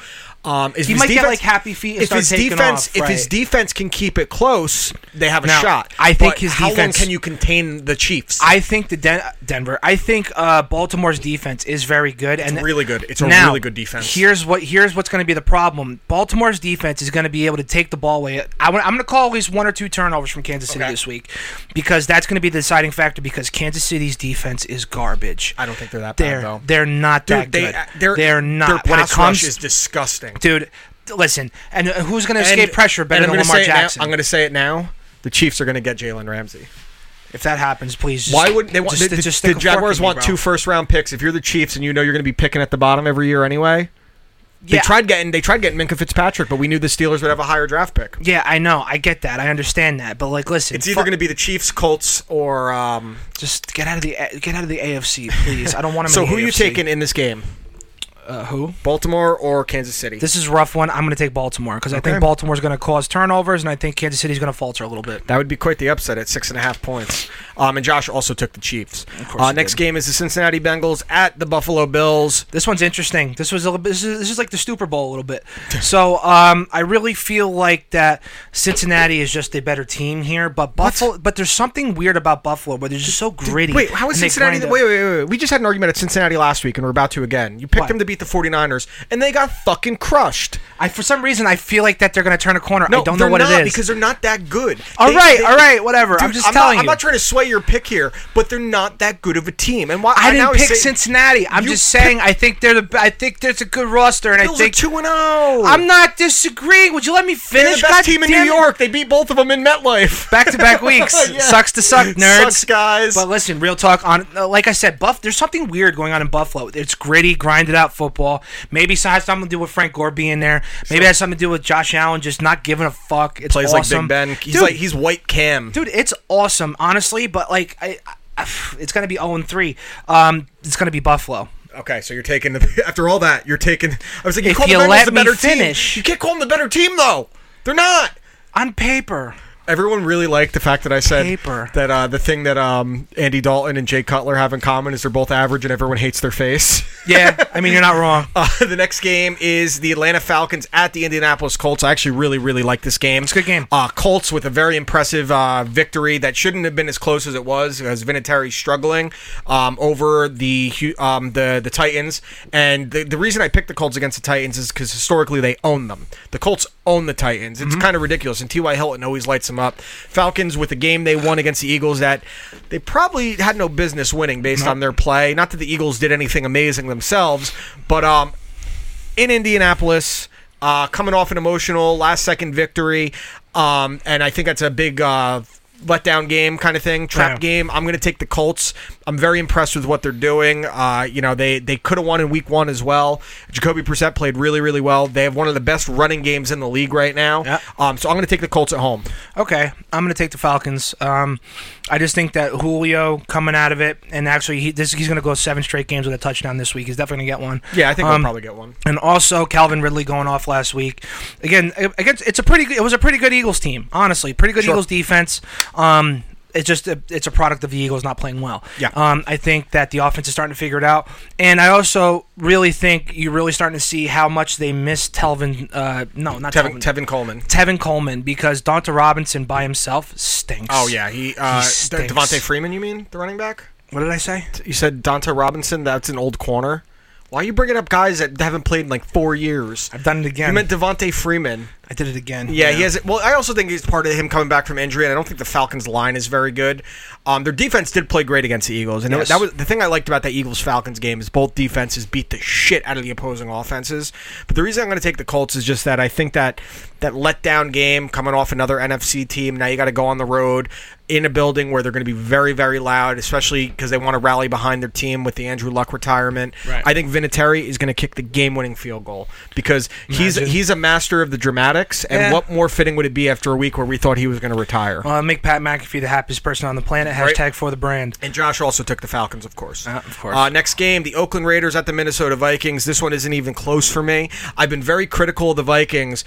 Speaker 5: Um, is
Speaker 3: He
Speaker 5: his
Speaker 3: might get, like, happy feet and
Speaker 5: if
Speaker 3: start
Speaker 5: his
Speaker 3: taking
Speaker 5: defense,
Speaker 3: off,
Speaker 5: if his
Speaker 3: right.
Speaker 5: defense can keep it close, they have a
Speaker 3: Now,
Speaker 5: shot.
Speaker 3: I think
Speaker 5: But
Speaker 3: his
Speaker 5: how
Speaker 3: defense-
Speaker 5: long can you contain the Chiefs?
Speaker 3: I think the Den- Denver. I think uh, Baltimore's defense is very good and
Speaker 5: really good. It's a
Speaker 3: now,
Speaker 5: really good defense.
Speaker 3: Here's what. Here's what's going to be the problem. Baltimore's defense is going to be able to take the ball away. I am going to call at least one or two turnovers from Kansas City
Speaker 5: Okay.
Speaker 3: this week because that's going to be the deciding factor. Because Kansas City's defense is garbage.
Speaker 5: I don't think they're that bad,
Speaker 3: They're
Speaker 5: though.
Speaker 3: they're not that
Speaker 5: Dude, they, uh,
Speaker 3: good.
Speaker 5: they're,
Speaker 3: they're not.
Speaker 5: Their
Speaker 3: when it
Speaker 5: pass rush
Speaker 3: comes,
Speaker 5: is disgusting.
Speaker 3: dude. th- Listen, and uh, who's going to
Speaker 5: And-
Speaker 3: escape pressure better
Speaker 5: and I'm
Speaker 3: than
Speaker 5: gonna say
Speaker 3: Lamar
Speaker 5: it now-
Speaker 3: Jackson?
Speaker 5: I'm going to say it now. The Chiefs are going to get Jalen Ramsey.
Speaker 3: if that happens, please. just-
Speaker 5: Why wouldn't they want?
Speaker 3: Just,
Speaker 5: the,
Speaker 3: just
Speaker 5: the
Speaker 3: stick a fork in
Speaker 5: Jaguars
Speaker 3: me,
Speaker 5: want
Speaker 3: bro.
Speaker 5: two first round picks. If you're the Chiefs and you know you're going to be picking at the bottom every year anyway, they
Speaker 3: Yeah.
Speaker 5: tried getting they tried getting Minka Fitzpatrick, but we knew the Steelers would have a higher draft pick.
Speaker 3: Yeah, I know. I get that. I understand that. But like, listen,
Speaker 5: It's either
Speaker 3: fu-
Speaker 5: going to be the Chiefs, Colts, or um,
Speaker 3: just get out of the A- get out of the AFC, please. I don't want to.
Speaker 5: so. Who are you taking in this game?
Speaker 3: Uh, who?
Speaker 5: Baltimore or Kansas City?
Speaker 3: This is a rough one. I'm going to take Baltimore because I
Speaker 5: Okay.
Speaker 3: think Baltimore's going to cause turnovers, and I think Kansas City's going to falter a little bit.
Speaker 5: That would be quite the upset at six and a half points. Um, and Josh also took the Chiefs.
Speaker 3: course
Speaker 5: uh,
Speaker 3: he
Speaker 5: next
Speaker 3: did.
Speaker 5: game is the Cincinnati Bengals at the Buffalo Bills.
Speaker 3: This one's interesting. This was a little bit. This is, this is like the Super Bowl a little bit. So um, I really feel like that Cincinnati is just a better team here, but Buffalo. But there's something weird about Buffalo where they're just so gritty.
Speaker 5: Wait, how is
Speaker 3: and they
Speaker 5: Cincinnati?
Speaker 3: grind
Speaker 5: The,
Speaker 3: it-
Speaker 5: wait, wait, wait, wait. We just had an argument at Cincinnati last week, and we're about to again. You picked
Speaker 3: What?
Speaker 5: them to beat the 49ers, and they got fucking crushed.
Speaker 3: I for some reason I feel like that they're going to turn a corner.
Speaker 5: No,
Speaker 3: I don't
Speaker 5: they're
Speaker 3: know what
Speaker 5: not,
Speaker 3: it is
Speaker 5: because they're not that good.
Speaker 3: All
Speaker 5: All right,
Speaker 3: right, all right, whatever. I'm just telling
Speaker 5: I'm
Speaker 3: you.
Speaker 5: not trying to sway your pick here, but they're not that good of a team. And why
Speaker 3: I
Speaker 5: now
Speaker 3: didn't pick
Speaker 5: say-
Speaker 3: Cincinnati. I'm
Speaker 5: You
Speaker 3: just saying I think they're the. I think there's a good roster, and I
Speaker 5: Bills are
Speaker 3: think
Speaker 5: two and zero.
Speaker 3: I'm not disagreeing. Would you let me
Speaker 5: They're
Speaker 3: finish?
Speaker 5: the best
Speaker 3: God
Speaker 5: team in New
Speaker 3: damn it.
Speaker 5: York. They beat both of them in MetLife.
Speaker 3: Back to back weeks.
Speaker 5: Yeah.
Speaker 3: Sucks to suck, nerds.
Speaker 5: Sucks, guys.
Speaker 3: But listen, real talk. On uh, like I said, Buff. There's something weird going on in Buffalo. It's gritty, grinded out football. Maybe it has something to do with Frank Gore being there. Maybe it has something to do with Josh Allen just not giving a fuck. It's
Speaker 5: Plays
Speaker 3: awesome.
Speaker 5: like Big Ben. He's
Speaker 3: Dude,
Speaker 5: like he's white Cam.
Speaker 3: dude it's awesome honestly but like I, I, it's gonna be 0 and 3 um it's gonna be buffalo
Speaker 5: Okay, so you're taking the after all that, you're taking. I was like, you
Speaker 3: If
Speaker 5: called
Speaker 3: you
Speaker 5: the Bengals
Speaker 3: let
Speaker 5: the
Speaker 3: me
Speaker 5: better
Speaker 3: finish.
Speaker 5: team. You can't call them the better team though. They're not.
Speaker 3: on paper
Speaker 5: Everyone really liked the fact that I said
Speaker 3: Paper.
Speaker 5: that uh, the thing that um, Andy Dalton and Jay Cutler have in common is they're both average and everyone hates their face.
Speaker 3: yeah i mean you're not wrong
Speaker 5: Uh, the next game is the Atlanta Falcons at the Indianapolis Colts. I actually really, really like this game. It's
Speaker 3: a good game.
Speaker 5: Uh, Colts with a very impressive uh, victory that shouldn't have been as close as it was, as Vinatieri struggling um, over the Hu- um, the the Titans. And the, the reason I picked the Colts against the Titans is because historically they own them. The Colts own the Titans. It's kind of ridiculous, and T.Y. Hilton always lights them up. Falcons with a game they won against the Eagles that they probably had no business winning based on their play. Not that the Eagles did anything amazing themselves, but um, in Indianapolis, uh, coming off an emotional last second victory. Um, and I think that's a big uh, letdown game kind of thing, trap
Speaker 3: Yeah.
Speaker 5: game. I'm going to take the Colts. I'm very impressed with what they're doing. Uh, you know, they, they could have won in week one as well. Jacoby Brissett played really, really well. They have one of the best running games in the league right now.
Speaker 3: Yeah.
Speaker 5: Um, so I'm going to take the Colts at home.
Speaker 3: okay i'm gonna take the falcons um i just think that julio coming out of it and actually he, this, he's gonna go seven straight games with a touchdown this week he's definitely gonna get one
Speaker 5: Yeah, I think
Speaker 3: Um,
Speaker 5: we'll probably get one.
Speaker 3: and also Calvin Ridley going off last week. Again, against it's a pretty good- it was a pretty good Eagles team, honestly. Pretty good Eagles defense. Um it's just a, it's a product of the Eagles not playing well.
Speaker 5: Yeah.
Speaker 3: Um, I think that the offense is starting to figure it out, and I also really think you're really starting to see how much they miss Telvin. Uh, no, not
Speaker 5: Tevin,
Speaker 3: Telvin.
Speaker 5: Tevin Coleman.
Speaker 3: Tevin Coleman because Donta Robinson by himself stinks.
Speaker 5: Oh, yeah. He, uh,
Speaker 3: stinks.
Speaker 5: Devontae Freeman, you mean? The running back?
Speaker 3: What did I say?
Speaker 5: You said Dante Robinson. That's an old corner. Why are you bringing up guys that haven't played in like four years?
Speaker 3: I've done it again.
Speaker 5: You meant Devonte Freeman.
Speaker 3: I did it again.
Speaker 5: Yeah, he has. it. Well, I also think it's part of him coming back from injury, and I don't think the Falcons' line is very good. Um, their defense did play great against the Eagles, and
Speaker 3: Yes.
Speaker 5: that was the thing I liked about that Eagles Falcons game is both defenses beat the shit out of the opposing offenses. But the reason I'm going to take the Colts is just that I think that that letdown game coming off another NFC team. Now you got to go on the road in a building where they're going to be very very loud, especially because they want to rally behind their team with the Andrew Luck retirement.
Speaker 3: Right.
Speaker 5: I think Vinatieri is going to kick the game winning field goal because he's
Speaker 3: Imagine.
Speaker 5: he's a master of the dramatics. And
Speaker 3: Yeah.
Speaker 5: what more fitting would it be after a week where we thought he was going to retire?
Speaker 3: Uh, make Pat McAfee the happiest person on the planet.
Speaker 5: Right.
Speaker 3: Hashtag for the brand.
Speaker 5: And Josh also took the Falcons, of course.
Speaker 3: Uh, of course.
Speaker 5: Uh, next game, the Oakland Raiders at the Minnesota Vikings. This one isn't even close for me. I've been very critical of the Vikings,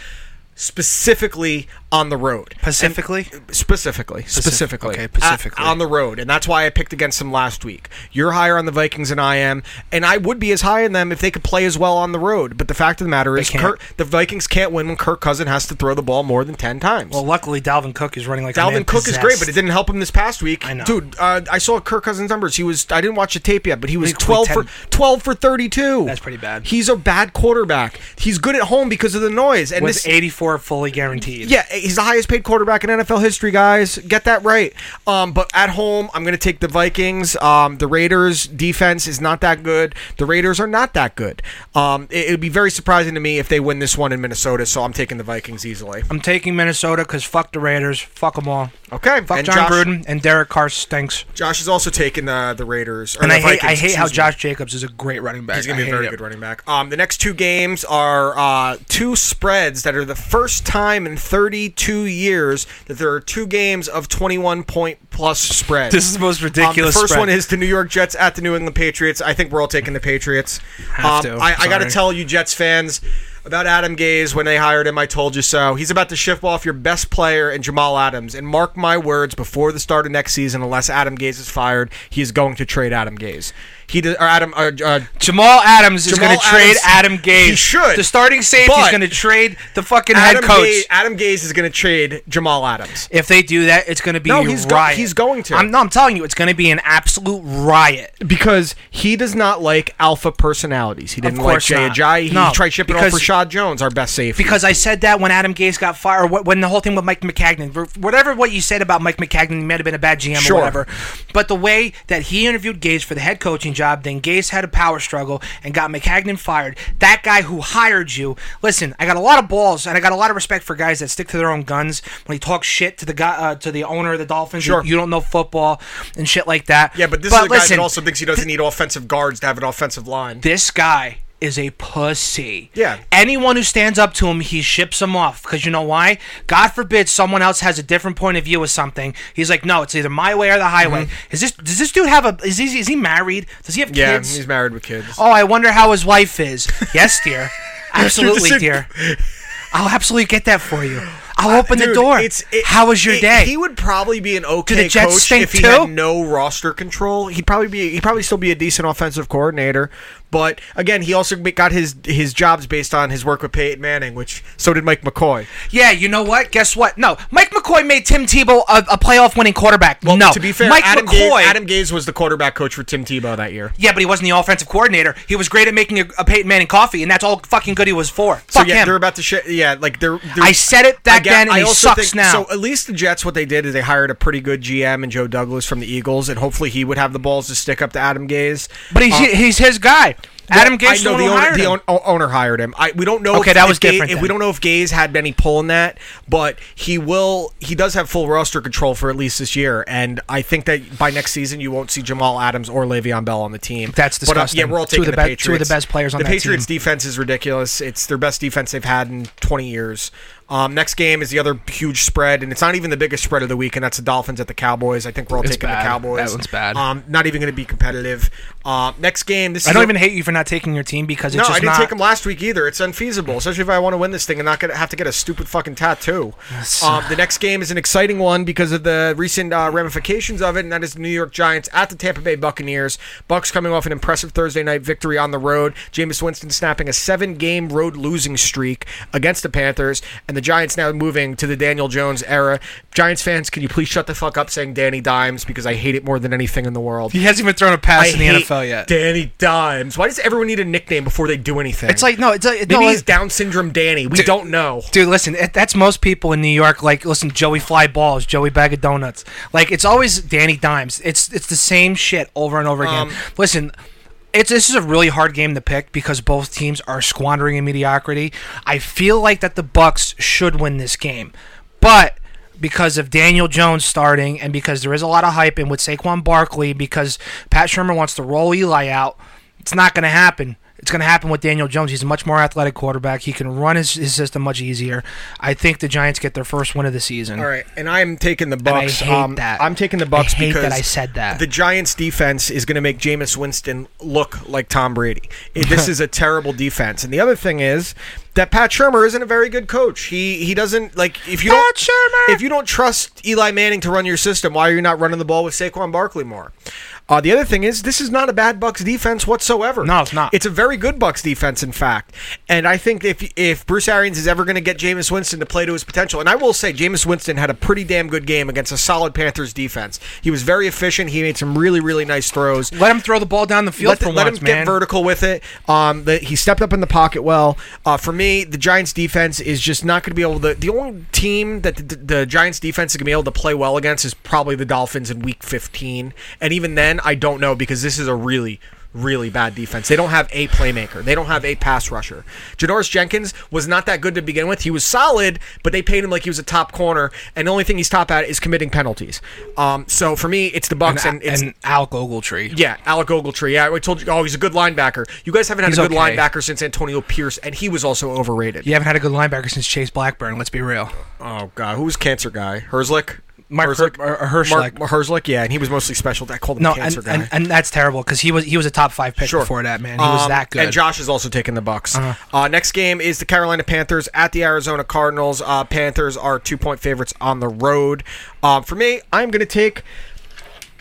Speaker 5: specifically on the road.
Speaker 3: Pacifically,
Speaker 5: Specifically, specifically,
Speaker 3: okay,
Speaker 5: A-
Speaker 3: specifically.
Speaker 5: on the road, and that's why I picked against them last week. You're higher on the Vikings than I am, and I would be as high in them if they could play as well on the road. But the fact of the matter is,
Speaker 3: can't.
Speaker 5: Kirk, the Vikings can't win when Kirk Cousin has to throw the ball more than ten times.
Speaker 3: well, luckily Dalvin Cook is running like a man
Speaker 5: Dalvin Cook is great, but it
Speaker 3: possessed.
Speaker 5: didn't help him this past week.
Speaker 3: I know.
Speaker 5: dude. Uh, I saw Kirk Cousins' numbers. He was. I didn't watch the tape yet, but he was
Speaker 3: Week- week
Speaker 5: twelve for
Speaker 3: 10.
Speaker 5: twelve for thirty-two.
Speaker 3: That's pretty bad.
Speaker 5: He's a bad quarterback. He's good at home because of the noise. And
Speaker 3: with
Speaker 5: this,
Speaker 3: 84 fully guaranteed.
Speaker 5: yeah, he's the highest paid quarterback in NFL history, guys. Get that right. Um, but at home, I'm going to take the Vikings. Um, the Raiders' defense is not that good. The Raiders are not that good. Um, it would be very surprising to me if they win this one in Minnesota. So I'm taking the Vikings easily.
Speaker 3: I'm taking Minnesota because fuck the Raiders, fuck them all,
Speaker 5: Okay,
Speaker 3: fuck
Speaker 5: and
Speaker 3: John
Speaker 5: Josh-
Speaker 3: Gruden, and Derek Carr stinks.
Speaker 5: Josh is also taking the the Raiders. or
Speaker 3: And
Speaker 5: the
Speaker 3: I hate, I
Speaker 5: Vikings,
Speaker 3: hate how
Speaker 5: excuse me.
Speaker 3: Josh Jacobs is a great running back.
Speaker 5: He's going
Speaker 3: I
Speaker 5: to be a
Speaker 3: hate
Speaker 5: very
Speaker 3: it.
Speaker 5: good running back. Um, the next two games are uh, two spreads that are the first time in 32 years that there are two games of 21 point plus spreads.
Speaker 3: This is the most
Speaker 5: Um,
Speaker 3: ridiculous
Speaker 5: the first
Speaker 3: spread.
Speaker 5: one is the New York Jets at the New England Patriots. I think we're all taking the Patriots. Um,
Speaker 3: Have to.
Speaker 5: I, I got to
Speaker 3: Sorry.
Speaker 5: tell you, Jets fans. About Adam Gaze when they hired him, I told you so. He's about to shift off your best player and Jamal Adams. And mark my words, before the start of next season, unless Adam Gaze is fired, he is going to trade Adam Gaze. He did, or Adam uh, uh,
Speaker 3: Jamal Adams is
Speaker 5: Jamal
Speaker 3: going to trade
Speaker 5: Adams-
Speaker 3: Adam Gase.
Speaker 5: He should.
Speaker 3: The starting safety is
Speaker 5: But-
Speaker 3: going to trade the fucking
Speaker 5: Adam
Speaker 3: head coach.
Speaker 5: Gaze, Adam Gaze is going to trade Jamal Adams.
Speaker 3: If they do that, it's going to be
Speaker 5: No,
Speaker 3: a
Speaker 5: he's go-
Speaker 3: riot.
Speaker 5: he's going to.
Speaker 3: I'm, no, I'm telling you, it's going to be an absolute riot.
Speaker 5: Because he does not like alpha personalities. He didn't
Speaker 3: Of
Speaker 5: like
Speaker 3: course
Speaker 5: Jay
Speaker 3: not.
Speaker 5: Ajayi. He
Speaker 3: No,
Speaker 5: tried shipping
Speaker 3: because-
Speaker 5: off Rashad Jones, our best safety.
Speaker 3: Because I said that when Adam Gase got fired, or wh- when the whole thing with Mike McCagnon, whatever what you said about Mike McCagnon, he might have been a bad GM
Speaker 5: Sure.
Speaker 3: or whatever. But the way that he interviewed Gase for the head coaching job, then Gase had a power struggle and got McCagnon fired. That guy who hired you, listen, I got a lot of balls and I got a lot of respect for guys that stick to their own guns. When he talks shit to the guy, uh, to the owner of the Dolphins,
Speaker 5: Sure.
Speaker 3: you don't know football and shit like that.
Speaker 5: yeah, but this is a guy
Speaker 3: listen,
Speaker 5: that also thinks he doesn't need offensive guards to have an offensive line.
Speaker 3: this guy is a pussy.
Speaker 5: Yeah.
Speaker 3: Anyone who stands up to him, he ships him off. Because you know why? God forbid someone else has a different point of view of something. He's like, no, it's either my way or the highway. Is this? Does this dude have a? Is he? Is he married? Does he have
Speaker 5: Mm-hmm. yeah,
Speaker 3: kids?
Speaker 5: he's married with kids.
Speaker 3: oh, I wonder how his wife is. yes, dear. Absolutely,
Speaker 5: same-
Speaker 3: dear. I'll absolutely get that for you. I'll open the
Speaker 5: Uh, Dude,
Speaker 3: door.
Speaker 5: it's- it-
Speaker 3: how was your
Speaker 5: it-
Speaker 3: day?
Speaker 5: He would probably be an okay
Speaker 3: Jets
Speaker 5: coach
Speaker 3: stink
Speaker 5: if he
Speaker 3: too?
Speaker 5: had no roster control. He'd probably be he'd probably still be a decent offensive coordinator. But again, he also got his his jobs based on his work with Peyton Manning, which so did Mike McCoy.
Speaker 3: Yeah, you know what? Guess what? No, Mike McCoy made Tim Tebow a, a playoff winning quarterback.
Speaker 5: Well,
Speaker 3: no,
Speaker 5: to be fair,
Speaker 3: Mike
Speaker 5: Adam,
Speaker 3: McCoy.
Speaker 5: Gaze, Adam Gaze was the quarterback coach for Tim Tebow that year.
Speaker 3: Yeah, but he wasn't the offensive coordinator. He was great at making a, a Peyton Manning coffee, and that's all fucking good he was for.
Speaker 5: So
Speaker 3: Fuck
Speaker 5: yeah,
Speaker 3: him.
Speaker 5: they're about to shit. Yeah, like they're, they're-
Speaker 3: I said it back
Speaker 5: get-
Speaker 3: then, and he
Speaker 5: also
Speaker 3: sucks now.
Speaker 5: So at least the Jets, what they did is they hired a pretty good GM and Joe Douglas from the Eagles, and hopefully he would have the balls to stick up to Adam Gaze.
Speaker 3: but he's,
Speaker 5: Um,
Speaker 3: he's his guy. Adam
Speaker 5: Well,
Speaker 3: Gase is the,
Speaker 5: I know the
Speaker 3: one who
Speaker 5: owner,
Speaker 3: hired
Speaker 5: the
Speaker 3: him.
Speaker 5: own- o- owner hired him. I, we don't know.
Speaker 3: Okay,
Speaker 5: if,
Speaker 3: that was
Speaker 5: if Gaze-
Speaker 3: different
Speaker 5: if
Speaker 3: then.
Speaker 5: we don't know if Gaze had any pull in that, but he will. He does have full roster control for at least this year, and I think that by next season you won't see Jamal Adams or Le'Veon Bell on the team.
Speaker 3: That's
Speaker 5: But, uh,
Speaker 3: disgusting.
Speaker 5: yeah, we're all
Speaker 3: Two
Speaker 5: taking
Speaker 3: of the
Speaker 5: the,
Speaker 3: be-
Speaker 5: Patriots.
Speaker 3: two of the best players on
Speaker 5: the
Speaker 3: that
Speaker 5: Patriots
Speaker 3: team.
Speaker 5: defense is ridiculous. It's their best defense they've had in 20 years. Um, next game is the other huge spread, and it's not even the biggest spread of the week, and that's the Dolphins at the Cowboys. I think we're all
Speaker 3: It's
Speaker 5: taking
Speaker 3: bad.
Speaker 5: the Cowboys.
Speaker 3: That one's bad.
Speaker 5: Um, not even going to be competitive. Um, next game. This
Speaker 3: I
Speaker 5: is
Speaker 3: don't
Speaker 5: a-
Speaker 3: even hate you for not taking your team because it's
Speaker 5: no,
Speaker 3: just
Speaker 5: I didn't
Speaker 3: not.
Speaker 5: take him last week either. It's unfeasible, especially if I want to win this thing and not gonna have to get a stupid fucking tattoo. Um, the next game is an exciting one because of the recent uh, ramifications of it, and that is the New York Giants at the Tampa Bay Buccaneers. Bucks coming off an impressive Thursday night victory on the road. Jameis Winston snapping a seven-game road losing streak against the Panthers, and the the Giants now moving to the Daniel Jones era. Giants fans, can you please shut the fuck up saying Danny Dimes because I hate it more than anything in the world.
Speaker 3: He hasn't even thrown a pass
Speaker 5: I
Speaker 3: in the
Speaker 5: hate
Speaker 3: NFL yet.
Speaker 5: Danny Dimes. Why does everyone need a nickname before they do anything?
Speaker 3: It's like no, it's like
Speaker 5: maybe
Speaker 3: no,
Speaker 5: he's
Speaker 3: it-
Speaker 5: Down syndrome Danny. We
Speaker 3: Dude.
Speaker 5: don't know.
Speaker 3: Dude, listen, it- that's most people in New York. Like, listen, Joey Fly Balls, Joey Bag of Donuts. Like, it's always Danny Dimes. It's it's the same shit over and over again. listen, it's this is a really hard game to pick because both teams are squandering in mediocrity. I feel like that the Bucks should win this game, but because of Daniel Jones starting and because there is a lot of hype and with Saquon Barkley, because Pat Shermer wants to roll Eli out, it's not going to happen. It's going to happen with Daniel Jones. He's a much more athletic quarterback. He can run his, his system much easier. I think the Giants get their first win of the season.
Speaker 5: All right, and I'm taking the Bucks.
Speaker 3: I hate
Speaker 5: um,
Speaker 3: that.
Speaker 5: I'm taking the Bucks
Speaker 3: I hate
Speaker 5: because
Speaker 3: that I said that.
Speaker 5: the Giants' defense is going to make Jameis Winston look like Tom Brady. It- this is a terrible defense, and the other thing is that Pat Shermer isn't a very good coach. He he doesn't like if you don't
Speaker 3: Pat Shermer!
Speaker 5: if you don't trust Eli Manning to run your system, why are you not running the ball with Saquon Barkley more? Uh, the other thing is this is not a bad Bucks defense whatsoever.
Speaker 3: No, it's not.
Speaker 5: It's a very good Bucks defense, in fact. And I think if if Bruce Arians is ever going to get Jameis Winston to play to his potential, and I will say Jameis Winston had a pretty damn good game against a solid Panthers defense. He was very efficient. He made some really really nice throws.
Speaker 3: Let him throw the ball down the field
Speaker 5: Let,
Speaker 3: for
Speaker 5: the- let
Speaker 3: once,
Speaker 5: him
Speaker 3: man.
Speaker 5: get vertical with it. Um, the, he stepped up in the pocket well. Uh, for me, the Giants defense is just not going to be able to. The only team that the, the Giants defense is going to be able to play well against is probably the Dolphins in Week 15. And even then, I don't know because this is a really. Really bad defense. They don't have a playmaker. They don't have a pass rusher. Janoris Jenkins was not that good to begin with. He was solid, but they paid him like he was a top corner. And the only thing he's top at is committing penalties. Um, so for me, it's the Bucks, and,
Speaker 3: and,
Speaker 5: it's
Speaker 3: and Alec Ogletree.
Speaker 5: yeah, Alec Ogletree. Yeah, I told you. Oh, he's a good linebacker. You guys haven't had
Speaker 3: He's
Speaker 5: a good
Speaker 3: okay.
Speaker 5: linebacker since Antonio Pierce, and he was also overrated.
Speaker 3: You haven't had a good linebacker since Chase Blackburn. Let's be real.
Speaker 5: Oh God, who's cancer guy? Herzlick.
Speaker 3: Mark
Speaker 5: Herzlick.
Speaker 3: Her- or- or Herzlick.
Speaker 5: Mark Herzlick. Yeah, and he was mostly special. I called him
Speaker 3: No,
Speaker 5: cancer
Speaker 3: and,
Speaker 5: guy.
Speaker 3: and, and that's terrible because he was he was a top five pick
Speaker 5: Sure.
Speaker 3: before that man. He was
Speaker 5: Um,
Speaker 3: that good. Uh-huh.
Speaker 5: And Josh is also taking the Bucks. uh next game is the Carolina Panthers at the Arizona Cardinals. Uh, Panthers are two point favorites on the road. Uh, for me, I'm going to take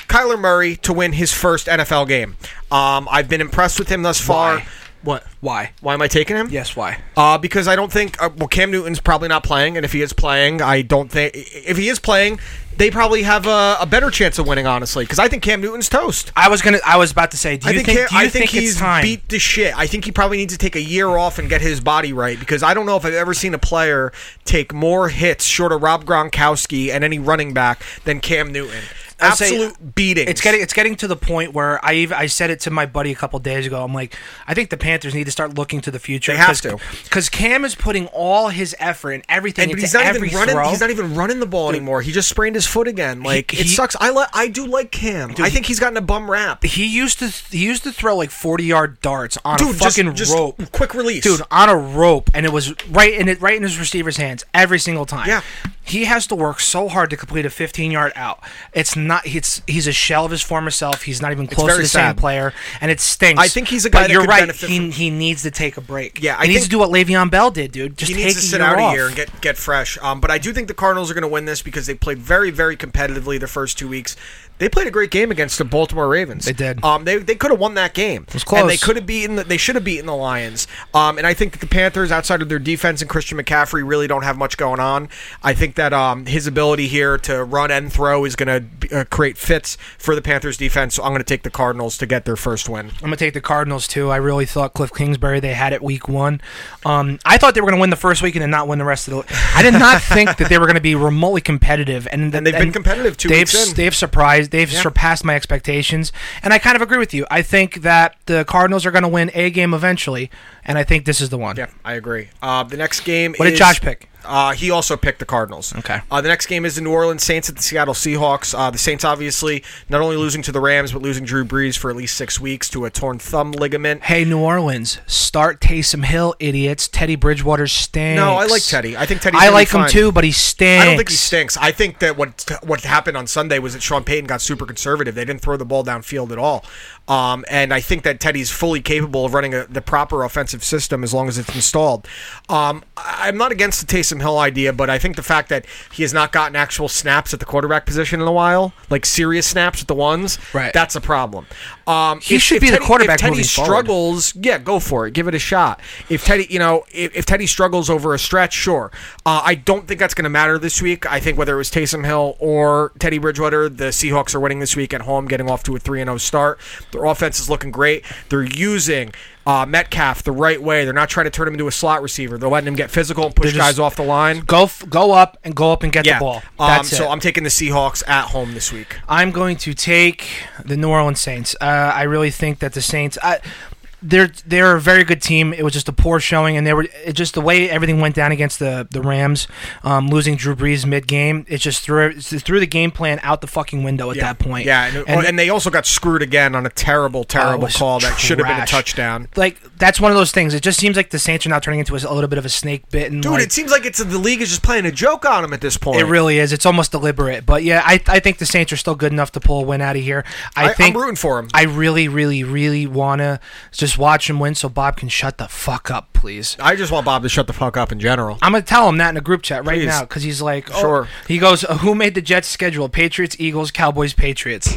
Speaker 5: Kyler Murray to win his first NFL game. Um, I've been impressed with him thus far.
Speaker 3: Why?
Speaker 5: What?
Speaker 3: why?
Speaker 5: Why am I taking him?
Speaker 3: Yes, why?
Speaker 5: Uh, because I don't think uh, well Cam Newton's probably not playing, and if he is playing, I don't think if he is playing, they probably have a, a better chance of winning. Honestly, because I think Cam Newton's toast.
Speaker 3: I was gonna. I was about to say. Do
Speaker 5: I
Speaker 3: you
Speaker 5: think,
Speaker 3: think?
Speaker 5: Cam,
Speaker 3: do you
Speaker 5: I think,
Speaker 3: it's
Speaker 5: he's
Speaker 3: time?
Speaker 5: beat the shit. I think he probably needs to take a year off and get his body right because I don't know if I've ever seen a player take more hits short of Rob Gronkowski and any running back than Cam Newton.
Speaker 3: I'd say
Speaker 5: Absolute beating.
Speaker 3: It's getting it's getting to the point where I even, I said it to my buddy a couple days ago. I'm like, I think the Panthers need to start looking to the future.
Speaker 5: They have to.
Speaker 3: because Cam is putting all his effort and everything.
Speaker 5: And but
Speaker 3: into
Speaker 5: he's not
Speaker 3: every
Speaker 5: even running.
Speaker 3: throw.
Speaker 5: He's not even running the ball anymore. He just sprained his foot again. Like it
Speaker 3: he-
Speaker 5: sucks. I li- I do like Cam. I think he's gotten a bum rap.
Speaker 3: he used to he used to throw like 40 yard darts on a
Speaker 5: Dude, just-
Speaker 3: fucking
Speaker 5: just
Speaker 3: rope
Speaker 5: quick release.
Speaker 3: dude on a rope and it was right in it right in his receiver's hands every single time
Speaker 5: Yeah.
Speaker 3: he has to work so hard to complete a 15 yard out it's not it's he's a shell of his former self he's not even close to
Speaker 5: very
Speaker 3: the same
Speaker 5: sad.
Speaker 3: player and it stinks
Speaker 5: I think he's a guy
Speaker 3: but
Speaker 5: that
Speaker 3: you're
Speaker 5: could
Speaker 3: right
Speaker 5: benefit
Speaker 3: he,
Speaker 5: from-
Speaker 3: he needs to take a break
Speaker 5: Yeah, I
Speaker 3: he needs
Speaker 5: think-
Speaker 3: to do what Le'Veon Bell did dude just
Speaker 5: he
Speaker 3: take
Speaker 5: needs to
Speaker 3: a
Speaker 5: sit
Speaker 3: year
Speaker 5: out
Speaker 3: off.
Speaker 5: a year and get get fresh. Um, but I do think the Cardinals are going to win this because they played very very competitively the first two weeks. They played a great game against the Baltimore Ravens. They
Speaker 3: did.
Speaker 5: Um, they they could have won that game. It
Speaker 3: was close.
Speaker 5: And they could have beaten. The, they should have beaten the Lions. Um, and I think that the Panthers, outside of their defense and Christian McCaffrey, really don't have much going on. I think that um, his ability here to run and throw is going to uh, create fits for the Panthers defense. So I'm going to take the Cardinals to get their first win.
Speaker 3: I'm gonna take the Cardinals too. I really thought Cliff Kingsbury they had it week one. Um, I thought they were gonna win the first week and then not win the rest of the. I did not think that they were gonna be remotely competitive, and,
Speaker 5: And they've been competitive two
Speaker 3: they've,
Speaker 5: weeks in.
Speaker 3: They've surprised. They've surpassed my expectations, and I kind of agree with you. I think that the Cardinals are gonna win a game eventually, and I think this is the one.
Speaker 5: Yeah, I agree. Uh, the next game.
Speaker 3: What did
Speaker 5: is-
Speaker 3: Josh pick?
Speaker 5: Uh, he also picked the Cardinals.
Speaker 3: Okay.
Speaker 5: Uh, the next game is the New Orleans Saints at the Seattle Seahawks. Uh, the Saints obviously not only losing to the Rams but losing Drew Brees for at least six weeks to a torn thumb ligament.
Speaker 3: Hey, New Orleans, start Taysom Hill, idiots. Teddy Bridgewater stinks.
Speaker 5: No, I like Teddy. I think Teddy's
Speaker 3: I
Speaker 5: gonna be
Speaker 3: like him
Speaker 5: fine.
Speaker 3: too, but he stinks.
Speaker 5: I don't think he stinks. I think that what what happened on Sunday was that Sean Payton got super conservative. They didn't throw the ball downfield at all. Um, and I think that Teddy's fully capable of running a, the proper offensive system as long as it's installed. Um, I- I'm not against the Taysom Hill idea, but I think the fact that he has not gotten actual snaps at the quarterback position in a while, like serious snaps at the ones,
Speaker 3: Right.
Speaker 5: that's a problem. Um,
Speaker 3: He should be the
Speaker 5: Teddy-
Speaker 3: quarterback
Speaker 5: If Teddy
Speaker 3: moving forward.
Speaker 5: struggles, yeah, go for it. Give it a shot. If Teddy, you know, if, if Teddy struggles over a stretch, sure. Uh, I don't think that's going to matter this week. I think whether it was Taysom Hill or Teddy Bridgewater, the Seahawks are winning this week at home, getting off to a three and zero start. Their offense is looking great. They're using. Uh, Metcalf the right way. They're not trying to turn him into a slot receiver. They're letting him get physical and push
Speaker 3: They're just-
Speaker 5: guys off the line.
Speaker 3: Go f- go up and go up and get the ball.
Speaker 5: Um,
Speaker 3: That's it.
Speaker 5: so I'm taking the Seahawks at home this week.
Speaker 3: I'm going to take the New Orleans Saints. Uh, I really think that the Saints. I, they're they're a very good team. It was just a poor showing, and they were it just the way everything went down against the the Rams, um, losing Drew Brees mid game. It just threw it threw the game plan out the fucking window at that point.
Speaker 5: Yeah, and, oh, and, they also got screwed again on a terrible, terrible
Speaker 3: was
Speaker 5: call that should have been a
Speaker 3: trash.
Speaker 5: touchdown.
Speaker 3: like that's one of those things. It just seems like the Saints are now turning into a, a little bit of a snake bitten.
Speaker 5: Dude, it seems like it's the league is just playing a joke on him at this point.
Speaker 3: It really is. It's almost deliberate. But yeah, I, I think the Saints are still good enough to pull a win out of here.
Speaker 5: I-
Speaker 3: I,
Speaker 5: I'm
Speaker 3: think
Speaker 5: rooting for 'em.
Speaker 3: I really, really, really wanna just watch him win so Bob can shut the fuck up, please.
Speaker 5: I just want Bob to shut the fuck up in general.
Speaker 3: I'm gonna tell him that in a group chat right
Speaker 5: Please.
Speaker 3: now because he's like, oh.
Speaker 5: Sure.
Speaker 3: He goes, "Who made the Jets schedule? Patriots, Eagles, Cowboys, Patriots."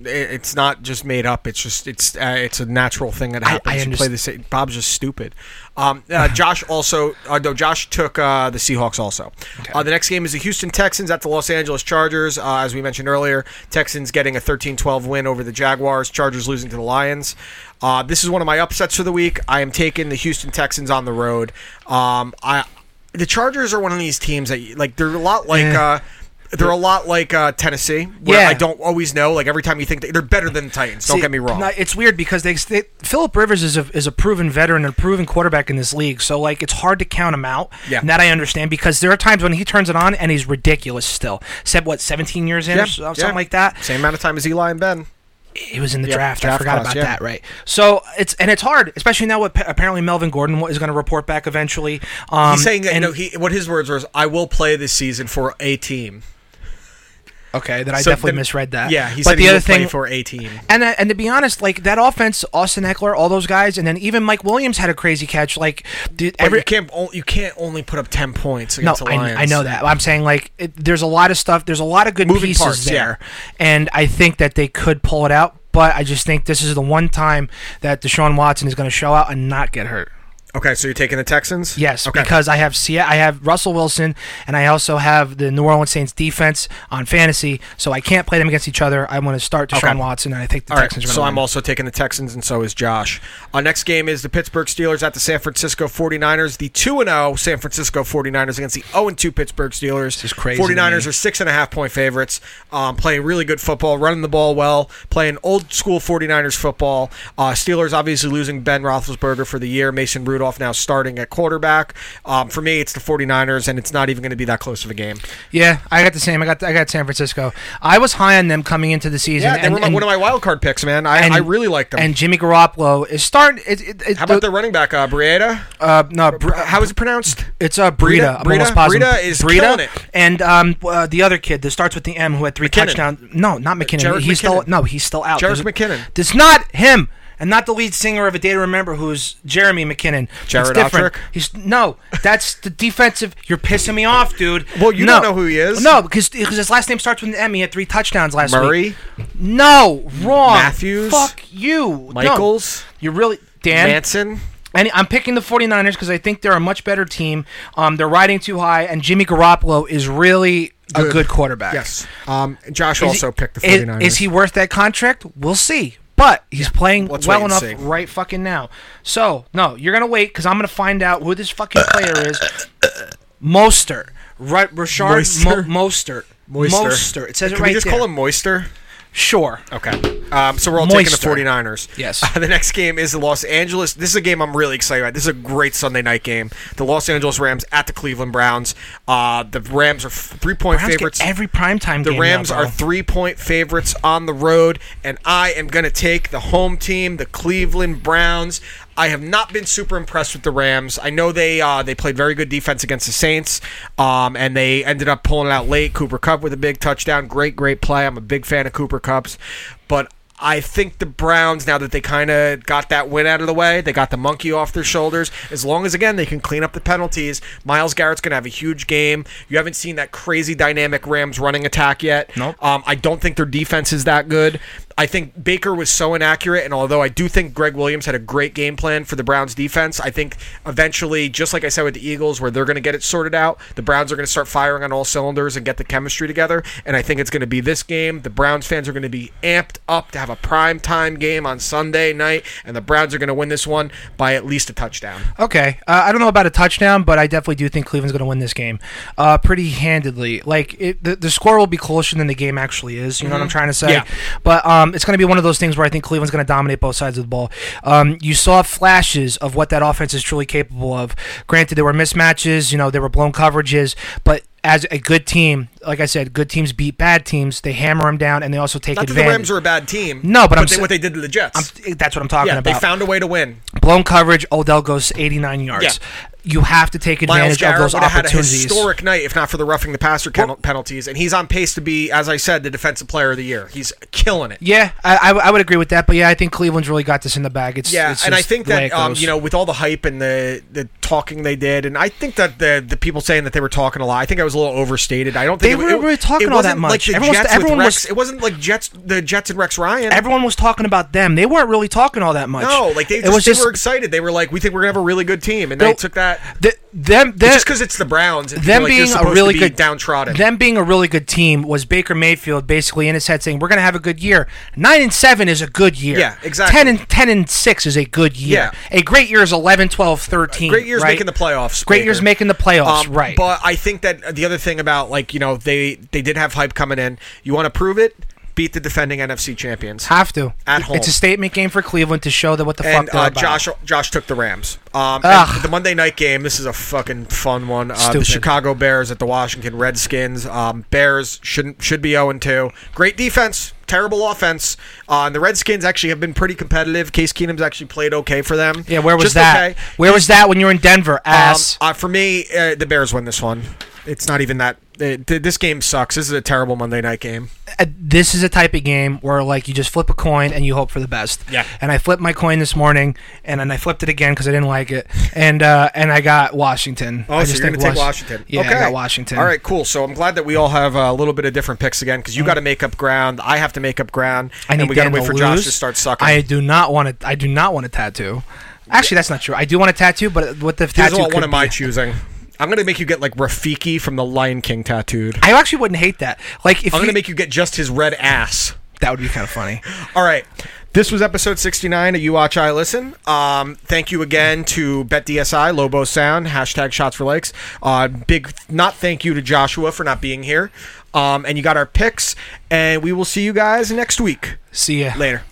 Speaker 5: It- It's not just made up. It's just it's uh, it's a natural thing that
Speaker 3: I-
Speaker 5: happens.
Speaker 3: I
Speaker 5: You play
Speaker 3: underst-
Speaker 5: the same. Bob's just stupid. Um, uh, Josh also uh, no. Josh took uh, the Seahawks also. Uh, the next game is the Houston Texans at the Los Angeles Chargers. Uh, as we mentioned earlier, Texans getting a 13-12 win over the Jaguars. Chargers losing to the Lions. Uh, this is one of my upsets for the week. I am taking the Houston Texans on the road. Um, I the Chargers are one of these teams that like they're a lot like. Uh, they're a lot like uh, Tennessee, where
Speaker 3: Yeah.
Speaker 5: I don't always know. Like every time you think they, they're better than the Titans, don't
Speaker 3: See,
Speaker 5: get me wrong.
Speaker 3: no, it's weird because they, they Philip Rivers is a is a proven veteran and a proven quarterback in this league. So like it's hard to count him out.
Speaker 5: Yeah.
Speaker 3: And that I understand because there are times when he turns it on and he's ridiculous still. Said what 17 years in or so- uh, something like that.
Speaker 5: Same amount of time as Eli and Ben.
Speaker 3: It was in the
Speaker 5: Yeah,
Speaker 3: draft. I
Speaker 5: draft
Speaker 3: forgot
Speaker 5: class,
Speaker 3: about
Speaker 5: yeah.
Speaker 3: that. Right. So it's and it's hard, especially now. What pa- apparently Melvin Gordon wa- is going to report back eventually. Um,
Speaker 5: He's saying that
Speaker 3: and,
Speaker 5: you know he what his words were is I will play this season for a team.
Speaker 3: okay that I
Speaker 5: So
Speaker 3: definitely
Speaker 5: then-
Speaker 3: misread that.
Speaker 5: Yeah, he
Speaker 3: Uh, but
Speaker 5: said
Speaker 3: the
Speaker 5: he
Speaker 3: other
Speaker 5: will play
Speaker 3: thing
Speaker 5: for a team.
Speaker 3: And uh, and to be honest, like that offense, Austin Eckler, all those guys, and then even Mike Williams had a crazy catch. Like dude,
Speaker 5: Every,
Speaker 3: every
Speaker 5: you can't o- you can't only put up ten points
Speaker 3: no,
Speaker 5: against the Lions.
Speaker 3: I, I know that. I'm saying like it, there's a lot of stuff. There's a lot of good
Speaker 5: Moving
Speaker 3: pieces
Speaker 5: parts, yeah.
Speaker 3: there, and I think that they could pull it out. But I just think this is the one time that Deshaun Watson is going to show out and not get hurt.
Speaker 5: Okay, so you're taking the Texans?
Speaker 3: Yes,
Speaker 5: Okay.
Speaker 3: because I have Se- I have Russell Wilson, and I also have the New Orleans Saints defense on fantasy. So I can't play them against each other. I want to start Deshaun
Speaker 5: Okay.
Speaker 3: Watson, and I think the
Speaker 5: All right,
Speaker 3: Texans are going to.
Speaker 5: so I'm also taking the Texans, and so is Josh. Our next game is the Pittsburgh Steelers at the San Francisco 49ers. The 2 0 San Francisco 49ers against the 0 2 Pittsburgh Steelers. This
Speaker 3: is crazy to
Speaker 5: 49ers
Speaker 3: me.
Speaker 5: are six and a half point favorites, um, playing really good football, running the ball well, playing old school 49ers football. Uh, Steelers obviously losing Ben Roethlisberger for the year. Mason Rudolph now starting at quarterback. Um, for me, it's the 49ers, and it's not even going to be that close of a game.
Speaker 3: Yeah, I got the same. I got I got San Francisco. I was high on them coming into the season.
Speaker 5: Yeah, they
Speaker 3: and-
Speaker 5: were my,
Speaker 3: and-
Speaker 5: one of my wild card picks, man. I,
Speaker 3: and-
Speaker 5: I really like them.
Speaker 3: And Jimmy Garoppolo is starting. It, it, it,
Speaker 5: How about the running back, uh, Breida?
Speaker 3: uh, no? Br-
Speaker 5: How is it pronounced?
Speaker 3: It's uh, Breida. I'm
Speaker 5: Breida?
Speaker 3: almost positive.
Speaker 5: Breida is killing it.
Speaker 3: And um, uh, the other kid that starts with the M who had three
Speaker 5: McKinnon.
Speaker 3: touchdowns. No, not McKinnon.
Speaker 5: Jarek
Speaker 3: he's still
Speaker 5: McKinnon.
Speaker 3: no, he's still out.
Speaker 5: Jarek
Speaker 3: There's-
Speaker 5: McKinnon.
Speaker 3: It's not him, and not the lead singer of A Day to Remember, who's Jeremy McKinnon.
Speaker 5: Jared
Speaker 3: it's different.
Speaker 5: Otrick?
Speaker 3: He's no. That's the defensive. You're pissing me off, dude.
Speaker 5: Well, you
Speaker 3: No.
Speaker 5: don't know who he is.
Speaker 3: No, because because his last name starts with an M. He had three touchdowns last
Speaker 5: Murray?
Speaker 3: week. No, wrong.
Speaker 5: Matthews?
Speaker 3: Fuck you. No.
Speaker 5: Michaels?
Speaker 3: You're really Dan.
Speaker 5: Manson.
Speaker 3: And I'm picking the 49ers because I think they're a much better team. Um, they're riding too high, and Jimmy Garoppolo is really a good quarterback.
Speaker 5: Um, Josh
Speaker 3: Uh, Is
Speaker 5: also
Speaker 3: he,
Speaker 5: picked the
Speaker 3: is-
Speaker 5: 49ers.
Speaker 3: Is, he worth that contract? We'll see. But he's playing
Speaker 5: let's
Speaker 3: well
Speaker 5: wait and
Speaker 3: enough
Speaker 5: see.
Speaker 3: right fucking now. So, no, you're going to wait because I'm going to find out who this fucking player is. Mostert. Right, Rashard
Speaker 5: Moister?
Speaker 3: Mo- Mostert.
Speaker 5: Moister?
Speaker 3: Moister. It says
Speaker 5: Can
Speaker 3: it right
Speaker 5: we just
Speaker 3: there.
Speaker 5: call him Moister?
Speaker 3: Sure.
Speaker 5: Okay. Um, so we're all
Speaker 3: Moister.
Speaker 5: taking the 49ers.
Speaker 3: Yes.
Speaker 5: Uh, the next game is the Los Angeles. This is a game I'm really excited about. This is a great Sunday night game. The Los Angeles Rams at the Cleveland Browns. Uh, the Rams are f- three point
Speaker 3: Browns get
Speaker 5: favorites.
Speaker 3: every primetime
Speaker 5: The
Speaker 3: game now,
Speaker 5: Rams
Speaker 3: bro.
Speaker 5: are three point favorites on the road, and I am going to take the home team, the Cleveland Browns. I have not been super impressed with the Rams. I know they uh, they played very good defense against the Saints, um, and they ended up pulling it out late. Cooper Cup with a big touchdown, great great play. I'm a big fan of Cooper Cups, but I think the Browns, now that they kind of got that win out of the way, they got the monkey off their shoulders. As long as, again, they can clean up the penalties, Miles Garrett's going to have a huge game. You haven't seen that crazy dynamic Rams running attack yet.
Speaker 3: Nope.
Speaker 5: Um, I don't think their defense is that good. I think Baker was so inaccurate, and although I do think Greg Williams had a great game plan for the Browns defense, I think eventually, just like I said with the Eagles, where they're going to get it sorted out, the Browns are going to start firing on all cylinders and get the chemistry together. And I think it's going to be this game. The Browns fans are going to be amped up to have a prime time game on Sunday night, and the Browns are going to win this one by at least a touchdown.
Speaker 3: Okay, uh, I don't know about a touchdown, but I definitely do think Cleveland's going to win this game, uh, pretty handedly. Like it, the the score will be closer than the game actually is. You know what I'm trying to say?
Speaker 5: Mm-hmm. Yeah.
Speaker 3: But um, it's going to be one of those things where I think Cleveland's going to dominate both sides of the ball. Um, you saw flashes of what that offense is truly capable of. Granted, there were mismatches. You know, there were blown coverages, but. As a good team, like I said, good teams beat bad teams. They hammer them down, and they also take
Speaker 5: Not that the
Speaker 3: advantage.
Speaker 5: Rams are a bad team.
Speaker 3: No, but I'm
Speaker 5: they-
Speaker 3: sa-
Speaker 5: what they did to the Jets.
Speaker 3: That's what I'm talking
Speaker 5: yeah,
Speaker 3: about
Speaker 5: they found a way to win.
Speaker 3: blown coverage. Odell goes 89 yards.
Speaker 5: Yeah.
Speaker 3: You have to take
Speaker 5: Miles
Speaker 3: advantage of
Speaker 5: Garrett
Speaker 3: those
Speaker 5: would have had a
Speaker 3: opportunities.
Speaker 5: historic night if not for the roughing the passer ken- penalties, and he's on pace to be, as I said, the defensive player of the year. He's killing it.
Speaker 3: yeah, I, I, I would agree with that. But yeah, I think Cleveland's really got this in the bag. It's
Speaker 5: Yeah,
Speaker 3: it's
Speaker 5: and I
Speaker 3: just
Speaker 5: think
Speaker 3: the way
Speaker 5: that
Speaker 3: it
Speaker 5: um,
Speaker 3: goes.
Speaker 5: you know, with all the hype and the the talking they did, and I think that the the people saying that they were talking a lot, I think I was a little overstated. I don't
Speaker 3: They
Speaker 5: think it,
Speaker 3: were-
Speaker 5: it,
Speaker 3: were talking
Speaker 5: it
Speaker 3: all that
Speaker 5: wasn't Like
Speaker 3: much.
Speaker 5: the
Speaker 3: Everyone was-
Speaker 5: Jets with
Speaker 3: everyone
Speaker 5: Rex,
Speaker 3: was-
Speaker 5: it wasn't like Jets the Jets and Rex Ryan.
Speaker 3: everyone was talking about them. They weren't really talking all that much.
Speaker 5: no, like they,
Speaker 3: it
Speaker 5: just,
Speaker 3: was
Speaker 5: they
Speaker 3: just
Speaker 5: were excited. They were like, "We think we're gonna have a really good team," and they
Speaker 3: They'll-
Speaker 5: took that.
Speaker 3: th- them. them-
Speaker 5: Just because it's the Browns, and
Speaker 3: them
Speaker 5: like
Speaker 3: being
Speaker 5: you're
Speaker 3: a
Speaker 5: supposed
Speaker 3: really
Speaker 5: to be
Speaker 3: good
Speaker 5: downtrodden.
Speaker 3: them being a really good team was Baker Mayfield basically in his head saying, "We're going to have a good year. Nine and seven is a good year.
Speaker 5: Yeah, exactly.
Speaker 3: Ten and ten and six is a good year.
Speaker 5: Yeah.
Speaker 3: A great year is 11, 12, 13.
Speaker 5: Great years
Speaker 3: right?
Speaker 5: making the playoffs.
Speaker 3: Great
Speaker 5: Baker.
Speaker 3: years making the playoffs.
Speaker 5: Um,
Speaker 3: right.
Speaker 5: But I think that the other thing about like you know they they did have hype coming in. You want to prove it? Beat the defending NFC champions.
Speaker 3: Have to
Speaker 5: At
Speaker 3: It-
Speaker 5: home.
Speaker 3: It's a statement game for Cleveland to show that what the
Speaker 5: and
Speaker 3: fuck they're
Speaker 5: uh,
Speaker 3: about.
Speaker 5: Josh Josh took the Rams. Um, and
Speaker 3: Ugh.
Speaker 5: the Monday night game. This is a fucking fun one. Uh, the
Speaker 3: Stupid.
Speaker 5: Chicago Bears at the Washington Redskins. Um, Bears shouldn't should be zero and two. Great defense, terrible offense. Uh, and the Redskins actually have been pretty competitive. Case Keenum's actually played okay for them.
Speaker 3: yeah, where was
Speaker 5: Just
Speaker 3: that?
Speaker 5: okay.
Speaker 3: Where was that when you were in Denver?
Speaker 5: Um,
Speaker 3: Ass.
Speaker 5: uh, for me, uh, the Bears win this one. It's not even that. uh, th- th- this game sucks. This is a terrible Monday night game.
Speaker 3: Uh, this is a type of game where like you just flip a coin and you hope for the best.
Speaker 5: Yeah.
Speaker 3: And I flipped my coin this morning, and then I flipped it again because I didn't like it, and uh, and I got Washington.
Speaker 5: Oh,
Speaker 3: I
Speaker 5: so you're going to
Speaker 3: Wash-
Speaker 5: take Washington.
Speaker 3: Yeah, I got Washington.
Speaker 5: All right, cool. So I'm glad that we all have uh, a little bit of different picks again because you got to make up ground. I have to make up ground.
Speaker 3: Mm. I need
Speaker 5: and we gotta
Speaker 3: Dan
Speaker 5: wait for
Speaker 3: lose.
Speaker 5: Josh to start sucking.
Speaker 3: I do not want to. I do not want a tattoo. Actually, that's not true. I do want a tattoo, but what the
Speaker 5: Here's
Speaker 3: tattoo
Speaker 5: what
Speaker 3: could
Speaker 5: one of my
Speaker 3: be-
Speaker 5: choosing. I'm going to make you get like Rafiki from the Lion King tattooed.
Speaker 3: I actually wouldn't hate that. Like if
Speaker 5: I'm going
Speaker 3: you,
Speaker 5: to make you get just his red ass.
Speaker 3: that would be kind of funny.
Speaker 5: All right. This was episode 69 of You Watch, I Listen. Um, thank you again to BetDSI, Lobo Sound, hashtag Shots for Likes. Uh, big not thank you to Joshua for not being here. Um, and you got our picks, and we will see you guys next week.
Speaker 3: See ya
Speaker 5: Later.